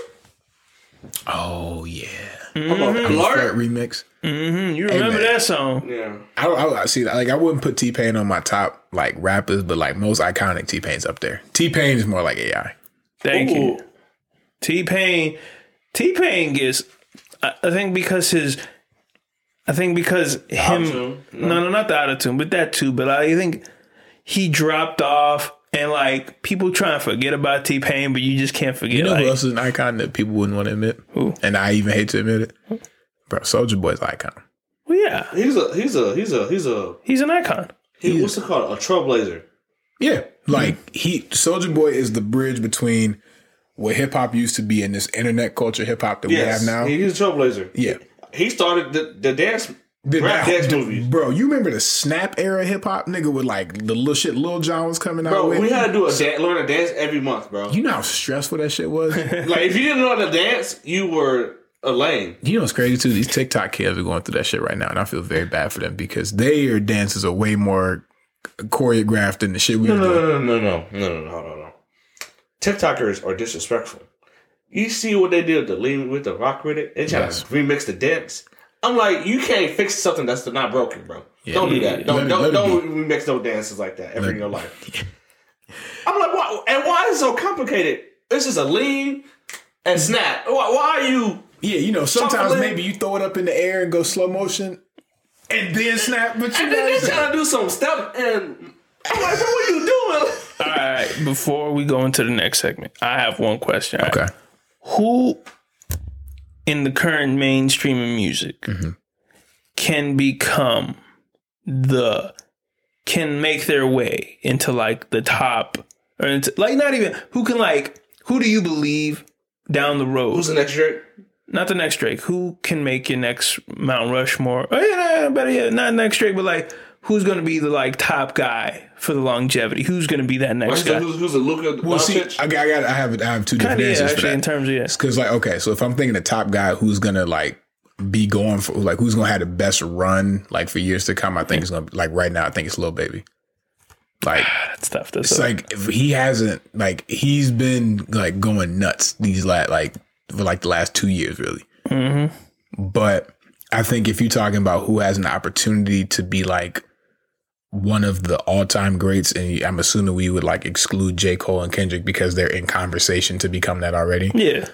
[SPEAKER 1] Oh yeah,
[SPEAKER 3] Mm-hmm.
[SPEAKER 4] I'm a
[SPEAKER 1] that
[SPEAKER 4] flirt.
[SPEAKER 1] remix.
[SPEAKER 3] Mm, You remember
[SPEAKER 1] man.
[SPEAKER 3] that song?
[SPEAKER 4] Yeah.
[SPEAKER 1] I don't. I, I see. Like, I wouldn't put T Pain on my top like rappers, but like most iconic T Pain's up there. T Pain is more like AI.
[SPEAKER 3] Thank
[SPEAKER 4] Ooh.
[SPEAKER 3] you. T Pain. T Pain gets. I, I think because his. I think because him.
[SPEAKER 4] Auto-tune?
[SPEAKER 3] No. no, not the auto tune, but that too. But I think he dropped off, and like people try and forget about T Pain, but you just can't forget.
[SPEAKER 1] You know
[SPEAKER 3] like,
[SPEAKER 1] who else is an icon that people wouldn't want to admit? And I even hate to admit it. Bro, Soldier Boy's icon.
[SPEAKER 3] Well, yeah,
[SPEAKER 4] He's a he's a he's a he's a
[SPEAKER 3] he's an icon.
[SPEAKER 4] he, what's it called? A trailblazer.
[SPEAKER 1] Yeah. Like he Soldier Boy is the bridge between what hip hop used to be and this internet culture hip hop that
[SPEAKER 4] Yes.
[SPEAKER 1] we have now.
[SPEAKER 4] He, he's a trailblazer.
[SPEAKER 1] yeah.
[SPEAKER 4] He started the, the dance
[SPEAKER 1] Did
[SPEAKER 5] Rap
[SPEAKER 1] that-
[SPEAKER 5] X
[SPEAKER 1] did-
[SPEAKER 5] movies.
[SPEAKER 1] Bro, you remember the snap era hip hop nigga with like the little shit Lil John was coming out
[SPEAKER 2] Bro,
[SPEAKER 1] with?
[SPEAKER 2] we had to do a dance, learn a dance every month, bro.
[SPEAKER 1] you know how stressful that shit was?
[SPEAKER 2] like if you didn't know how to dance, you were a lame.
[SPEAKER 1] you know what's crazy too? These TikTok kids are going through that shit right now, and I feel very bad for them because their dances are way more choreographed than the shit we
[SPEAKER 2] No,
[SPEAKER 1] were doing.
[SPEAKER 2] no, no, no, no, no, no, no, no, no. TikTokers are disrespectful. You see what they did to lean with the rock with it? They try
[SPEAKER 1] Yes.
[SPEAKER 2] to remix the dance. I'm like, you can't fix something that's not broken, bro.
[SPEAKER 1] Yeah.
[SPEAKER 2] don't do that.
[SPEAKER 1] Let
[SPEAKER 2] Don't
[SPEAKER 1] it-
[SPEAKER 2] don't,
[SPEAKER 1] let it
[SPEAKER 2] don't remix no dances like that ever
[SPEAKER 1] Let-
[SPEAKER 2] in your life. I'm like, why? And why is it so complicated? This is a lean and snap. Why, why are you?
[SPEAKER 1] Yeah, you know, sometimes
[SPEAKER 2] Chocolate.
[SPEAKER 1] maybe you throw it up in the air and go slow motion and then snap, but you
[SPEAKER 2] And then they
[SPEAKER 1] guys.
[SPEAKER 2] trying to do some step and. I'm like, bro, what are you doing?
[SPEAKER 3] All right, before we go into the next segment, I have one question. All right.
[SPEAKER 1] Okay.
[SPEAKER 3] Who in the current mainstream of music
[SPEAKER 2] Mm-hmm.
[SPEAKER 3] can become the can make their way into like the top or into, like not even who can like who do you believe down the road?
[SPEAKER 2] Who's the next Drake?
[SPEAKER 3] not the next Drake. Who can make your next Mount Rushmore? Oh yeah, no, better yet, not next Drake, but like who's going to be the like top guy for the longevity? Who's going to be that next
[SPEAKER 2] Who's the,
[SPEAKER 3] guy?
[SPEAKER 2] who's, who's the Luka
[SPEAKER 1] Well, see,
[SPEAKER 2] Doncic?
[SPEAKER 1] I got, I got, I have, I have two different
[SPEAKER 3] Kind of yeah,
[SPEAKER 1] answers for
[SPEAKER 3] actually, in
[SPEAKER 1] that.
[SPEAKER 3] terms of yeah,
[SPEAKER 1] Because like, okay, so if I'm thinking the top guy who's gonna like be going for, like, who's gonna have the best run, like for years to come, I think it's gonna be like right now. I think it's Lil Baby. Like,
[SPEAKER 3] that's tough. That's
[SPEAKER 1] it's
[SPEAKER 3] tough.
[SPEAKER 1] like if he hasn't, like, he's been like going nuts these last, like, for like the last two years, really.
[SPEAKER 3] mm-hmm.
[SPEAKER 1] But I think if you're talking about who has an opportunity to be like one of the all-time greats, and I'm assuming we would like exclude J. Cole and Kendrick because they're in conversation to become that already.
[SPEAKER 3] yeah.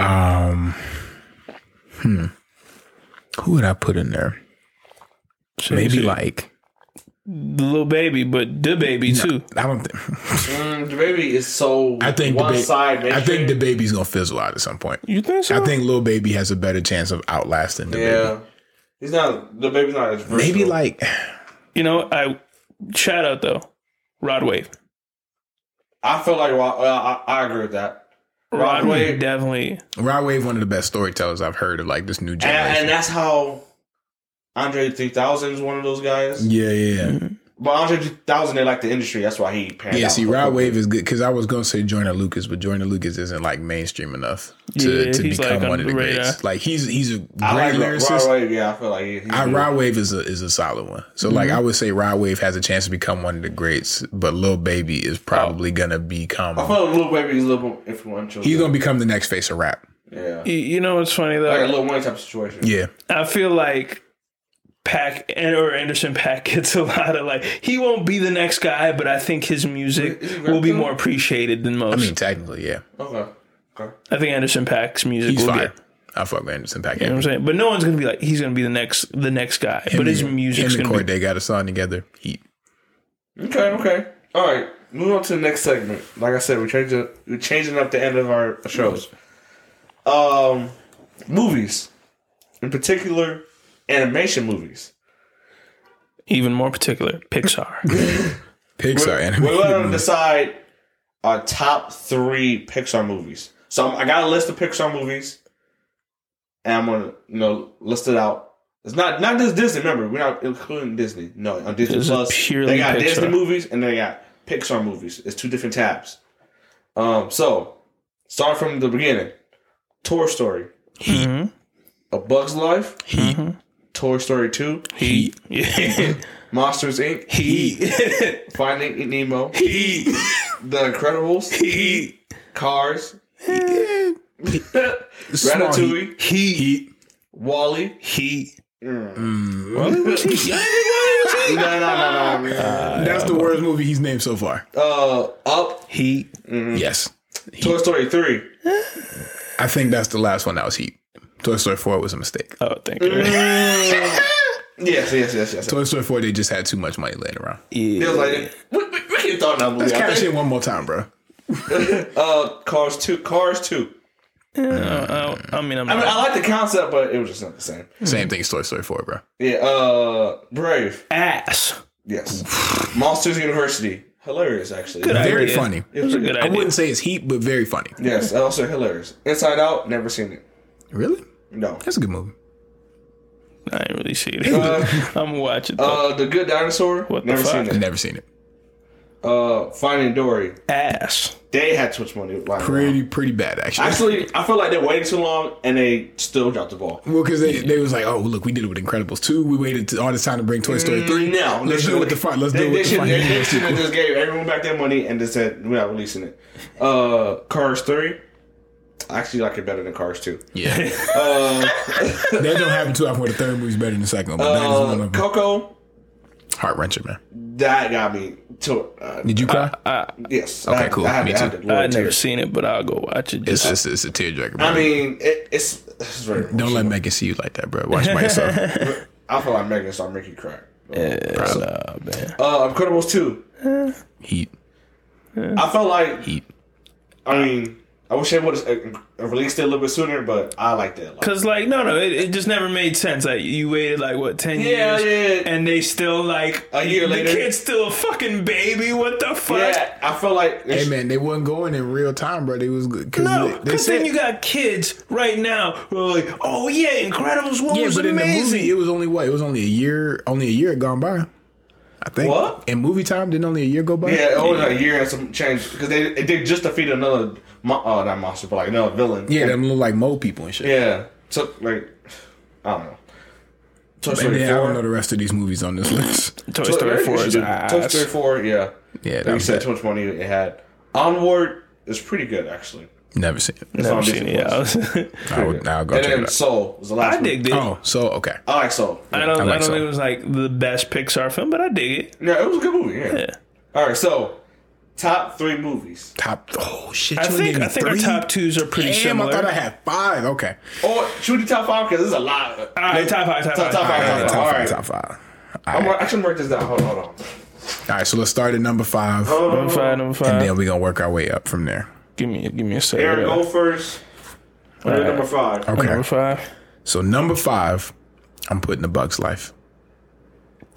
[SPEAKER 1] Um, hmm, who would I put in there?
[SPEAKER 3] Shit,
[SPEAKER 1] Maybe
[SPEAKER 3] shit.
[SPEAKER 1] like
[SPEAKER 3] the little baby, but the baby too.
[SPEAKER 1] I don't. Th-
[SPEAKER 2] Mm, the baby is so
[SPEAKER 1] I think the
[SPEAKER 2] one
[SPEAKER 1] ba- [laughs]
[SPEAKER 2] side.
[SPEAKER 1] I think the
[SPEAKER 2] mainstream.
[SPEAKER 1] baby's gonna fizzle out at some point.
[SPEAKER 3] You think so?
[SPEAKER 1] I think Lil Baby has a better chance of outlasting the
[SPEAKER 2] yeah, he's not the baby's not as versatile.
[SPEAKER 1] baby. Maybe like [sighs]
[SPEAKER 3] you know. I shout out though, Rod Wave.
[SPEAKER 2] I feel like well, I, I agree with that.
[SPEAKER 3] Rod
[SPEAKER 2] Rod Wave.
[SPEAKER 3] Wave definitely.
[SPEAKER 1] Rod Wave, one of the best storytellers I've heard of like this new
[SPEAKER 2] And,
[SPEAKER 1] generation.
[SPEAKER 2] and that's how Andre three thousand is one of those guys.
[SPEAKER 1] yeah, yeah, yeah.
[SPEAKER 2] But Andre three thousand they like the industry. That's why he panned
[SPEAKER 1] Yeah,
[SPEAKER 2] out.
[SPEAKER 1] see, Rod Wave is good because I was gonna say Joyner Lucas, but Joyner Lucas isn't like mainstream enough to,
[SPEAKER 3] Yeah,
[SPEAKER 1] to
[SPEAKER 3] he's,
[SPEAKER 1] become
[SPEAKER 3] like,
[SPEAKER 1] one of the
[SPEAKER 3] under the radar.
[SPEAKER 1] greats. Like he's he's a great
[SPEAKER 2] I like Rod-
[SPEAKER 1] lyricist.
[SPEAKER 2] Rod Wave. Mm-hmm. Yeah, I feel like he, he
[SPEAKER 1] I, Rod Wave is a is a solid one. So like
[SPEAKER 3] Mm-hmm.
[SPEAKER 1] I would say Rod Wave has a chance to become one of the greats, but Lil Baby is probably gonna
[SPEAKER 2] Oh. I
[SPEAKER 1] become
[SPEAKER 2] feel like Lil Baby is a little more influential.
[SPEAKER 1] he's gonna become the next face of rap.
[SPEAKER 2] yeah,
[SPEAKER 3] You, you know what's funny though?
[SPEAKER 2] like a little Wayne type of situation.
[SPEAKER 1] Yeah.
[SPEAKER 3] I feel like Pack and or Anderson Pack [laughs] gets a lot of like he won't be the next guy, but I think his music
[SPEAKER 2] Is he rap
[SPEAKER 3] will be
[SPEAKER 2] too?
[SPEAKER 3] more appreciated than
[SPEAKER 1] I
[SPEAKER 3] most. I,
[SPEAKER 1] mean technically, yeah.
[SPEAKER 2] Okay. Okay.
[SPEAKER 3] think Anderson Pack's music
[SPEAKER 1] He's
[SPEAKER 3] will
[SPEAKER 1] fire.
[SPEAKER 3] get.
[SPEAKER 1] I fuck with Anderson Paak.
[SPEAKER 3] You know what I'm saying? But no one's gonna be like he's gonna be the next the next guy. but his music's
[SPEAKER 1] Him and
[SPEAKER 3] gonna
[SPEAKER 1] Corey
[SPEAKER 3] be
[SPEAKER 1] they got a song together. He
[SPEAKER 2] Okay, okay. All right, moving on to the next segment. Like I said, we're changing we're changing up the end of our shows. Um, movies, in particular, animation movies.
[SPEAKER 3] even more particular. Pixar.
[SPEAKER 2] [laughs]
[SPEAKER 1] Pixar
[SPEAKER 2] We're
[SPEAKER 3] [laughs]
[SPEAKER 2] going to
[SPEAKER 1] anime.
[SPEAKER 2] decide our top three Pixar movies. So I'm, I got a list of Pixar movies, and I'm gonna you know list it out. It's not not just Disney. Remember, we're not including Disney. No, on Disney
[SPEAKER 3] This is
[SPEAKER 2] Plus,
[SPEAKER 3] purely
[SPEAKER 2] they got Disney
[SPEAKER 3] Pixar.
[SPEAKER 2] movies and they got Pixar movies. It's two different tabs. Um, so start from the beginning. Toy Story,
[SPEAKER 3] hmm
[SPEAKER 2] A Bug's Life,
[SPEAKER 1] Heat.
[SPEAKER 2] Toy Story Two,
[SPEAKER 3] He,
[SPEAKER 2] [laughs]
[SPEAKER 3] yeah.
[SPEAKER 2] Monsters Inc.,
[SPEAKER 3] he,
[SPEAKER 2] [laughs] Finding Nemo,
[SPEAKER 3] he,
[SPEAKER 2] The Incredibles,
[SPEAKER 3] [laughs] he,
[SPEAKER 2] Cars, [laughs]
[SPEAKER 1] Small heat.
[SPEAKER 2] Ratatouille,
[SPEAKER 3] he, [laughs]
[SPEAKER 2] Wally.
[SPEAKER 3] he.
[SPEAKER 1] Mm.
[SPEAKER 2] No, no, no, no. man.
[SPEAKER 1] That's the worst movie he's named so far.
[SPEAKER 2] Uh, up.
[SPEAKER 3] He,
[SPEAKER 2] Mm.
[SPEAKER 1] Yes.
[SPEAKER 2] Toy Story
[SPEAKER 3] [laughs]
[SPEAKER 2] three.
[SPEAKER 1] I think that's the last one that was Heat. Toy Story 4 was a mistake.
[SPEAKER 3] oh, thank you.
[SPEAKER 2] Mm-hmm. Yes, yes, yes, yes.
[SPEAKER 1] Toy Story 4, they just had too much money laying around.
[SPEAKER 2] It was
[SPEAKER 3] Yeah.
[SPEAKER 2] like we, we, we can thought that movie.
[SPEAKER 1] Let's
[SPEAKER 2] out.
[SPEAKER 1] cash in one more time, bro.
[SPEAKER 2] Uh, Cars two. Cars two.
[SPEAKER 3] Uh, I, I mean, I'm
[SPEAKER 2] I mean,
[SPEAKER 3] not-
[SPEAKER 2] I like the concept, but it was just not the same.
[SPEAKER 1] Same thing as Toy Story 4, bro.
[SPEAKER 2] Yeah. Uh, Brave.
[SPEAKER 3] ass. [sighs]
[SPEAKER 2] Yes. Monsters University. Hilarious, actually.
[SPEAKER 3] Good
[SPEAKER 1] Very
[SPEAKER 3] idea.
[SPEAKER 1] funny.
[SPEAKER 2] It was a
[SPEAKER 3] Good
[SPEAKER 2] good.
[SPEAKER 1] I
[SPEAKER 3] idea.
[SPEAKER 1] wouldn't say it's Heat, but very funny.
[SPEAKER 2] Yes, also hilarious. Inside Out. Never seen it.
[SPEAKER 3] [laughs]
[SPEAKER 1] Really?
[SPEAKER 2] No.
[SPEAKER 1] That's a good movie.
[SPEAKER 3] I ain't really seen it.
[SPEAKER 2] Uh,
[SPEAKER 3] [laughs] I'm gonna watch it. Though.
[SPEAKER 6] Uh, the Good Dinosaur.
[SPEAKER 3] What the
[SPEAKER 2] Never
[SPEAKER 3] fuck?
[SPEAKER 1] [laughs]
[SPEAKER 2] seen
[SPEAKER 1] I've
[SPEAKER 2] it.
[SPEAKER 1] never seen it.
[SPEAKER 6] Uh, Finding Dory.
[SPEAKER 3] Ass.
[SPEAKER 2] They had too much money. lying around.
[SPEAKER 1] Pretty pretty bad actually.
[SPEAKER 2] Actually, I feel like they waited too long and they still dropped the ball.
[SPEAKER 1] well, because they, they was like, oh look, we did it with Incredibles two. We waited to, all this time to bring Toy Story three.
[SPEAKER 2] Mm, No,
[SPEAKER 1] let's do it with the fun. Let's
[SPEAKER 2] they,
[SPEAKER 1] do it
[SPEAKER 2] they
[SPEAKER 1] with the
[SPEAKER 2] should,
[SPEAKER 1] fun.
[SPEAKER 2] They, they should have just gave everyone back their money and just said we're not releasing it. Uh, Cars three. I actually like it better than Cars two.
[SPEAKER 1] Yeah,
[SPEAKER 2] [laughs]
[SPEAKER 1] that don't happen too often. Where the third movie's better than the second, one, but that is one
[SPEAKER 2] Uh,
[SPEAKER 1] of them.
[SPEAKER 2] Coco.
[SPEAKER 1] Heart wrencher, man.
[SPEAKER 2] That got me to uh,
[SPEAKER 1] Did you cry?
[SPEAKER 2] yes.
[SPEAKER 1] Okay,
[SPEAKER 2] I had,
[SPEAKER 1] cool.
[SPEAKER 2] I had,
[SPEAKER 1] Me
[SPEAKER 2] I had
[SPEAKER 1] too.
[SPEAKER 2] to
[SPEAKER 3] I
[SPEAKER 2] lower
[SPEAKER 3] never
[SPEAKER 2] tears.
[SPEAKER 3] seen it, but I'll go watch it.
[SPEAKER 1] it's
[SPEAKER 3] Just
[SPEAKER 1] just it's a tearjerker. bro.
[SPEAKER 2] I mean, it, it's, it's very.
[SPEAKER 1] don't
[SPEAKER 2] emotional.
[SPEAKER 1] let Megan see you like that, bro. Watch by [laughs] yourself.
[SPEAKER 2] I feel like Megan saw Mickey cry.
[SPEAKER 3] Yes, nah, man.
[SPEAKER 2] Uh, Incredibles two.
[SPEAKER 1] Heat,
[SPEAKER 2] I felt like
[SPEAKER 1] heat.
[SPEAKER 2] I mean, I wish they would have released it a little bit sooner, but I liked it. a lot.
[SPEAKER 3] Cause like no no it, it just never made sense like you waited like what ten
[SPEAKER 2] Yeah,
[SPEAKER 3] years
[SPEAKER 2] yeah, yeah.
[SPEAKER 3] and they still like
[SPEAKER 2] A year
[SPEAKER 3] the
[SPEAKER 2] later.
[SPEAKER 3] kid's still a fucking baby what the fuck
[SPEAKER 2] Yeah, I feel like
[SPEAKER 1] Hey man, they wasn't going in real time, bro. They was good. Cause
[SPEAKER 3] No,
[SPEAKER 1] they- they,
[SPEAKER 3] because then you got kids right now who are like, oh yeah, Incredibles 1
[SPEAKER 1] yeah,
[SPEAKER 3] was
[SPEAKER 1] but in the
[SPEAKER 3] amazing.
[SPEAKER 1] movie, it was only what? It was only a year, only a year had gone by. I think.
[SPEAKER 2] What?
[SPEAKER 1] In movie time, didn't only a year go by?
[SPEAKER 2] Yeah, it was like a year and some change because they they did just defeat another mo- oh not monster but like another villain.
[SPEAKER 1] Yeah, them look like mole people and shit.
[SPEAKER 2] yeah. So like, I don't know. Toy
[SPEAKER 1] And
[SPEAKER 2] Story
[SPEAKER 1] then I don't know
[SPEAKER 2] four.
[SPEAKER 1] the rest of these movies on this [laughs] list.
[SPEAKER 3] Toy
[SPEAKER 2] Toy-
[SPEAKER 3] Story 4 is
[SPEAKER 2] Toy Story
[SPEAKER 3] ass.
[SPEAKER 2] four. Yeah.
[SPEAKER 1] Yeah, that
[SPEAKER 2] Like you
[SPEAKER 1] was
[SPEAKER 2] said,
[SPEAKER 1] it.
[SPEAKER 2] too much money it had. Onward is pretty good actually.
[SPEAKER 1] Never seen it.
[SPEAKER 3] Never
[SPEAKER 2] on
[SPEAKER 3] seen
[SPEAKER 2] Disney
[SPEAKER 3] it. I, was-
[SPEAKER 1] I would, I'll go
[SPEAKER 2] And
[SPEAKER 1] check
[SPEAKER 2] then
[SPEAKER 1] it out.
[SPEAKER 2] Soul was the last.
[SPEAKER 3] [laughs] I
[SPEAKER 2] one.
[SPEAKER 3] digged it.
[SPEAKER 1] Oh, so okay.
[SPEAKER 2] I like Soul.
[SPEAKER 3] I don't, I
[SPEAKER 1] I like
[SPEAKER 3] don't
[SPEAKER 1] so.
[SPEAKER 3] think it was like the best Pixar film, but I dig it.
[SPEAKER 2] Yeah, it was a good movie. Yeah.
[SPEAKER 3] Yeah.
[SPEAKER 2] All right, so top three movies.
[SPEAKER 1] Top. Oh shit!
[SPEAKER 3] I
[SPEAKER 1] you only
[SPEAKER 3] think
[SPEAKER 1] gave me
[SPEAKER 3] I think our
[SPEAKER 1] three?
[SPEAKER 3] top twos are pretty
[SPEAKER 1] Damn,
[SPEAKER 3] similar.
[SPEAKER 1] I thought I had five. Okay.
[SPEAKER 2] Or shoot the top five because there's a lot. Of,
[SPEAKER 3] All right, top five, top,
[SPEAKER 2] Top-
[SPEAKER 3] five,
[SPEAKER 2] top
[SPEAKER 3] top
[SPEAKER 2] five.
[SPEAKER 3] five.
[SPEAKER 1] All right, top
[SPEAKER 2] all
[SPEAKER 1] five.
[SPEAKER 2] right.
[SPEAKER 1] Top five.
[SPEAKER 2] I'm, I should mark this down. Hold on, hold
[SPEAKER 1] All
[SPEAKER 2] on.
[SPEAKER 1] right, so let's start at number five,
[SPEAKER 3] Number five, number five.
[SPEAKER 1] and then we gonna work our way up from there.
[SPEAKER 3] give me, give me a second.
[SPEAKER 2] Aaron, go first. You're
[SPEAKER 3] Alright.
[SPEAKER 2] number five.
[SPEAKER 3] Number
[SPEAKER 1] Okay.
[SPEAKER 3] five.
[SPEAKER 1] So number five, I'm putting the Bugs Life.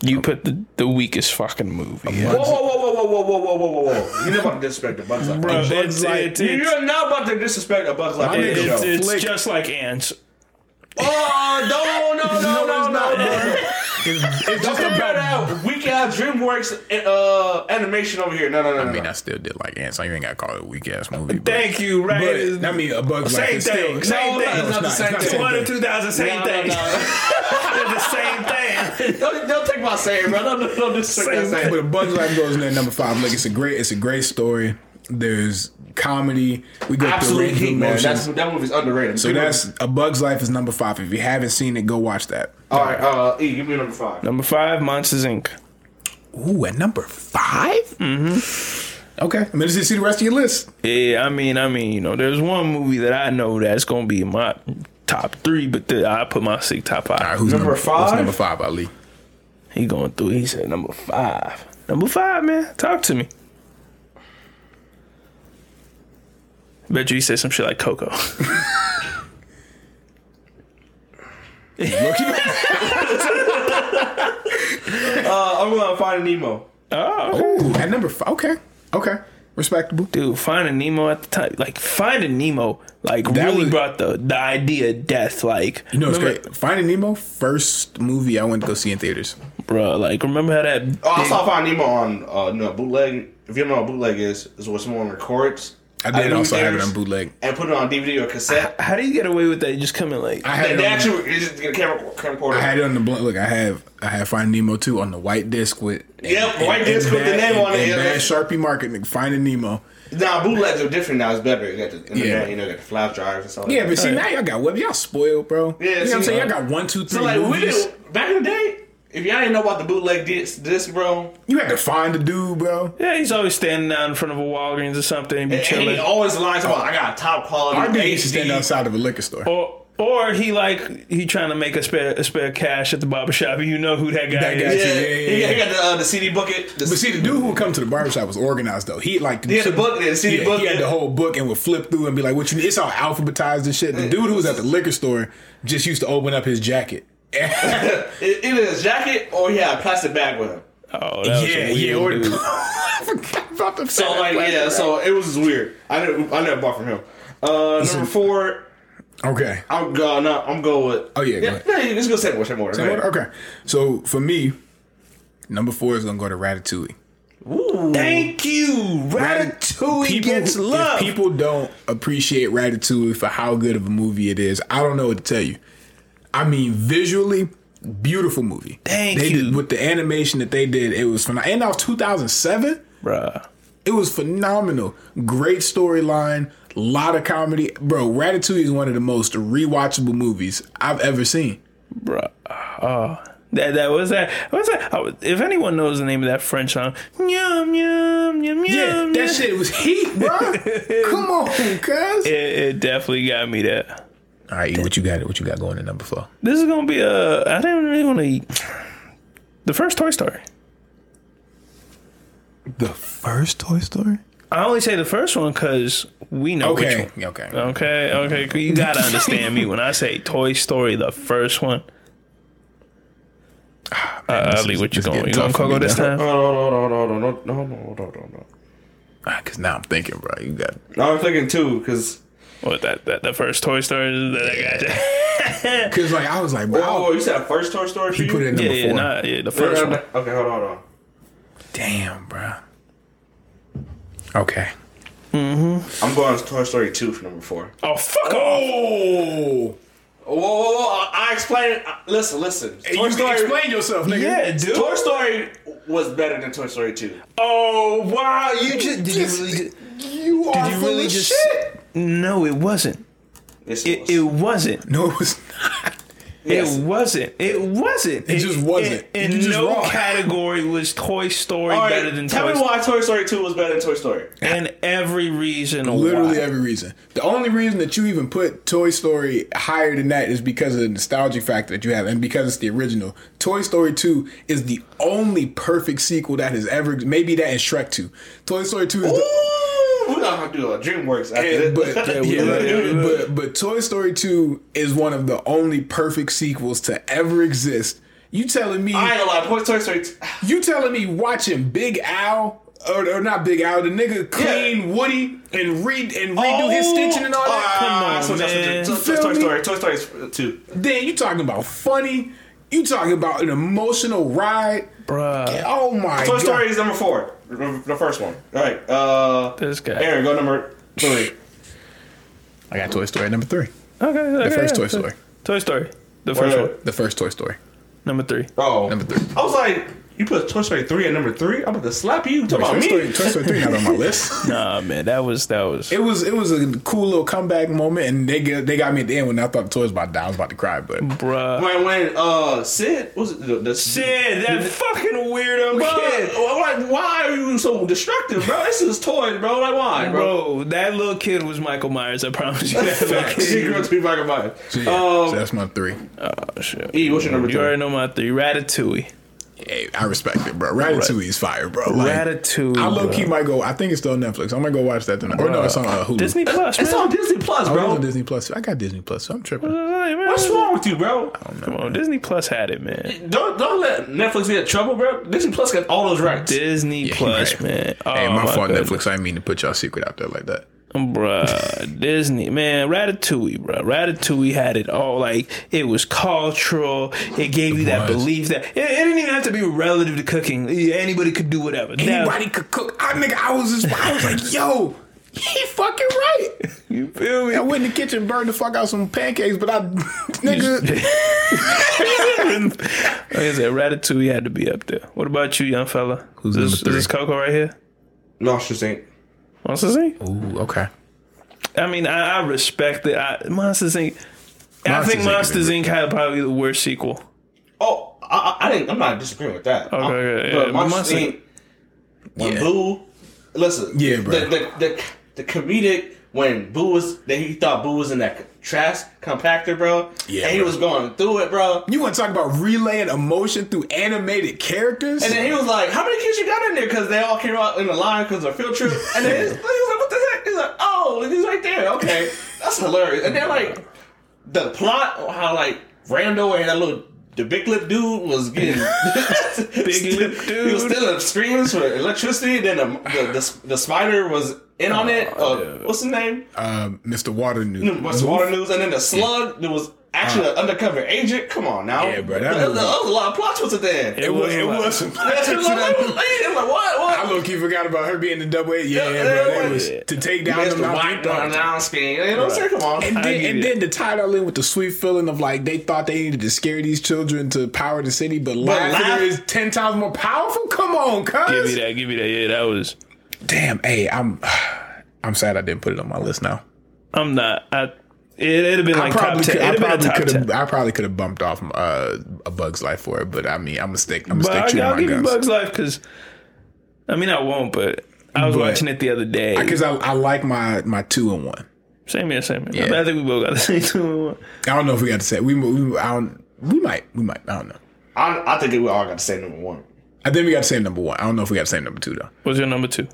[SPEAKER 3] You put the, the weakest fucking movie.
[SPEAKER 2] Whoa, whoa, whoa, whoa, whoa, whoa, whoa, whoa, whoa, whoa. You're not about to disrespect the Bugs Life.
[SPEAKER 3] Bro,
[SPEAKER 1] Bugs
[SPEAKER 3] it's,
[SPEAKER 1] Life.
[SPEAKER 3] it's, it's,
[SPEAKER 2] You're not about to disrespect a Bugs Life.
[SPEAKER 1] My
[SPEAKER 2] radio
[SPEAKER 1] nigga
[SPEAKER 3] it's,
[SPEAKER 2] show.
[SPEAKER 3] it's
[SPEAKER 1] Flick.
[SPEAKER 3] just like ants.
[SPEAKER 2] Oh, no, no, no, no, no, no, no.
[SPEAKER 1] It's, it's just
[SPEAKER 2] Just about out. Weak ass DreamWorks uh, animation over here. No, no, no, no.
[SPEAKER 1] I mean,
[SPEAKER 2] no.
[SPEAKER 1] I still did like ants. So you ain't gotta call it a weak ass movie. But,
[SPEAKER 3] Thank you, right? It's-
[SPEAKER 1] but I mean, a Bug's Life
[SPEAKER 3] same
[SPEAKER 1] is
[SPEAKER 3] thing.
[SPEAKER 1] still.
[SPEAKER 3] Same
[SPEAKER 2] No,
[SPEAKER 3] thing.
[SPEAKER 2] no, it's not the same
[SPEAKER 1] It's
[SPEAKER 2] thing.
[SPEAKER 1] not
[SPEAKER 3] One
[SPEAKER 1] the
[SPEAKER 3] and two thousand, same
[SPEAKER 2] No, no,
[SPEAKER 3] thing. [laughs]
[SPEAKER 2] no.
[SPEAKER 3] They're the same thing.
[SPEAKER 2] [laughs] Don't, don't take my saying, bro. Don't, don't disrespect that
[SPEAKER 1] But
[SPEAKER 2] saying.
[SPEAKER 1] a Bug's Life goes in at number five. Look, it's a great, it's a great story. There's comedy. We go
[SPEAKER 2] Absolute
[SPEAKER 1] through
[SPEAKER 2] heat, man.
[SPEAKER 1] emotions.
[SPEAKER 2] That's, that movie's underrated.
[SPEAKER 1] so that's a Bug's Life is number five. If you haven't seen it, go watch that.
[SPEAKER 2] all right. Uh, E, give me number five.
[SPEAKER 3] Number five, Monsters Inc.
[SPEAKER 1] Ooh, at number 5 Mm-hmm. Okay, I'm interested to see the rest of your list.
[SPEAKER 3] Yeah, I mean, I mean, you know, there's one movie that I know that's gonna be in my top three, but the, I put my six top five.
[SPEAKER 1] All right, who's
[SPEAKER 2] Number
[SPEAKER 1] number,
[SPEAKER 2] five?
[SPEAKER 1] Who's number five, Ali?
[SPEAKER 3] He going through. He said number five. Number five, man. Talk to me. Bet you he said some shit like Coco. [laughs]
[SPEAKER 2] Uh, I'm going to find Nemo.
[SPEAKER 3] oh, okay.
[SPEAKER 1] Ooh, at number five. Okay, okay, respectable.
[SPEAKER 3] Dude, Finding Nemo at the time, like Finding Nemo, like
[SPEAKER 1] That
[SPEAKER 3] really
[SPEAKER 1] was-
[SPEAKER 3] brought the the idea of death. Like
[SPEAKER 1] You know, it's
[SPEAKER 3] remember,
[SPEAKER 1] great. Finding Nemo, first movie I went to go see in theaters.
[SPEAKER 3] bro. Like remember how that?
[SPEAKER 2] Oh, I saw Find Nemo on uh, no bootleg. If you don't know what bootleg is, is what someone records.
[SPEAKER 1] I did
[SPEAKER 2] at movie
[SPEAKER 1] also have it
[SPEAKER 2] theaters
[SPEAKER 1] on bootleg.
[SPEAKER 2] and put it on DVD or cassette.
[SPEAKER 3] How do you get away with that? You just coming like
[SPEAKER 1] I
[SPEAKER 2] They,
[SPEAKER 1] had,
[SPEAKER 2] they
[SPEAKER 1] it on,
[SPEAKER 2] actually they just get a camera camcorder.
[SPEAKER 1] I had it on the blunt. Look, I have I have Finding Nemo too on the white disc with
[SPEAKER 2] Yep, white disc with the
[SPEAKER 1] bad-
[SPEAKER 2] name on
[SPEAKER 1] and- and
[SPEAKER 2] it, yeah.
[SPEAKER 1] bad Sharpie marking Finding Nemo.
[SPEAKER 2] nah, bootlegs are different now. It's better. You got the internet,
[SPEAKER 1] Yeah.
[SPEAKER 2] you know, you got the flash drives and stuff.
[SPEAKER 1] Yeah,
[SPEAKER 2] like
[SPEAKER 1] but
[SPEAKER 2] that.
[SPEAKER 1] see now y'all got web, y'all spoiled, bro.
[SPEAKER 2] Yeah,
[SPEAKER 1] you know what I'm
[SPEAKER 2] see,
[SPEAKER 1] saying.
[SPEAKER 2] uh,
[SPEAKER 1] Y'all got one, two, three
[SPEAKER 2] so like we
[SPEAKER 1] movies.
[SPEAKER 2] did back in the day. If y'all didn't know about the bootleg disc, disc bro,
[SPEAKER 1] You had to find the dude, bro.
[SPEAKER 3] yeah, he's always standing out in front of a Walgreens or something and be
[SPEAKER 2] and he
[SPEAKER 3] chilling.
[SPEAKER 2] always lies about I got top quality.
[SPEAKER 1] Our dude
[SPEAKER 2] HD.
[SPEAKER 1] used to stand outside of a liquor store.
[SPEAKER 3] Or or he like he trying to make a spare a spare cash at the barber shop. and You know who that guy
[SPEAKER 1] That guy-
[SPEAKER 3] is.
[SPEAKER 2] Yeah,
[SPEAKER 1] Yeah,
[SPEAKER 2] he
[SPEAKER 1] yeah,
[SPEAKER 2] got- he got the, uh, the CD bucket. The,
[SPEAKER 1] But see, the dude who would come to the barbershop was organized though. He like
[SPEAKER 2] he had the book, the CD
[SPEAKER 1] Yeah,
[SPEAKER 2] book.
[SPEAKER 1] he had the whole book and would flip through and be like, "What you need?" It's all alphabetized and shit. The dude who was at the liquor store just used to open up his jacket. [laughs] yeah,
[SPEAKER 2] E- either his jacket or he had a plastic bag with him.
[SPEAKER 3] Oh, that was a weird
[SPEAKER 1] yeah. Or
[SPEAKER 3] dude.
[SPEAKER 1] the, [laughs] I forgot about the
[SPEAKER 2] So like yeah, so it was weird. I never, I never bought from him. Uh, number four,
[SPEAKER 1] Okay.
[SPEAKER 4] I'm go. No, I'm going with.
[SPEAKER 1] Oh yeah. Go
[SPEAKER 4] Yeah,
[SPEAKER 1] ahead.
[SPEAKER 4] no, you just go second order. Second order.
[SPEAKER 1] Same order? Okay. So for me, number four is gonna go to Ratatouille.
[SPEAKER 4] Thank you.
[SPEAKER 1] Ratatouille
[SPEAKER 4] gets love.
[SPEAKER 1] If people don't appreciate Ratatouille for how good of a movie it is, I don't know what to tell you. I mean, visually, beautiful movie.
[SPEAKER 3] Thank
[SPEAKER 1] they
[SPEAKER 3] you.
[SPEAKER 1] Did, with the animation that they did, it was phenomenal. And that was 2007.
[SPEAKER 3] bruh.
[SPEAKER 1] It was phenomenal. Great storyline, lot of comedy. Bro, Ratatouille is one of the most rewatchable movies I've ever seen.
[SPEAKER 3] Bruh. Oh. That that was that was that. I was- if anyone knows the name of that French song, yum yum yum
[SPEAKER 1] Yeah,
[SPEAKER 3] yum.
[SPEAKER 1] that
[SPEAKER 3] yum.
[SPEAKER 1] shit was heat, bro. Come on, cuz.
[SPEAKER 3] It, it definitely got me there.
[SPEAKER 1] All right, E, what you got? What you got going in number four?
[SPEAKER 3] This is gonna be a. I didn't really want to. The first Toy Story.
[SPEAKER 1] The first Toy Story.
[SPEAKER 3] I only say the first one because we know which
[SPEAKER 1] Okay.
[SPEAKER 3] one.
[SPEAKER 1] Okay.
[SPEAKER 3] Okay, okay. You gotta understand me when I say Toy Story, the first one. [sighs] Uh, Ali, what you
[SPEAKER 1] this is
[SPEAKER 3] going? You
[SPEAKER 1] getting tough
[SPEAKER 3] going
[SPEAKER 1] for
[SPEAKER 3] Coco
[SPEAKER 1] me
[SPEAKER 3] this
[SPEAKER 1] now.
[SPEAKER 3] time?
[SPEAKER 2] Hold on, hold on, hold on, hold on, hold on, hold on, hold on, hold on.
[SPEAKER 1] Because now I'm thinking, bro. You [laughs] got
[SPEAKER 2] Now I'm thinking too, because
[SPEAKER 3] What Oh, that, that the first Toy Story that I got? [laughs]
[SPEAKER 1] because like I was like, bro,
[SPEAKER 2] oh, you said first Toy Story.
[SPEAKER 1] he put it in
[SPEAKER 3] yeah,
[SPEAKER 1] number
[SPEAKER 3] yeah,
[SPEAKER 1] four.
[SPEAKER 3] nah, yeah, the
[SPEAKER 2] No,
[SPEAKER 3] first
[SPEAKER 2] no, no.
[SPEAKER 3] one.
[SPEAKER 2] Okay, hold on, hold on.
[SPEAKER 1] Damn, bro. Okay.
[SPEAKER 2] I'm going to Toy Story two for number four.
[SPEAKER 3] Oh fuck off!
[SPEAKER 1] Oh,
[SPEAKER 2] Whoa, whoa, whoa! I, I explained. I, listen, listen. Toy
[SPEAKER 1] you
[SPEAKER 2] Story.
[SPEAKER 1] explain yourself, nigga.
[SPEAKER 3] Yeah, dude.
[SPEAKER 2] Toy Story was better than Toy Story two.
[SPEAKER 3] Oh wow! You just did you really just?
[SPEAKER 1] You are
[SPEAKER 3] you
[SPEAKER 1] full
[SPEAKER 3] really
[SPEAKER 1] of
[SPEAKER 3] just-
[SPEAKER 1] shit.
[SPEAKER 3] No, it wasn't.
[SPEAKER 2] Yes, it,
[SPEAKER 3] It, it
[SPEAKER 2] was.
[SPEAKER 3] wasn't.
[SPEAKER 1] No, it was not.
[SPEAKER 2] Yes.
[SPEAKER 3] It wasn't. It wasn't. It,
[SPEAKER 1] just wasn't.
[SPEAKER 3] In,
[SPEAKER 1] You just
[SPEAKER 3] no
[SPEAKER 1] wrong.
[SPEAKER 3] category was Toy Story
[SPEAKER 2] All right,
[SPEAKER 3] better than
[SPEAKER 2] tell
[SPEAKER 3] Toy
[SPEAKER 2] me
[SPEAKER 3] Story.
[SPEAKER 2] why Toy Story two was better than Toy Story.
[SPEAKER 3] And every reason
[SPEAKER 1] [laughs] Literally
[SPEAKER 3] why.
[SPEAKER 1] every reason. The only reason that you even put Toy Story higher than that is because of the nostalgic factor that you have, and because it's the original. Toy Story Two is the only perfect sequel that has ever. Maybe that and Shrek Two. Toy Story Two is the
[SPEAKER 2] Ooh, we're gonna have to do a DreamWorks after
[SPEAKER 1] Yeah, [laughs]
[SPEAKER 2] this.
[SPEAKER 1] but,
[SPEAKER 2] [laughs]
[SPEAKER 1] yeah,
[SPEAKER 3] we
[SPEAKER 1] but-
[SPEAKER 3] will.
[SPEAKER 1] but but Toy Story 2 is one of the only perfect sequels to ever exist. You telling me
[SPEAKER 2] I ain't gonna lie, Toy Toy Story. Two-
[SPEAKER 1] you telling me watching Big Al or, or not Big Al, the nigga clean Woody and read and redo his stitching and all that.
[SPEAKER 3] Come on,
[SPEAKER 2] Oh, Ah, so that's-
[SPEAKER 3] man.
[SPEAKER 2] Toy-
[SPEAKER 1] You
[SPEAKER 2] Toy
[SPEAKER 1] feel
[SPEAKER 2] Toy
[SPEAKER 1] me?
[SPEAKER 2] Story. Toy Story is uh, two.
[SPEAKER 1] Then you talking about funny. You talking about an emotional ride.
[SPEAKER 3] Bruh.
[SPEAKER 1] Oh my
[SPEAKER 2] Toy
[SPEAKER 1] god.
[SPEAKER 2] Story is number four, the first one. All right, uh,
[SPEAKER 3] This guy.
[SPEAKER 2] Aaron, go number three.
[SPEAKER 1] I got Toy Story number three.
[SPEAKER 3] Okay, okay,
[SPEAKER 1] The first
[SPEAKER 3] yeah.
[SPEAKER 1] Toy Story.
[SPEAKER 3] Toy Story. The first
[SPEAKER 2] Word.
[SPEAKER 3] one.
[SPEAKER 1] The first Toy Story.
[SPEAKER 3] Number three.
[SPEAKER 2] Oh,
[SPEAKER 1] Number three.
[SPEAKER 2] I was like, you put Toy Story three at number three. I'm about to slap you. You Talking about
[SPEAKER 1] Toy
[SPEAKER 2] me.
[SPEAKER 1] Story, Toy Story 3 not on my [laughs] list.
[SPEAKER 3] Nah, man, that was that was.
[SPEAKER 1] It was it was a cool little comeback moment, and they get, they got me at the end when I thought the toy was about to die. I was about to cry, but
[SPEAKER 3] Bruh.
[SPEAKER 2] When when uh Sid what was it the, the
[SPEAKER 3] Shit, that fucking weirdo
[SPEAKER 2] Bro,
[SPEAKER 3] kid.
[SPEAKER 2] I'm like, why are you so destructive, bro? This is toys, bro. Like, why, bro?
[SPEAKER 3] Bro, that little kid was Michael Myers. I
[SPEAKER 2] [laughs]
[SPEAKER 3] promise you. That little
[SPEAKER 1] Facts.
[SPEAKER 2] She
[SPEAKER 3] kid.
[SPEAKER 2] grew up to be Michael Myers.
[SPEAKER 1] so, yeah,
[SPEAKER 2] Um,
[SPEAKER 1] so that's my three.
[SPEAKER 3] Oh shit.
[SPEAKER 2] E, what's your number
[SPEAKER 3] You
[SPEAKER 2] two?
[SPEAKER 3] already know my three. Ratatouille.
[SPEAKER 1] Hey, I respect it, bro. Ratatouille is fire, bro. Like,
[SPEAKER 3] Ratatouille.
[SPEAKER 1] I low
[SPEAKER 3] bruh.
[SPEAKER 1] key might go. I think it's still on Netflix. I might go watch that tonight. Or no, it's on uh, Hulu.
[SPEAKER 3] Disney Plus, man.
[SPEAKER 2] It's on Disney Plus,
[SPEAKER 1] Oh, it's
[SPEAKER 2] bro.
[SPEAKER 1] on Disney Plus. I got Disney Plus. So I'm tripping.
[SPEAKER 3] Hey, man,
[SPEAKER 2] What's wrong with you, bro?
[SPEAKER 3] Come on, Disney Plus had it, man.
[SPEAKER 2] Don't don't let Netflix get in trouble, bro. Disney Plus got all those rights.
[SPEAKER 3] Disney
[SPEAKER 1] you
[SPEAKER 3] Plus,
[SPEAKER 1] right.
[SPEAKER 3] man. Oh,
[SPEAKER 1] hey, my, fault,
[SPEAKER 3] goodness.
[SPEAKER 1] Netflix. I didn't mean to put y'all secret out there like that.
[SPEAKER 3] Bruh, Disney, man, Ratatouille, bruh. Ratatouille had it all. Like, it was cultural. It gave you that
[SPEAKER 1] was.
[SPEAKER 3] belief that it, it didn't even have to be relative to cooking. Anybody could do whatever. Now-
[SPEAKER 1] Anybody could cook. I nigga, I was just, I was like, yo, he fucking right.
[SPEAKER 3] you feel me?
[SPEAKER 1] I went in the kitchen, burned the fuck out some pancakes, but I, [laughs] nigga,
[SPEAKER 3] [laughs] like I said, Ratatouille had to be up there. What about you, young fella? Who's
[SPEAKER 1] number
[SPEAKER 3] this,
[SPEAKER 1] three?
[SPEAKER 3] Is this Coco right here?
[SPEAKER 2] No, she ain't.
[SPEAKER 3] Monsters Inc.
[SPEAKER 1] Ooh, okay.
[SPEAKER 3] I mean, I, I respect it. I, Monsters Inc. I
[SPEAKER 1] Monsters,
[SPEAKER 3] think
[SPEAKER 1] Inc.
[SPEAKER 3] Monsters Inc. had probably the worst sequel.
[SPEAKER 2] Oh, I, I I didn't. I'm not disagreeing with that.
[SPEAKER 3] Okay,
[SPEAKER 2] I'm,
[SPEAKER 3] okay,
[SPEAKER 2] but
[SPEAKER 3] yeah,
[SPEAKER 2] my
[SPEAKER 3] my
[SPEAKER 2] thing-
[SPEAKER 3] thing-
[SPEAKER 2] when
[SPEAKER 1] Yeah.
[SPEAKER 2] Boo, listen,
[SPEAKER 1] Yeah, bro.
[SPEAKER 2] The, the, the, the comedic when Boo was that he thought Boo was in that trash compactor, bro.
[SPEAKER 1] Yeah,
[SPEAKER 2] and he
[SPEAKER 1] bro.
[SPEAKER 2] was going through it, bro.
[SPEAKER 1] You want to talk about relaying emotion through animated characters?
[SPEAKER 2] And then he was like, "How many kids you got in there?" Because they all came out in the line because of field trip. And then he's, he was like, "What the heck?" He's like, "Oh, he's right there. Okay, that's hilarious." And then like the plot, how like Rando and that little the big lip dude was getting
[SPEAKER 3] Big lip
[SPEAKER 2] [laughs] He was
[SPEAKER 3] dude.
[SPEAKER 2] still screams for electricity. Then the the, the, the spider was in on it. Uh, what's his name?
[SPEAKER 1] Uh, Mr. Water Newton.
[SPEAKER 2] What's the water news? And then the slug. There was actually an undercover agent. Come on now.
[SPEAKER 1] Yeah, bro, that
[SPEAKER 2] That, that,
[SPEAKER 1] movie-
[SPEAKER 2] was a lot of plot twists at the end.
[SPEAKER 1] It was.
[SPEAKER 3] was
[SPEAKER 1] It
[SPEAKER 3] a lot.
[SPEAKER 1] was.
[SPEAKER 2] [laughs] That's what I'm like, I'm like, what? What?
[SPEAKER 1] I low key forgot about her being the double A. Yeah,
[SPEAKER 2] Yeah,
[SPEAKER 1] bro.
[SPEAKER 2] yeah,
[SPEAKER 1] That was
[SPEAKER 3] yeah.
[SPEAKER 1] to take down
[SPEAKER 2] Mr.
[SPEAKER 1] the
[SPEAKER 2] White on the
[SPEAKER 1] mouth.
[SPEAKER 2] down screen. You know what I'm saying? Come on.
[SPEAKER 1] And
[SPEAKER 3] I
[SPEAKER 1] then,
[SPEAKER 3] get
[SPEAKER 1] and
[SPEAKER 3] it.
[SPEAKER 1] then to tie that in with the sweet feeling of like they thought they needed to scare these children to power the city, but, laughter
[SPEAKER 2] laugh-
[SPEAKER 1] is ten times more powerful. Come on,
[SPEAKER 3] Give me
[SPEAKER 1] cuz.
[SPEAKER 3] that. Give me that. Yeah, that was.
[SPEAKER 1] Damn, hey, I'm [sighs] I'm sad I didn't put it on my list now.
[SPEAKER 3] I'm not. I. It, it'd have been
[SPEAKER 1] I
[SPEAKER 3] like top
[SPEAKER 1] probably
[SPEAKER 3] ten.
[SPEAKER 1] could, I
[SPEAKER 3] It'd have
[SPEAKER 1] probably
[SPEAKER 3] been a top
[SPEAKER 1] could
[SPEAKER 3] ten.
[SPEAKER 1] have I probably could have bumped off uh, a Bug's Life for it, but I mean I'm gonna stick I'm
[SPEAKER 3] But
[SPEAKER 1] gonna
[SPEAKER 3] I,
[SPEAKER 1] stick true to
[SPEAKER 3] will
[SPEAKER 1] my
[SPEAKER 3] give you
[SPEAKER 1] guns.
[SPEAKER 3] Bugs Life because. I mean, I won't. But I was
[SPEAKER 1] But-
[SPEAKER 3] watching it the other day.
[SPEAKER 1] Because I, I like my my two and one.
[SPEAKER 3] same here. Same here. I think we both got the [laughs] same two. and one.
[SPEAKER 1] I don't know if we got to say we we I don't, we might we might I don't know.
[SPEAKER 2] I, I think we all got the same number one.
[SPEAKER 1] I think we got the same number one. I don't know if we got the same number two though.
[SPEAKER 3] What's your number two?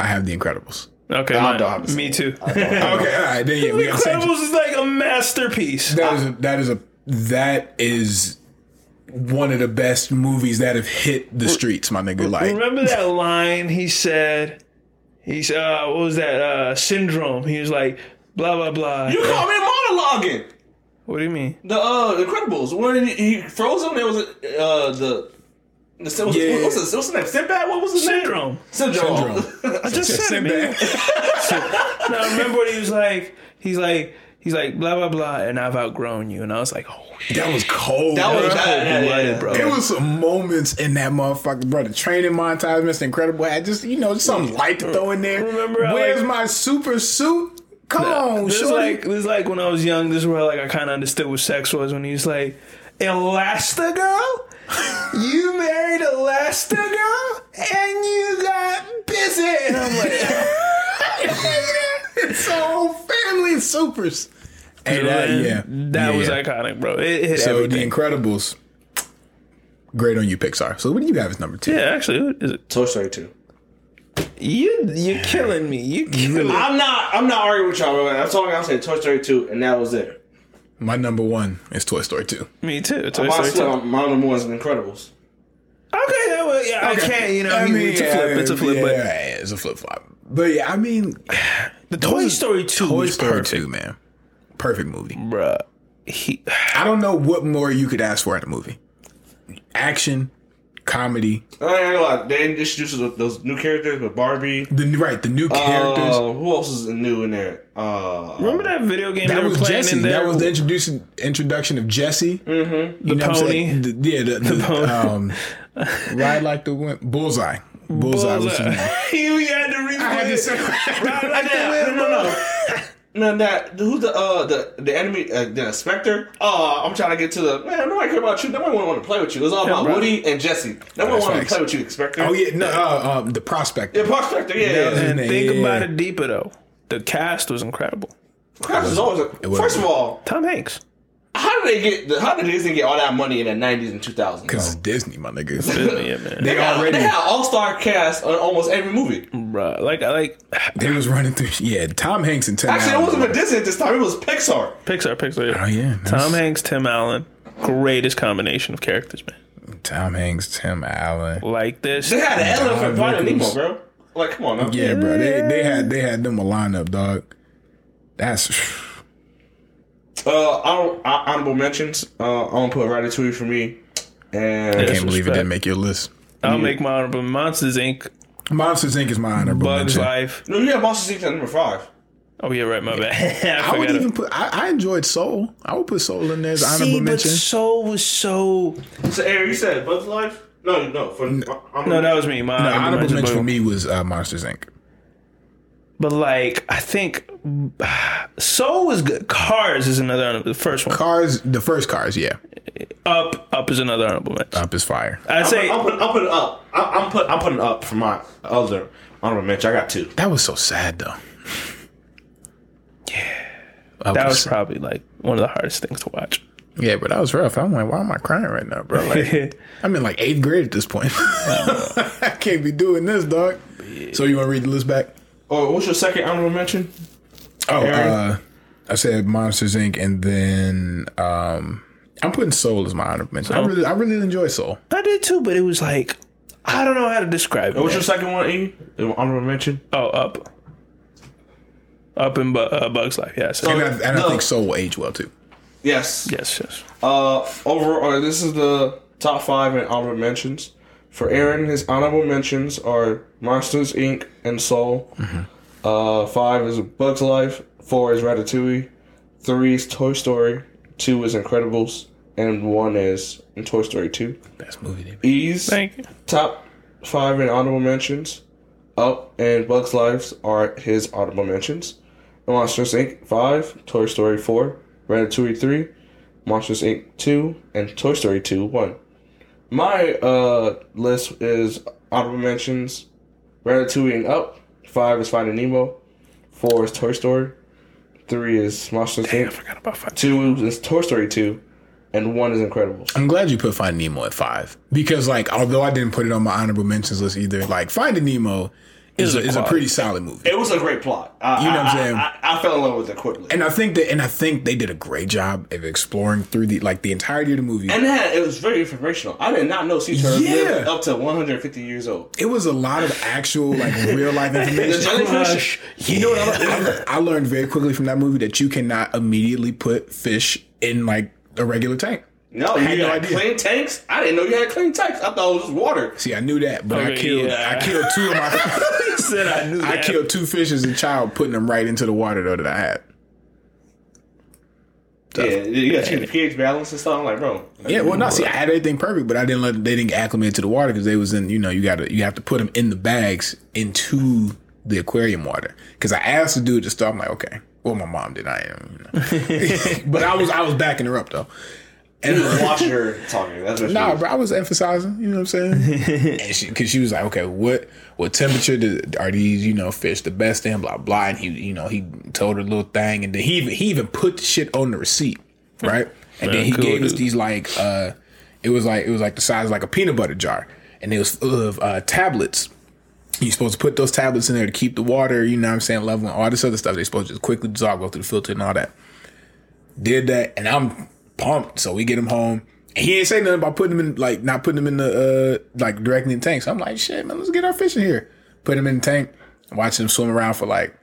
[SPEAKER 1] I have the Incredibles.
[SPEAKER 3] Okay,
[SPEAKER 2] I
[SPEAKER 3] mine.
[SPEAKER 2] don't have the
[SPEAKER 3] me too.
[SPEAKER 1] Okay, all right, then yeah, we got the same.
[SPEAKER 3] Incredibles is like a masterpiece.
[SPEAKER 1] That is a, that is a that is one of the best movies that have hit the streets, my nigga. Like
[SPEAKER 3] Remember that line he said? He's uh, what was that uh, syndrome? He was like, blah blah blah.
[SPEAKER 2] You call me monologuing.
[SPEAKER 3] what do you mean?
[SPEAKER 2] The uh, Incredibles. When he, he froze him, there was a, uh, the. the what's, what's,
[SPEAKER 1] Yeah.
[SPEAKER 2] his- what's his name? Sinbad? What was his name?
[SPEAKER 3] Syndrome.
[SPEAKER 2] Syndrome.
[SPEAKER 3] I just
[SPEAKER 1] [laughs]
[SPEAKER 3] said it, man.
[SPEAKER 1] Sinbad.
[SPEAKER 3] [laughs] Now I remember what he was like. He's like, he's like, blah blah blah, and I've outgrown you. And I was like, oh,
[SPEAKER 1] That was cold.
[SPEAKER 2] That was
[SPEAKER 1] bro.
[SPEAKER 2] that, yeah, yeah, yeah.
[SPEAKER 3] blooded, bro.
[SPEAKER 1] There was some moments in that motherfucker, bro. The training montage, Mr. Incredible had just, you know, something light to throw in there.
[SPEAKER 3] Mm. Remember, I
[SPEAKER 1] Where's
[SPEAKER 3] like-
[SPEAKER 1] my super suit? Come on,
[SPEAKER 3] this is
[SPEAKER 1] shorty.
[SPEAKER 3] like this is like when I was young. This is where like I kind of understood what sex was when he was like, Elastigirl, you married Elastigirl, and you got busy. And I'm like,
[SPEAKER 1] [laughs] it's all family supers. Hey, [laughs] that, yeah.
[SPEAKER 3] that
[SPEAKER 1] Yeah,
[SPEAKER 3] was
[SPEAKER 1] yeah.
[SPEAKER 3] iconic, bro. It hit
[SPEAKER 1] So
[SPEAKER 3] everything.
[SPEAKER 1] The Incredibles, great on you, Pixar. So what do you have as number two?
[SPEAKER 3] yeah, actually, what is it?
[SPEAKER 2] Toy Story 2.
[SPEAKER 3] You you're killing me. You killing. me.
[SPEAKER 2] I'm not. I'm not arguing with y'all. bro. I'm talking. I'm saying Toy Story 2, and that was it.
[SPEAKER 1] My number one is Toy Story two.
[SPEAKER 3] me too. Toy
[SPEAKER 2] My,
[SPEAKER 3] Story two.
[SPEAKER 2] my, my number one is Incredibles.
[SPEAKER 3] Okay, that was, yeah, I can't. You know, it's a flip. It's a flip.
[SPEAKER 1] yeah,
[SPEAKER 3] but
[SPEAKER 1] yeah, it's a flip flop. But yeah, I mean,
[SPEAKER 3] the Toy Story two
[SPEAKER 1] Toy
[SPEAKER 3] was
[SPEAKER 1] Story
[SPEAKER 3] perfect,
[SPEAKER 1] two, man, perfect movie.
[SPEAKER 3] bruh. He, [sighs]
[SPEAKER 1] I don't know what more you could ask for in a movie. Action, comedy,
[SPEAKER 2] I ain't gonna lie. They introduced those- those new characters with Barbie.
[SPEAKER 1] the right, the new characters.
[SPEAKER 2] Uh, who else is new in there? Uh,
[SPEAKER 3] remember that video game
[SPEAKER 1] that
[SPEAKER 3] they were
[SPEAKER 1] was
[SPEAKER 3] playing
[SPEAKER 1] Jesse.
[SPEAKER 3] in there?
[SPEAKER 1] That was the introducing introduction of Jesse. Mm-hmm. The
[SPEAKER 3] pony.
[SPEAKER 1] The, yeah, the, the, um, ride like the wind. Bullseye. Bullseye. was his name.
[SPEAKER 3] you had to replay.
[SPEAKER 1] I had to say
[SPEAKER 3] Right, right there.
[SPEAKER 2] no, no, no. No, that who's the uh the the enemy uh, the Spectre? Uh, I'm trying to get to the man. Nobody care about you. Nobody want to play with you. It was all about
[SPEAKER 3] bro.
[SPEAKER 2] Woody and Jesse. Nobody
[SPEAKER 1] That's
[SPEAKER 2] want to
[SPEAKER 1] facts.
[SPEAKER 2] play with you, Spectre.
[SPEAKER 1] Oh yeah, no, uh, um, the prospect.
[SPEAKER 2] yeah, Park Spectre. Yeah, yeah.
[SPEAKER 1] was
[SPEAKER 2] yeah.
[SPEAKER 1] his
[SPEAKER 3] And
[SPEAKER 1] name,
[SPEAKER 3] think
[SPEAKER 1] yeah.
[SPEAKER 3] about it deeper though. The cast was incredible.
[SPEAKER 2] Crash was always. A,
[SPEAKER 1] was-
[SPEAKER 2] first of all,
[SPEAKER 3] Tom Hanks.
[SPEAKER 2] how did they get? the- How did Disney get all that money in the 90s and 2000s?
[SPEAKER 1] Because Disney, my nigga.
[SPEAKER 3] Yeah, man.
[SPEAKER 1] They
[SPEAKER 2] Yeah,
[SPEAKER 1] already
[SPEAKER 2] they had all star cast on almost every movie.
[SPEAKER 3] Bruh. Like I like
[SPEAKER 1] they was running through. Yeah, Tom Hanks and Tim.
[SPEAKER 2] Actually, it
[SPEAKER 1] Allen.
[SPEAKER 2] wasn't for Disney at this time. It was Pixar.
[SPEAKER 3] Pixar, Pixar. yeah.
[SPEAKER 1] Oh yeah,
[SPEAKER 3] Tom
[SPEAKER 1] that's-
[SPEAKER 3] Hanks, Tim Allen. Greatest combination of characters, man.
[SPEAKER 1] Tom Hanks, Tim Allen.
[SPEAKER 3] Like this.
[SPEAKER 2] They had an elephant
[SPEAKER 1] God,
[SPEAKER 2] Finding Nemo,
[SPEAKER 1] Nichols.
[SPEAKER 2] bro. Like, come on, now.
[SPEAKER 1] Yeah, bro. They they had they had them a lineup, dog. That's
[SPEAKER 2] Uh, hon- hon- honorable mentions. Uh, I'm gonna put Ratatouille for me.
[SPEAKER 1] can't
[SPEAKER 2] And
[SPEAKER 1] believe it
[SPEAKER 3] Disrespect.
[SPEAKER 1] didn't make your list.
[SPEAKER 3] I'll make my honorable Monsters Inc.
[SPEAKER 1] Monsters Inc. is my honorable
[SPEAKER 3] Bugs
[SPEAKER 1] mention.
[SPEAKER 3] Life.
[SPEAKER 2] no, you have Monsters Inc. at number five.
[SPEAKER 3] Oh yeah, right. My bad. [laughs] I,
[SPEAKER 1] I
[SPEAKER 3] forgot.
[SPEAKER 1] would
[SPEAKER 3] it.
[SPEAKER 1] even put. I, I enjoyed Soul. I would put Soul in there as honorable
[SPEAKER 3] See, but
[SPEAKER 1] mention.
[SPEAKER 3] Soul was so.
[SPEAKER 2] So, Eric, you said Bugs Life? No, no, for no,
[SPEAKER 3] No, that was me. My
[SPEAKER 1] The
[SPEAKER 3] honorable
[SPEAKER 1] honorable
[SPEAKER 3] mention,
[SPEAKER 1] mention
[SPEAKER 3] but-
[SPEAKER 1] for me was uh, Monsters Inc.
[SPEAKER 3] But like, I think [sighs] Soul was good. Cars is another honorable. The first one.
[SPEAKER 1] Cars, the first Cars, yeah.
[SPEAKER 3] Up, up is another honorable mention.
[SPEAKER 1] Up is fire.
[SPEAKER 3] I'd say
[SPEAKER 2] I'm putting, I'm putting up. I- I'm put, I'm putting up for my other honorable mention. I got two.
[SPEAKER 1] That was so sad though. Yeah,
[SPEAKER 3] that was probably like one of the hardest things to [laughs] watch.
[SPEAKER 1] yeah, but that was rough. I'm like, why am I crying right now, bro? Like, I'm in like eighth grade at this point. [laughs] I can't be doing this, dog. So you want to read the list back?
[SPEAKER 2] Or Oh, what's your second honorable mention?
[SPEAKER 1] Oh,
[SPEAKER 2] Aaron?
[SPEAKER 1] uh, I said Monsters Inc. and then um, I'm putting Soul as my honorable mention. I really, I really enjoy Soul.
[SPEAKER 3] I did too, but it was like I don't know how to describe it.
[SPEAKER 2] What's
[SPEAKER 3] man.
[SPEAKER 2] your second one, E? Honorable mention.
[SPEAKER 3] oh, up, up in Bu- uh, Bugs Life. Yes,
[SPEAKER 1] And I, and I
[SPEAKER 2] No.
[SPEAKER 1] think Soul will age well too.
[SPEAKER 2] Yes.
[SPEAKER 3] yes, yes.
[SPEAKER 2] Uh, overall, this is the top five in honorable mentions. For Aaron, his honorable mentions are Monsters Inc. and Soul. Uh, five is Bugs Life. Four is Ratatouille. Three is Toy Story. Two is Incredibles. And one is Toy Story 2.
[SPEAKER 1] Best movie they made.
[SPEAKER 2] E's
[SPEAKER 3] Thank you.
[SPEAKER 2] top five in honorable mentions. Up and Bugs Lives are his honorable mentions. Monsters Inc. five, Toy Story four, Ratatouille three, Monsters Inc. two, and Toy Story two one. My uh list is honorable mentions: Ratatouille and Up. Five is Finding Nemo. Four is Toy Story. Three is Monsters
[SPEAKER 3] I
[SPEAKER 2] Inc.
[SPEAKER 3] forgot about five.
[SPEAKER 2] Two is Toy Story two, and one is Incredibles.
[SPEAKER 1] I'm glad you put Finding Nemo at five because, like, although I didn't put it on my honorable mentions list either, like Finding Nemo is
[SPEAKER 3] It's
[SPEAKER 1] a,
[SPEAKER 3] a
[SPEAKER 1] is a
[SPEAKER 3] quality.
[SPEAKER 1] pretty solid movie.
[SPEAKER 2] It was a great plot. I,
[SPEAKER 1] You know what I'm
[SPEAKER 2] I-
[SPEAKER 1] saying?
[SPEAKER 2] I, I fell in love with it quickly.
[SPEAKER 1] And I think that, and I think they did a great job of exploring through the like the entirety of the movie.
[SPEAKER 2] And that, it was very informational. I did not know sea turtles
[SPEAKER 1] Yeah.
[SPEAKER 2] lived up to 150 years old.
[SPEAKER 1] it was a lot of actual like real [laughs] life
[SPEAKER 2] The
[SPEAKER 1] information.
[SPEAKER 2] jellyfish,
[SPEAKER 1] You know what I learned? I learned very quickly from that movie that you cannot immediately put fish in like a regular tank.
[SPEAKER 2] no,
[SPEAKER 1] had
[SPEAKER 2] you
[SPEAKER 1] no
[SPEAKER 2] had
[SPEAKER 1] idea.
[SPEAKER 2] clean tanks. I didn't know you had clean tanks. I thought it was just water.
[SPEAKER 1] See, I knew that, but I
[SPEAKER 3] Okay,
[SPEAKER 1] killed
[SPEAKER 3] yeah.
[SPEAKER 1] I killed two of my
[SPEAKER 3] [laughs] He said [laughs] I knew
[SPEAKER 1] I
[SPEAKER 3] that.
[SPEAKER 1] killed two fish as a child, putting them right into the water though that I had.
[SPEAKER 2] Yeah, you got to check the pH balance and stuff. I'm like, bro,
[SPEAKER 1] Yeah, well, no, see, I had everything perfect, but I didn't let they didn't acclimate to the water because they was in. You know, you got to you have to put them in the bags into the aquarium water. Because I asked the dude to stop. I'm like, okay. Well, my mom did. I am, you know. [laughs] but I was I was backing her up though. And
[SPEAKER 2] watch her [laughs] talking. That's what she
[SPEAKER 1] Nah,
[SPEAKER 2] was.
[SPEAKER 1] bro, I was emphasizing. You know what I'm
[SPEAKER 3] [laughs]
[SPEAKER 1] saying? and she, cause she was like, okay, what what temperature do, are these? You know, fish the best in blah blah. And he, you know, he told her little thing, and then he even, he even put the shit on the receipt, right? And then he
[SPEAKER 3] Hmm. cool,
[SPEAKER 1] gave us
[SPEAKER 3] dude.
[SPEAKER 1] these like, uh, it was like it was like the size of like a peanut butter jar, and it was full of uh, tablets. You're supposed to put those tablets in there to keep the water, you know what I'm saying, level and all this other stuff. They're supposed to just quickly dissolve, go through the filter and all that did that, and I'm pumped. So we get him home. And he ain't say nothing about putting him in, like not putting him in the, uh, like directly in tanks. I'm like, shit, man, let's get our fish in here. Put him in the tank, watch him swim around for like,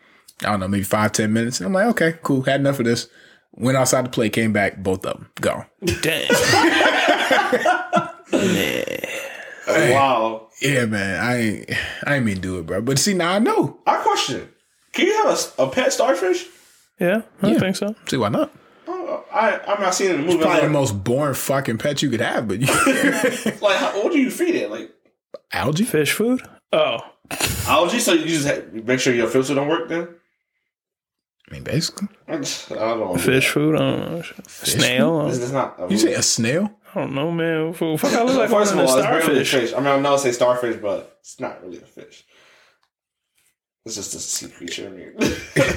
[SPEAKER 1] I don't know, maybe five, ten minutes. And I'm like, okay, cool, had enough of this. Went outside to play, came back, both of them gone.
[SPEAKER 3] [laughs] Damn.
[SPEAKER 2] Wow.
[SPEAKER 1] Yeah, man, I ain't, I ain't mean to do it, bro. But see, now I know.
[SPEAKER 2] Our question Can you have a s- a, pet starfish?
[SPEAKER 3] Yeah, I think so.
[SPEAKER 1] See, why not?
[SPEAKER 2] Oh, I, I'm not seeing it in the movie.
[SPEAKER 1] Probably the
[SPEAKER 2] I'm Like,
[SPEAKER 1] most boring fucking pet you [laughs] could have, but you-
[SPEAKER 2] like, how, what do you feed it? Like
[SPEAKER 1] algae.
[SPEAKER 3] Fish food. Oh,
[SPEAKER 2] algae? So you just ha- make sure your filter don't work then?
[SPEAKER 1] I mean, basically,
[SPEAKER 2] I don't know.
[SPEAKER 3] fish food. I don't know. Snail.
[SPEAKER 2] This is not. a
[SPEAKER 1] you
[SPEAKER 2] movie.
[SPEAKER 1] say a snail?
[SPEAKER 3] I don't know, man. Fuck, fuck, I look like
[SPEAKER 2] First of
[SPEAKER 3] one
[SPEAKER 2] all,
[SPEAKER 3] of the
[SPEAKER 2] it's barely a
[SPEAKER 3] starfish.
[SPEAKER 2] fish. I mean, I'm not gonna say starfish, but it's not really a fish. It's just a sea creature. I mean, [laughs]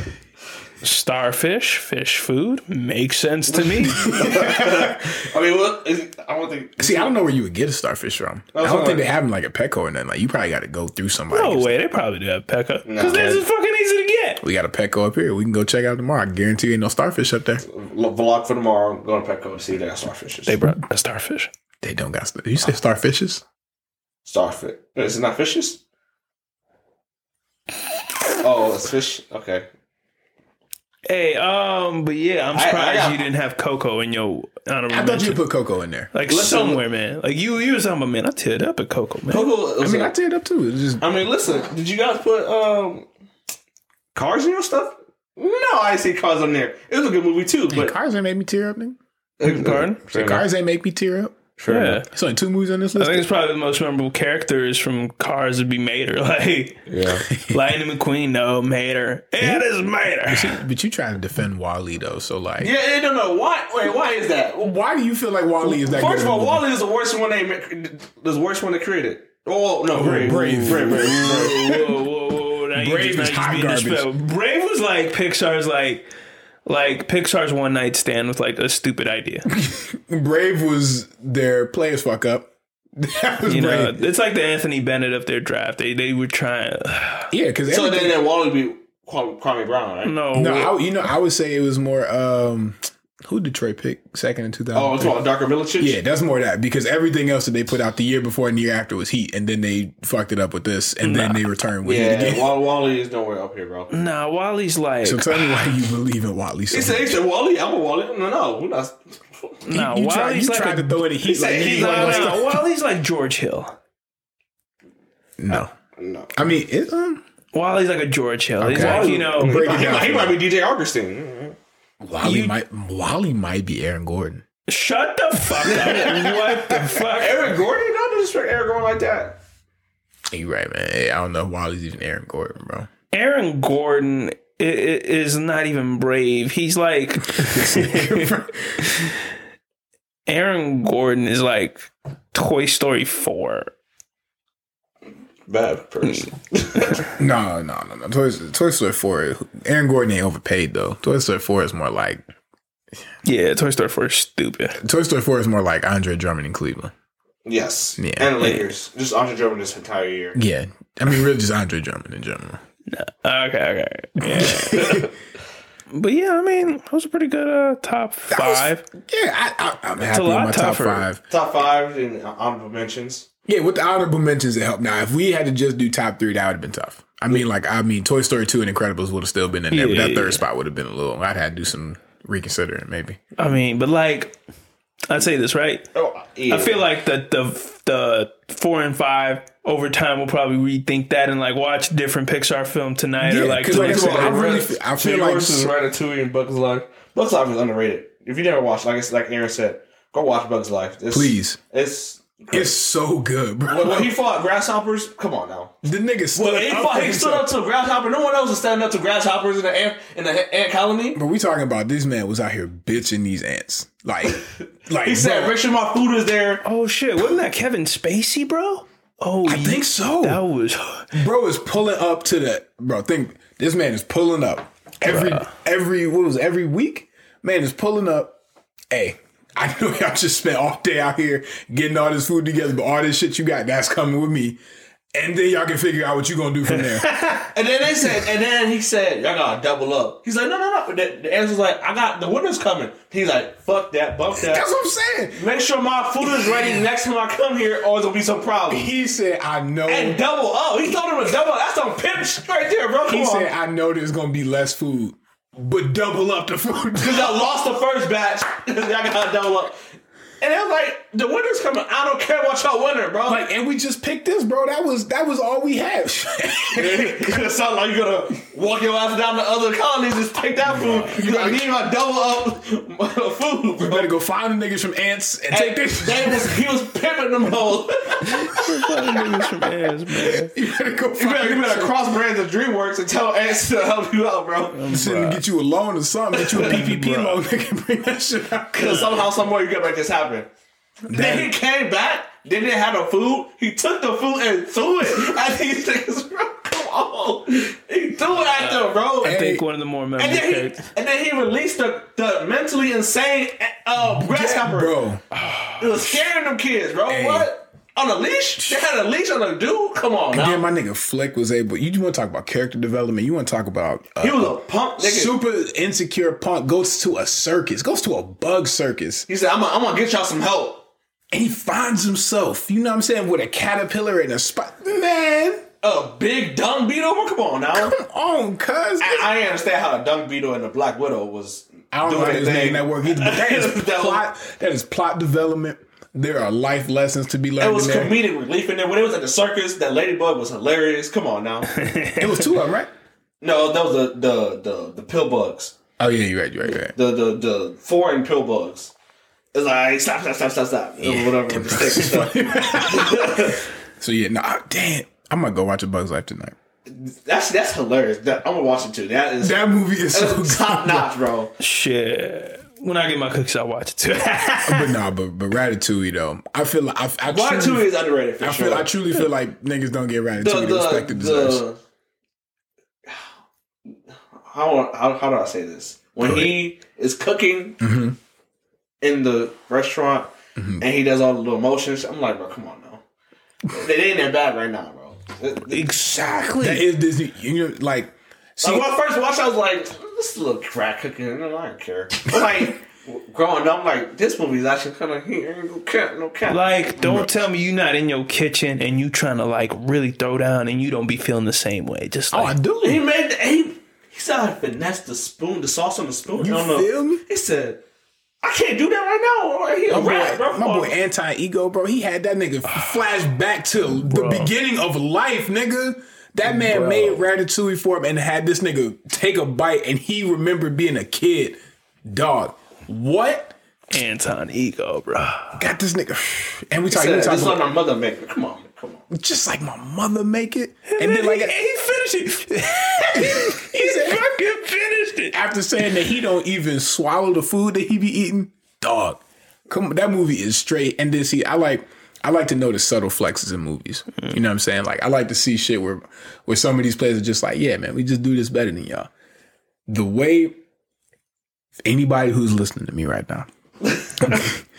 [SPEAKER 3] Starfish, fish food makes sense
[SPEAKER 1] [laughs]
[SPEAKER 3] to me.
[SPEAKER 2] I mean, what? Is, I don't think.
[SPEAKER 1] See, I don't know where you would get a starfish from. I
[SPEAKER 2] was
[SPEAKER 1] don't think
[SPEAKER 2] wondering.
[SPEAKER 1] they have them like at Petco or nothing. Like you probably got to go through somebody.
[SPEAKER 3] No way, they probably do have E Pekka
[SPEAKER 2] Nah.
[SPEAKER 3] because they're just fucking easy to get.
[SPEAKER 1] We got a Petco up here. We can go check out tomorrow. I guarantee you ain't no starfish up there.
[SPEAKER 2] L- Vlog for tomorrow. I'm going to Petco and see if they got starfishes.
[SPEAKER 3] They brought a starfish.
[SPEAKER 1] They don't got. Star- you say starfishes?
[SPEAKER 2] starfish. Is it not fishes? Oh, it's fish. Okay.
[SPEAKER 3] Hey, um, but yeah, I'm
[SPEAKER 2] I- I
[SPEAKER 3] surprised
[SPEAKER 2] got-
[SPEAKER 3] you didn't have Coco in your honorable
[SPEAKER 1] I thought you
[SPEAKER 3] mention.
[SPEAKER 1] would put cocoa in there.
[SPEAKER 3] like
[SPEAKER 2] Listen,
[SPEAKER 3] somewhere, man. Like you, you was talking about, man. I teared up at Coco, man.
[SPEAKER 2] Google.
[SPEAKER 1] I mean, I teared up too. It's just
[SPEAKER 2] I mean, listen. Did you guys put um cars in your stuff? No, I didn't see cars on there. It was a good movie too, but
[SPEAKER 1] cars ain't make me tear up. Nigga.
[SPEAKER 3] Pardon?
[SPEAKER 2] Fair enough.
[SPEAKER 1] Cars ain't make me tear up.
[SPEAKER 2] Fair enough.
[SPEAKER 3] yeah,
[SPEAKER 1] It's only two movies on this
[SPEAKER 3] I think
[SPEAKER 1] list.
[SPEAKER 3] it's probably the most memorable characters from Cars to be Mater. [laughs] Like
[SPEAKER 2] Yeah.
[SPEAKER 3] Lightning McQueen, no Mater. It is Mater.
[SPEAKER 1] But you trying to defend Wally though, so like,
[SPEAKER 2] Yeah, yeah, no, no. Why? Wait, why is that?
[SPEAKER 1] why do you feel like Wally is that?
[SPEAKER 2] First
[SPEAKER 1] good
[SPEAKER 2] of
[SPEAKER 1] a
[SPEAKER 2] all,
[SPEAKER 1] movie?
[SPEAKER 2] Wally is the worst one they ma- the worst one they created. Oh no, Brave,
[SPEAKER 1] Brave.
[SPEAKER 2] Brave, Brave, Brave.
[SPEAKER 3] whoa, whoa, whoa! Now
[SPEAKER 1] Brave
[SPEAKER 3] you
[SPEAKER 1] is
[SPEAKER 3] just, now
[SPEAKER 1] hot
[SPEAKER 3] you just being
[SPEAKER 1] garbage.
[SPEAKER 3] disrespectful. Brave was like Pixar's like. Like Pixar's one night stand with like a stupid idea.
[SPEAKER 1] Brave was their players fuck up. [laughs] That was
[SPEAKER 3] You know,
[SPEAKER 1] Brave.
[SPEAKER 3] it's like the Anthony Bennett of their draft. They they were trying.
[SPEAKER 1] Yeah, because
[SPEAKER 2] So then, then Wally be Kwame Kwame Brown, right?
[SPEAKER 3] [sighs] No,
[SPEAKER 1] No, I, you know, I would say it was more. um Who Detroit picked second in 2000?
[SPEAKER 2] Oh, it's about Darker Milicic?
[SPEAKER 1] Yeah, that's more that because everything else that they put out the year before and the year after was heat, and then they fucked it up with this, and then they returned with it
[SPEAKER 2] Yeah,
[SPEAKER 1] again.
[SPEAKER 2] Wall- Wally is nowhere up here, bro.
[SPEAKER 3] Nah, Wally's like
[SPEAKER 1] so tell me why you believe in Watley. So
[SPEAKER 2] He said, he
[SPEAKER 1] much.
[SPEAKER 2] said Wally, I'm a Wally. No, no, we're not. [laughs]
[SPEAKER 3] nah,
[SPEAKER 1] you, you tried,
[SPEAKER 3] Wally's
[SPEAKER 1] you
[SPEAKER 3] like
[SPEAKER 1] tried
[SPEAKER 3] a-
[SPEAKER 1] to throw in a heat like
[SPEAKER 2] said
[SPEAKER 1] he
[SPEAKER 2] he's
[SPEAKER 1] wasn't
[SPEAKER 3] nah,
[SPEAKER 1] gonna
[SPEAKER 3] nah,
[SPEAKER 1] stop. [laughs]
[SPEAKER 3] Wally's like George Hill.
[SPEAKER 1] No,
[SPEAKER 2] No.
[SPEAKER 1] I mean it's um,
[SPEAKER 3] Wally's like a George Hill. He's
[SPEAKER 1] Okay.
[SPEAKER 3] like you know.
[SPEAKER 1] Break it
[SPEAKER 2] He,
[SPEAKER 1] down.
[SPEAKER 2] might- he might be DJ Augustine.
[SPEAKER 1] Wally might Wally might be Aaron Gordon.
[SPEAKER 3] Shut the fuck
[SPEAKER 1] [laughs]
[SPEAKER 3] up! what the fuck?
[SPEAKER 2] Eric Gordon? Don't disrespect Eric Gordon like that.
[SPEAKER 1] You right, man. Hey, I don't know if Wally's even Aaron Gordon, bro. [laughs]
[SPEAKER 3] Aaron Gordon i- i- is not even brave. He's like Aaron Gordon is like Toy Story four.
[SPEAKER 2] Bad person.
[SPEAKER 1] No, no, no, no. Toy, Toy Story Four. Aaron Gordon ain't overpaid though. Toy Story Four is more like
[SPEAKER 3] Yeah, Toy Story four is stupid.
[SPEAKER 1] Toy Story Four is more like Andre Drummond in Cleveland.
[SPEAKER 2] yes.
[SPEAKER 1] Yeah.
[SPEAKER 2] And the Lakers. Just Andre Drummond this entire year.
[SPEAKER 1] Yeah, I mean, really, just Andre Drummond in general.
[SPEAKER 3] Uh, Okay, okay. [laughs] but yeah, I mean, those are pretty good uh, top
[SPEAKER 1] was-
[SPEAKER 3] five.
[SPEAKER 1] Yeah, I, I, I'm happy
[SPEAKER 3] a
[SPEAKER 1] with
[SPEAKER 3] lot
[SPEAKER 1] my top
[SPEAKER 3] tougher.
[SPEAKER 1] five.
[SPEAKER 2] Top five in honorable mentions.
[SPEAKER 1] Yeah, with the honorable mentions, it helped. Now, if we had to just do top three, that would have been tough. I mean, like, I mean, Toy Story Two and Incredibles would have still been in there, but that
[SPEAKER 3] Yeah.
[SPEAKER 1] third spot would have been a little. I'd had to do some reconsidering, maybe.
[SPEAKER 3] I mean, but like, I'd say this right.
[SPEAKER 2] Oh, yeah.
[SPEAKER 3] I feel like the the the four and five over time we'll probably rethink that and like watch a different Pixar film tonight or
[SPEAKER 1] Yeah,
[SPEAKER 3] like
[SPEAKER 1] 'cause, like,
[SPEAKER 3] next
[SPEAKER 1] it's all-
[SPEAKER 3] one.
[SPEAKER 1] I really feel- I feel
[SPEAKER 2] Two
[SPEAKER 1] like-
[SPEAKER 2] Horses, Ratatouille, and Bugs Life. Bugs Life is underrated. If you never watched, like it's like Aaron said, go watch Bugs Life. It's,
[SPEAKER 1] Please,
[SPEAKER 2] it's
[SPEAKER 1] it's so good, bro.
[SPEAKER 2] when, when he fought grasshoppers. Come on now.
[SPEAKER 1] the nigga stood
[SPEAKER 2] When he
[SPEAKER 1] up
[SPEAKER 2] fought,
[SPEAKER 1] for
[SPEAKER 2] he stood
[SPEAKER 1] himself.
[SPEAKER 2] up to a grasshopper. No one else was standing up to grasshoppers in the ant, in the ant colony.
[SPEAKER 1] But we talking about this man was out here bitching these ants,
[SPEAKER 3] [laughs]
[SPEAKER 1] like, like
[SPEAKER 2] He said,
[SPEAKER 1] bro,
[SPEAKER 2] "Make sure my food is there."
[SPEAKER 3] Oh shit! Wasn't that Kevin Spacey, bro? Oh,
[SPEAKER 1] I think so.
[SPEAKER 3] that was. [laughs]
[SPEAKER 1] bro is pulling up to the bro. Think this man is pulling up every every what was it, every week. Man is pulling up. Hey, I [laughs] know y'all just spent all day out here getting all this food together, but all this shit you got that's coming with me, and then y'all can figure out what you gonna do from
[SPEAKER 2] [laughs]
[SPEAKER 1] there.
[SPEAKER 2] And then they said, and then he said, "Y'all gotta double up." He's like, "No, no, no." The, the answer's like, "I got the winter's coming." He's like, "Fuck that, bump that."
[SPEAKER 1] that's what I'm saying.
[SPEAKER 2] Make sure my food is ready next time I come here, or there'll be some problem.
[SPEAKER 1] He said, "I know."
[SPEAKER 2] And double up. He told him a double. That's some pimp shit right there, bro. Come
[SPEAKER 1] he
[SPEAKER 2] on.
[SPEAKER 1] said, "I know there's gonna be less food, but double up the [laughs] food."
[SPEAKER 2] Cause y'all lost the first batch. [laughs] y'all got double up. And I was like, the winner's coming. I don't care about y'all winner, bro.
[SPEAKER 1] like, and we just picked this, bro. That was that was all we had.
[SPEAKER 2] [laughs]
[SPEAKER 1] [laughs]
[SPEAKER 2] it sounds like you're gonna walk your ass down to other colonies and take that food. You're gonna need my double up [laughs] my food, bro.
[SPEAKER 1] Better go find the niggas from ants and take
[SPEAKER 2] And
[SPEAKER 1] this.
[SPEAKER 2] They was, he was pimping them hoes.
[SPEAKER 3] Niggas from ass, man.
[SPEAKER 1] [laughs] You better go
[SPEAKER 2] [laughs] You
[SPEAKER 1] find
[SPEAKER 2] better, you better cross brands of DreamWorks and tell Ants to help you out, bro.
[SPEAKER 1] Send get you a loan or something. Get you
[SPEAKER 2] [laughs]
[SPEAKER 1] a PPP loan. They can bring that shit out.
[SPEAKER 2] Because somehow, somewhere, you gotta make this happen. Then he came back, didn't have no food. He took the food and threw it at these niggas, bro. Come on. He threw it at them, bro.
[SPEAKER 3] I
[SPEAKER 2] And
[SPEAKER 3] think one of the more memorable
[SPEAKER 2] then he,
[SPEAKER 3] characters.
[SPEAKER 2] and then he released the, the mentally insane uh, grasshopper.
[SPEAKER 1] bro.
[SPEAKER 2] It was scaring them kids, bro.
[SPEAKER 1] Hey.
[SPEAKER 2] What? On a leash? They had a leash on a dude? Come on now.
[SPEAKER 1] Then my nigga Flick was able. You want to talk about character development? You want to talk about uh,
[SPEAKER 2] he was a punk nigga.
[SPEAKER 1] super insecure punk goes to a circus, goes to a bug circus,
[SPEAKER 2] He said, I'm gonna I'm gonna get y'all some help.
[SPEAKER 1] and he finds himself. You know what I'm saying? With a caterpillar and a spot. Man,
[SPEAKER 2] A big dung beetle? Well, Come on now.
[SPEAKER 1] come on, cuz.
[SPEAKER 2] I,
[SPEAKER 1] I,
[SPEAKER 2] I didn't understand how the dung beetle and the black widow was.
[SPEAKER 1] don't know
[SPEAKER 2] doing
[SPEAKER 1] how this
[SPEAKER 2] their
[SPEAKER 1] name
[SPEAKER 2] thing.
[SPEAKER 1] that work either. But that is
[SPEAKER 2] [laughs] That was-
[SPEAKER 1] plot. That is plot development. There are life lessons to be learned.
[SPEAKER 2] It was
[SPEAKER 1] in there.
[SPEAKER 2] comedic relief in there. When it was at the circus, that ladybug was hilarious. Come
[SPEAKER 1] [laughs]
[SPEAKER 2] on now.
[SPEAKER 1] it was two of them, right?
[SPEAKER 2] no, that was the the the, the pill bugs.
[SPEAKER 1] Oh yeah, you're right. You're right. You're right. [laughs]
[SPEAKER 2] The the the foreign pill bugs. It's like stop stop stop stop stop. Or whatever. with the stick and stuff.
[SPEAKER 1] [laughs] so yeah, no, nah, damn, I'm gonna go watch A Bug's Life tonight.
[SPEAKER 2] That's that's hilarious. That, I'm gonna watch it too. That is
[SPEAKER 1] That movie is [laughs] so good.
[SPEAKER 2] top
[SPEAKER 1] [laughs]
[SPEAKER 2] notch, bro.
[SPEAKER 3] Shit. When I get my cookies, I'll watch it too. [laughs]
[SPEAKER 1] but nah, but but Ratatouille though, I feel like I, I
[SPEAKER 2] Ratatouille
[SPEAKER 1] truly,
[SPEAKER 2] is underrated for
[SPEAKER 1] I
[SPEAKER 2] sure.
[SPEAKER 1] feel I truly feel like niggas don't get Ratatouille
[SPEAKER 2] the,
[SPEAKER 1] the, respect it
[SPEAKER 2] the,
[SPEAKER 1] deserves.
[SPEAKER 2] the [sighs] how, how how do I say this? When he is cooking
[SPEAKER 1] Mm-hmm.
[SPEAKER 2] in the restaurant and he does all the little motions, I'm like, bro, come on now. they, they ain't that bad right now, bro. When
[SPEAKER 3] exactly.
[SPEAKER 1] That is Disney. You know, like see,
[SPEAKER 2] I first watched, I was like, [laughs] this is a little crack cooking. I don't care. But like, growing up, I'm like, this movie's actually kind of here. Ain't no cap, no cap.
[SPEAKER 3] Like, don't tell me you're not in your kitchen and you trying to like really throw down and you don't be feeling the same way. Just
[SPEAKER 1] Oh, I
[SPEAKER 3] like,
[SPEAKER 2] He
[SPEAKER 1] do.
[SPEAKER 2] made the, he he said I finessed the spoon, the sauce on the spoon.
[SPEAKER 1] You
[SPEAKER 2] I don't know.
[SPEAKER 1] feel me?
[SPEAKER 2] He said, I can't do that right now. He a
[SPEAKER 1] My
[SPEAKER 2] rat, bro.
[SPEAKER 1] boy, my boy anti ego, bro. He had that nigga flash back to the beginning of life, nigga. That man made ratatouille for him and had this nigga take a bite, and he remembered being a kid. Dog, what
[SPEAKER 3] Anton Ego, bro.
[SPEAKER 1] got this nigga? [sighs] And we talking,
[SPEAKER 2] He
[SPEAKER 1] we
[SPEAKER 2] said,
[SPEAKER 1] talking
[SPEAKER 2] this is
[SPEAKER 1] about
[SPEAKER 2] what my mother made. me. Come on, man, come on.
[SPEAKER 1] just like my mother make it, and then
[SPEAKER 2] [laughs]
[SPEAKER 1] like [laughs]
[SPEAKER 3] finished it. he fucking finished it.
[SPEAKER 1] after saying that he don't even swallow the food that he be eating, dog. Come, that movie is straight. And then see, I like, I like to know the subtle flexes in movies. You know what I'm saying? Like, I like to see shit where, where some of these players are just like, yeah, man, we just do this better than y'all. The way anybody who's listening to me right now,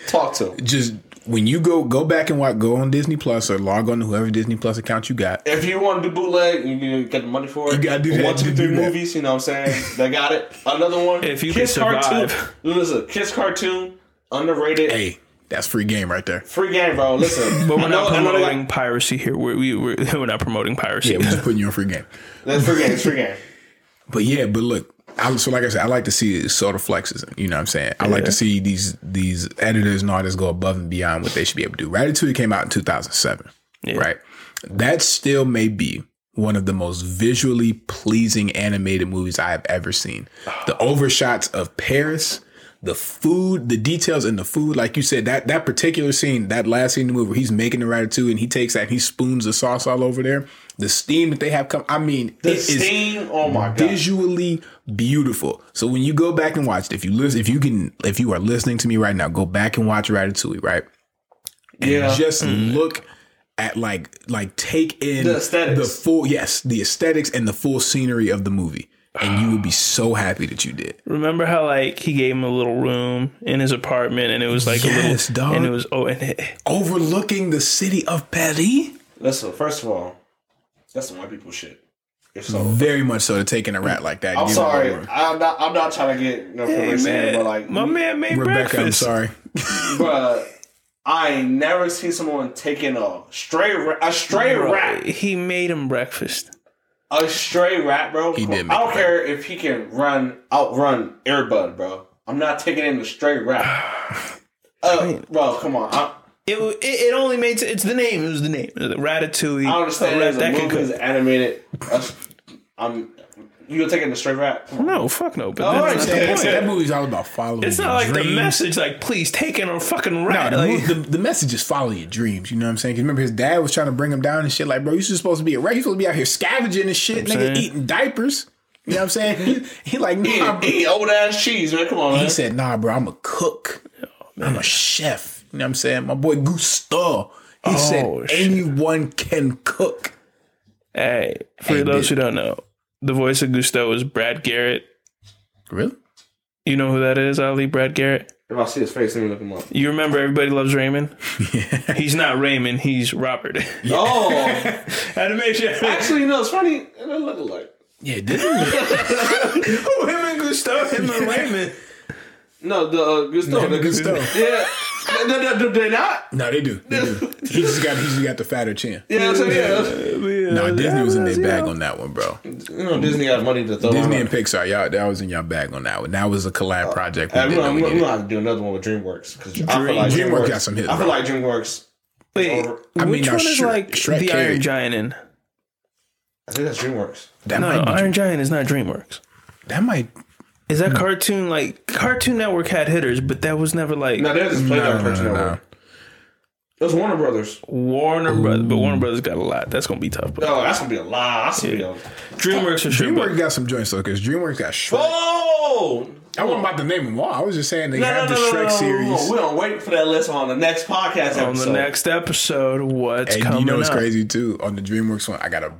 [SPEAKER 2] Talk to him.
[SPEAKER 1] just when you go go back and watch, go on Disney Plus or log on to whoever Disney Plus account you got.
[SPEAKER 2] If you want to do bootleg, you need to get the money for it.
[SPEAKER 1] You gotta do that.
[SPEAKER 2] One, two,
[SPEAKER 1] You
[SPEAKER 2] three
[SPEAKER 1] do that.
[SPEAKER 2] movies. You know what I'm saying? They got it. Another one.
[SPEAKER 3] If you
[SPEAKER 2] Kiss
[SPEAKER 3] can survive.
[SPEAKER 2] cartoon. Listen, Kiss cartoon underrated.
[SPEAKER 1] Hey, that's free game right there.
[SPEAKER 2] Free game, bro. Listen,
[SPEAKER 3] But we're
[SPEAKER 2] I
[SPEAKER 3] not
[SPEAKER 2] know- I know they got-
[SPEAKER 3] promoting piracy here. We're, we, [laughs] we're, we're not promoting piracy. [laughs]
[SPEAKER 1] Yeah, we're just putting you on free game.
[SPEAKER 2] That's free game. It's free game.
[SPEAKER 1] But yeah, but look, I, so like I said, I like to see sort of flexes. You know what I'm saying? I like to see these these editors and artists go above and beyond what they should be able to do. Ratatouille came out in 2007, right? That still may be one of the most visually pleasing animated movies I have ever seen.
[SPEAKER 2] [sighs]
[SPEAKER 1] The overshots of Paris, the food, the details in the food, like you said, that that particular scene, that last scene in the movie where he's making the ratatouille and he takes that and he spoons the sauce all over there. The steam that they have come, I mean,
[SPEAKER 2] The
[SPEAKER 1] it is
[SPEAKER 2] steam. Oh my god.
[SPEAKER 1] visually beautiful. So when you go back and watch it, if you listen, if you can, if you are listening to me right now, go back and watch Ratatouille, right? And
[SPEAKER 2] Yeah. Mm.
[SPEAKER 1] just look at like like take in
[SPEAKER 2] The aesthetics.
[SPEAKER 1] the full yes, the aesthetics and the full scenery of the movie. And you will be so happy that you did.
[SPEAKER 3] Remember how like he gave him a little room in his apartment and it was like
[SPEAKER 1] Yes,
[SPEAKER 3] a little
[SPEAKER 1] dog.
[SPEAKER 3] and it was oh and it,
[SPEAKER 1] Overlooking the city of Paris?
[SPEAKER 2] Listen, first of all, that's some white people shit. If so,
[SPEAKER 3] Mm-hmm.
[SPEAKER 1] Very much so to taking a rat like that.
[SPEAKER 2] I'm
[SPEAKER 1] You
[SPEAKER 2] sorry.
[SPEAKER 1] were-
[SPEAKER 2] I'm not. I'm not trying to get no
[SPEAKER 3] hey,
[SPEAKER 2] information,
[SPEAKER 3] man,
[SPEAKER 2] but like,
[SPEAKER 3] my man made
[SPEAKER 1] Rebecca, I'm
[SPEAKER 3] breakfast.
[SPEAKER 1] sorry.
[SPEAKER 2] bruh, I ain't never seen someone taking a stray ra- a stray rat
[SPEAKER 3] He made him breakfast.
[SPEAKER 2] a stray rat, bro.
[SPEAKER 1] He did make
[SPEAKER 2] I don't
[SPEAKER 1] a
[SPEAKER 2] care if he can run outrun Airbud, bro. I'm not taking in the stray rat.
[SPEAKER 3] [sighs]
[SPEAKER 2] Uh, bro, come on. I,
[SPEAKER 3] It, wa- it it only made sense. It's the name. It was the name. Ratatouille.
[SPEAKER 2] I understand
[SPEAKER 3] A
[SPEAKER 2] there's
[SPEAKER 3] rat
[SPEAKER 2] a
[SPEAKER 3] that can
[SPEAKER 2] movie is
[SPEAKER 3] cook.
[SPEAKER 2] animated. That's- I'm you gonna take in the straight rat? Come on.
[SPEAKER 3] No, fuck no. But
[SPEAKER 2] All right,
[SPEAKER 3] that's not the
[SPEAKER 2] yeah,
[SPEAKER 3] point.
[SPEAKER 1] So that movie's all about following.
[SPEAKER 3] It's
[SPEAKER 1] your
[SPEAKER 3] not like the
[SPEAKER 1] dreams.
[SPEAKER 3] message, like please take in a fucking
[SPEAKER 1] No,
[SPEAKER 3] rat.
[SPEAKER 1] the,
[SPEAKER 3] like,
[SPEAKER 1] mo- the, the message is follow your dreams. You know what I'm saying? 'Cause remember, his dad was trying to bring him down and shit. Like, bro, you're supposed to be a rat. You're supposed to be out here scavenging and shit, nigga,
[SPEAKER 3] saying?
[SPEAKER 1] eating diapers. You know what I'm saying? He, he like, nah, bro.
[SPEAKER 2] Eat, eat old ass cheese, man. Come on, man.
[SPEAKER 1] He said, nah, bro, I'm a cook. I'm a chef. You know what I'm saying? My boy Gustav, he said,
[SPEAKER 3] Oh, shit.
[SPEAKER 1] anyone can cook.
[SPEAKER 3] hey, for those who don't know, the voice of Gusto is Brad Garrett.
[SPEAKER 1] Really?
[SPEAKER 3] You know who that is, Ali? Brad Garrett.
[SPEAKER 2] If I see his face, let me look him up.
[SPEAKER 3] You remember Everybody Loves [laughs] Raymond? He's not Raymond. He's [laughs] Robert.
[SPEAKER 2] Oh,
[SPEAKER 3] Had to make sure.
[SPEAKER 2] actually, no. It's funny. It don't look alike.
[SPEAKER 1] Yeah,
[SPEAKER 3] [laughs]
[SPEAKER 1] didn't
[SPEAKER 3] Who him and Gusto? Him and [laughs] Raymond.
[SPEAKER 2] No, the uh, Gusto.
[SPEAKER 1] he?
[SPEAKER 2] The Gusto.
[SPEAKER 1] Gustav.
[SPEAKER 2] Yeah. No, no, no, do they not?
[SPEAKER 1] No, they do. They do. He just got, he just got the fatter chin.
[SPEAKER 2] Yeah, so yeah.
[SPEAKER 1] No, Disney was in their bag on that one, bro.
[SPEAKER 2] You know, Disney got money to throw.
[SPEAKER 1] Disney
[SPEAKER 2] around.
[SPEAKER 1] and Pixar, y'all, that was in y'all bag on that one. That was a collab project. We
[SPEAKER 2] Hey,
[SPEAKER 1] did
[SPEAKER 2] we're
[SPEAKER 1] that
[SPEAKER 2] gonna,
[SPEAKER 1] we
[SPEAKER 2] we're
[SPEAKER 1] did.
[SPEAKER 2] gonna Uh, have to do another one with DreamWorks because I feel like
[SPEAKER 1] DreamWorks
[SPEAKER 2] DreamWorks,
[SPEAKER 1] got some hits,
[SPEAKER 2] I feel
[SPEAKER 1] bro.
[SPEAKER 2] like DreamWorks.
[SPEAKER 3] Wait,
[SPEAKER 2] Or-
[SPEAKER 1] I mean,
[SPEAKER 3] which
[SPEAKER 1] now
[SPEAKER 3] one is
[SPEAKER 1] Shrek-
[SPEAKER 3] like
[SPEAKER 1] Shrek
[SPEAKER 3] the
[SPEAKER 1] carried.
[SPEAKER 3] Iron Giant in?
[SPEAKER 2] I think that's DreamWorks.
[SPEAKER 1] That
[SPEAKER 3] No,
[SPEAKER 1] might be,
[SPEAKER 3] Iron Giant is not DreamWorks.
[SPEAKER 1] that might
[SPEAKER 3] Is that cartoon like Cartoon Network had hitters, but that was never like
[SPEAKER 2] No, they just played that person.
[SPEAKER 1] no,
[SPEAKER 2] No,
[SPEAKER 1] no.
[SPEAKER 2] It was Warner Brothers.
[SPEAKER 3] Warner Brothers. But Warner Brothers got a lot. That's gonna be tough. But
[SPEAKER 2] Oh, that's gonna be a lot. That's gonna be a.
[SPEAKER 3] DreamWorks for sure.
[SPEAKER 1] DreamWorks
[SPEAKER 3] but-
[SPEAKER 1] got some joints though, because DreamWorks got Shrek.
[SPEAKER 2] Oh.
[SPEAKER 1] I wasn't about to name them all. I was just saying they
[SPEAKER 2] No, no,
[SPEAKER 1] had
[SPEAKER 2] no,
[SPEAKER 1] the
[SPEAKER 2] no,
[SPEAKER 1] Shrek
[SPEAKER 2] no, no,
[SPEAKER 1] series.
[SPEAKER 2] no. We don't wait for that list on the next podcast
[SPEAKER 3] on
[SPEAKER 2] episode.
[SPEAKER 3] the next episode, what's
[SPEAKER 1] And
[SPEAKER 3] coming
[SPEAKER 1] you know what's
[SPEAKER 3] up?
[SPEAKER 1] crazy too? On the DreamWorks one, I got a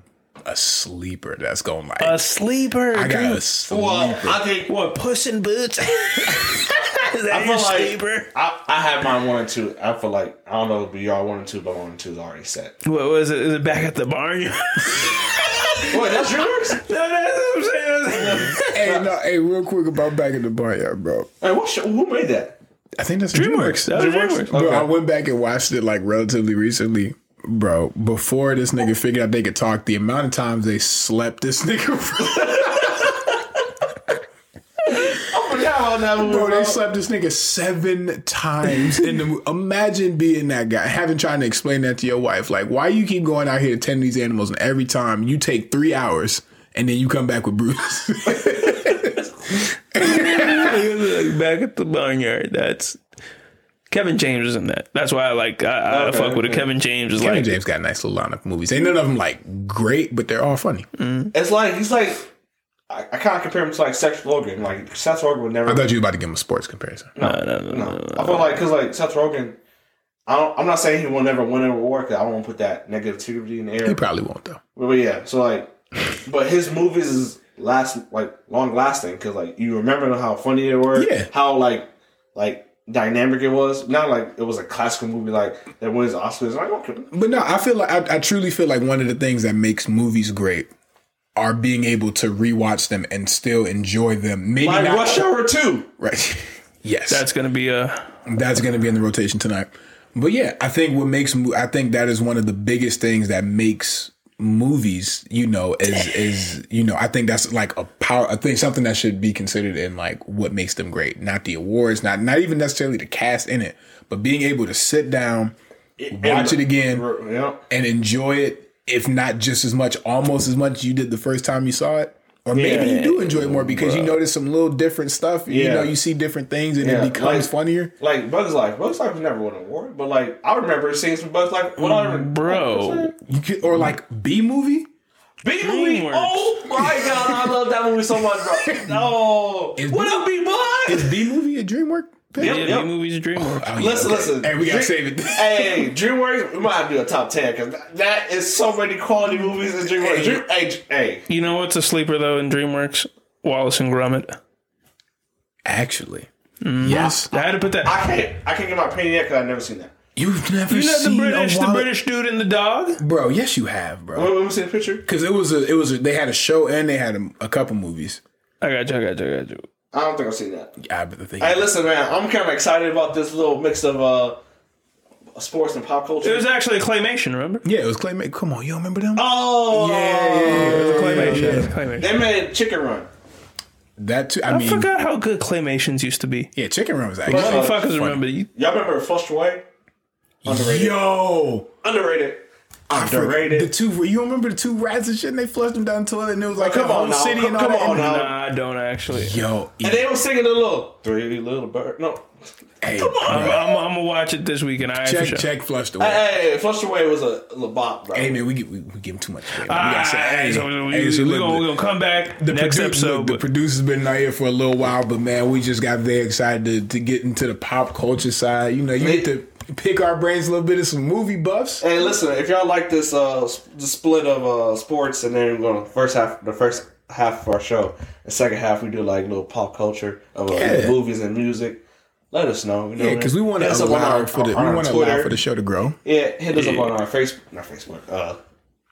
[SPEAKER 1] a sleeper that's going like
[SPEAKER 3] A sleeper.
[SPEAKER 1] I got
[SPEAKER 3] Dream-
[SPEAKER 1] a sleeper.
[SPEAKER 2] Well, I think
[SPEAKER 3] what? Puss in Boots. [laughs] is that
[SPEAKER 2] I
[SPEAKER 3] your
[SPEAKER 2] feel like
[SPEAKER 3] sleeper?
[SPEAKER 2] I, I had mine one and two. I feel like I don't know, but y'all one and two, but one and two is already set.
[SPEAKER 3] [laughs] What was it? Is it back at the barn?
[SPEAKER 2] Wait, that's yours?
[SPEAKER 3] that's what I'm saying.
[SPEAKER 1] hey, no, hey, real quick about back in the barnyard, bro.
[SPEAKER 2] [laughs] Hey, what sh- who made that?
[SPEAKER 1] I think that's a
[SPEAKER 3] DreamWorks. That was DreamWorks.
[SPEAKER 1] Bro, I went back and watched it like relatively recently. Bro, before this nigga figured out they could talk, the amount of times they slept this [laughs] nigga,
[SPEAKER 2] I forgot about that movie.
[SPEAKER 1] bro,
[SPEAKER 2] bro.
[SPEAKER 1] they slept this nigga seven times in the mo- Imagine being that guy, having trying to explain that to your wife, like why you keep going out here to tend these animals, and every time you take three hours, and then you come back with [laughs] bruises.
[SPEAKER 3] Like, back at the barnyard. That's Kevin James is in that. That's why I like I, I
[SPEAKER 2] Okay,
[SPEAKER 3] fuck with it.
[SPEAKER 2] okay.
[SPEAKER 3] Kevin James is
[SPEAKER 1] Kevin
[SPEAKER 3] like
[SPEAKER 1] James got a nice little line of movies. Ain't none of them like great, but they're all funny.
[SPEAKER 2] It's like he's like I, I kind of compare him to like Seth Rogen. Like Seth Rogen would never.
[SPEAKER 1] I thought you were about to give him a sports comparison.
[SPEAKER 3] no, no, no, no.
[SPEAKER 2] no. I feel like because like Seth Rogen, I don't, I'm not saying he will never win an award. 'cause I don't want to put that negativity in the air.
[SPEAKER 1] He probably won't though.
[SPEAKER 2] But, but yeah, so like, but his movies is last like long lasting because like you remember how funny they were,
[SPEAKER 1] Yeah.
[SPEAKER 2] how like like dynamic it was. Not like it was a classical movie like that wins Oscars. Like okay,
[SPEAKER 1] But no, I feel like I, I truly feel like one of the things that makes movies great are being able to rewatch them and still enjoy them. Maybe
[SPEAKER 2] like
[SPEAKER 1] not
[SPEAKER 2] Rush Hour Two.
[SPEAKER 1] right. [laughs] yes,
[SPEAKER 3] That's gonna be a
[SPEAKER 1] that's going to be in the rotation tonight. But yeah, I think what makes mo- I think that is one of the biggest things that makes movies, you know, is is you know, I think that's like a power I think something that should be considered in like what makes them great, not the awards, not not even necessarily the cast in it, but being able to sit down, watch it again,
[SPEAKER 2] Yeah.
[SPEAKER 1] and enjoy it, if not just as much, almost as much you did the first time you saw it. Or maybe you do enjoy it more because you notice some little different stuff. You
[SPEAKER 2] Yeah.
[SPEAKER 1] know, you see different things and
[SPEAKER 2] Yeah,
[SPEAKER 1] it becomes
[SPEAKER 2] like-
[SPEAKER 1] funnier.
[SPEAKER 2] Like Bugs Life. Bugs Life was never won an award, but like I remember seeing some Bugs Life. When I remember,
[SPEAKER 3] bro.
[SPEAKER 1] You could, or like B movie.
[SPEAKER 2] B movie.
[SPEAKER 3] DreamWorks.
[SPEAKER 2] Oh my god, I love that movie so much, bro. No,
[SPEAKER 1] Is-
[SPEAKER 2] what up, B boy?
[SPEAKER 1] Is B movie a DreamWorks? pick?
[SPEAKER 3] Yeah,
[SPEAKER 2] Yep.
[SPEAKER 3] the movies DreamWorks.
[SPEAKER 1] Oh, yeah,
[SPEAKER 2] Listen,
[SPEAKER 1] okay.
[SPEAKER 2] listen.
[SPEAKER 1] Hey, we gotta
[SPEAKER 2] Dre-
[SPEAKER 1] save it.
[SPEAKER 2] Hey, DreamWorks, we might have to do a top ten because that is so many quality movies in DreamWorks. Dream, hey, Dr- hey,
[SPEAKER 3] You know what's a sleeper though in DreamWorks? Wallace and Gromit.
[SPEAKER 1] Actually, yes,
[SPEAKER 3] I had to put Hmm. that.
[SPEAKER 2] I can't, I can't get my opinion yet because I've never seen that.
[SPEAKER 1] you've never
[SPEAKER 3] you know the
[SPEAKER 1] seen
[SPEAKER 3] British,
[SPEAKER 1] a
[SPEAKER 3] the
[SPEAKER 1] Wall-
[SPEAKER 3] British dude and the dog.
[SPEAKER 1] bro. Yes, you have, bro.
[SPEAKER 2] Wait, let me see the picture.
[SPEAKER 1] Because it was a, it was a, they had a show and they had a, a couple movies.
[SPEAKER 3] I got you. I got you. I got you.
[SPEAKER 2] I don't think I've seen that.
[SPEAKER 1] I think
[SPEAKER 2] Hey, listen, man, I'm kind of excited about this little mix of uh sports and pop culture.
[SPEAKER 3] It was actually a claymation. Remember?
[SPEAKER 1] yeah, it was Claymate. Come on, you don't remember them?
[SPEAKER 2] oh,
[SPEAKER 1] yeah,
[SPEAKER 3] It was a
[SPEAKER 1] yeah,
[SPEAKER 3] claymation.
[SPEAKER 1] yeah.
[SPEAKER 3] It was a claymation.
[SPEAKER 2] they made Chicken Run.
[SPEAKER 1] That too. I,
[SPEAKER 3] I
[SPEAKER 1] mean,
[SPEAKER 3] forgot how good claymations used to be.
[SPEAKER 1] yeah, Chicken Run was
[SPEAKER 3] You
[SPEAKER 1] actually.
[SPEAKER 2] Well,
[SPEAKER 3] fuckers remember you?
[SPEAKER 2] Y'all remember Flushed Away? Underrated.
[SPEAKER 1] Yo,
[SPEAKER 2] Underrated.
[SPEAKER 1] I forgot-
[SPEAKER 2] Underrated.
[SPEAKER 1] The two, you remember the two rats and shit? And they flushed them down the toilet, and it was like
[SPEAKER 2] Come
[SPEAKER 1] a whole
[SPEAKER 2] on now,
[SPEAKER 1] city and all
[SPEAKER 2] come
[SPEAKER 1] that.
[SPEAKER 2] on
[SPEAKER 1] And-
[SPEAKER 2] now.
[SPEAKER 3] Nah, I don't actually.
[SPEAKER 1] Yo,
[SPEAKER 2] And they were singing the little three little bird. No,
[SPEAKER 1] hey,
[SPEAKER 3] I'm,
[SPEAKER 1] bro,
[SPEAKER 3] I'm, I'm gonna watch it this weekend. I for
[SPEAKER 1] check,
[SPEAKER 3] sure.
[SPEAKER 1] check, flushed away.
[SPEAKER 2] hey, Flushed Away was a little bop, bro.
[SPEAKER 1] Hey man, we get we, we give him too much. Credit.
[SPEAKER 3] Ah,
[SPEAKER 1] we gotta say, hey,
[SPEAKER 3] so we,
[SPEAKER 1] hey, so
[SPEAKER 3] we
[SPEAKER 1] look,
[SPEAKER 3] gonna, we
[SPEAKER 1] the-
[SPEAKER 3] gonna come back
[SPEAKER 1] the
[SPEAKER 3] next
[SPEAKER 1] produ-
[SPEAKER 3] episode.
[SPEAKER 1] look, the
[SPEAKER 3] but
[SPEAKER 1] producer's been out here for a little while, but man, we just got very excited to, to get into the pop culture side. You know, you get to pick our brains a little bit of some movie buffs.
[SPEAKER 2] Hey, listen, if y'all like this uh s- the split of uh sports and then we're gonna first half the first half of our show, the second half we do like little pop culture of uh,
[SPEAKER 1] Yeah.
[SPEAKER 2] movies and music. Let us know. You know
[SPEAKER 1] Yeah, because we want
[SPEAKER 2] Hit
[SPEAKER 1] to
[SPEAKER 2] us up on
[SPEAKER 1] allow
[SPEAKER 2] our-
[SPEAKER 1] for the we
[SPEAKER 2] on our
[SPEAKER 1] want to allow
[SPEAKER 2] Twitter.
[SPEAKER 1] for the show to grow.
[SPEAKER 2] Yeah, hit us up on our Facebook not Facebook, uh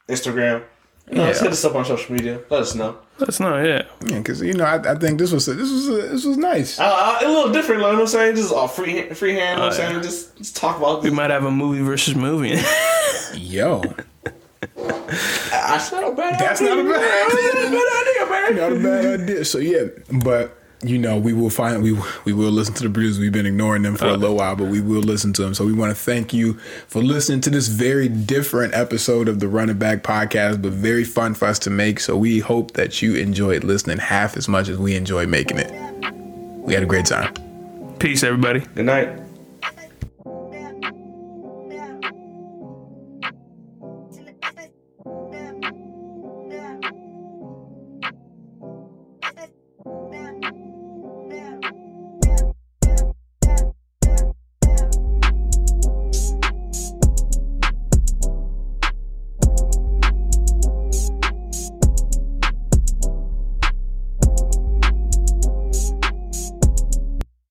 [SPEAKER 2] Instagram. You know, just hit us up on social media. Let us know.
[SPEAKER 3] that's not yeah.
[SPEAKER 1] Yeah, because you know, I, I think this was this was this was nice.
[SPEAKER 2] Uh, uh, a little different, like, you know what I'm saying? Just all free, free hand, you know what I'm
[SPEAKER 1] Oh,
[SPEAKER 2] saying? Just, just talk about
[SPEAKER 3] We
[SPEAKER 2] this.
[SPEAKER 3] might have a movie versus movie. [laughs]
[SPEAKER 1] Yo,
[SPEAKER 2] I said a bad
[SPEAKER 1] That's
[SPEAKER 2] idea,
[SPEAKER 1] not a bad
[SPEAKER 2] man.
[SPEAKER 1] idea.
[SPEAKER 2] That's not a bad idea, man.
[SPEAKER 1] not a bad idea. So yeah, but. You know, we will find we we will listen to the producers. We've been ignoring them for a little while, but we will listen to them. So we want to thank you for listening to this very different episode of the Running Back Podcast, but very fun for us to make. So we hope that you enjoyed listening half as much as we enjoyed making it. We had a great time.
[SPEAKER 3] Peace, everybody.
[SPEAKER 2] Good night.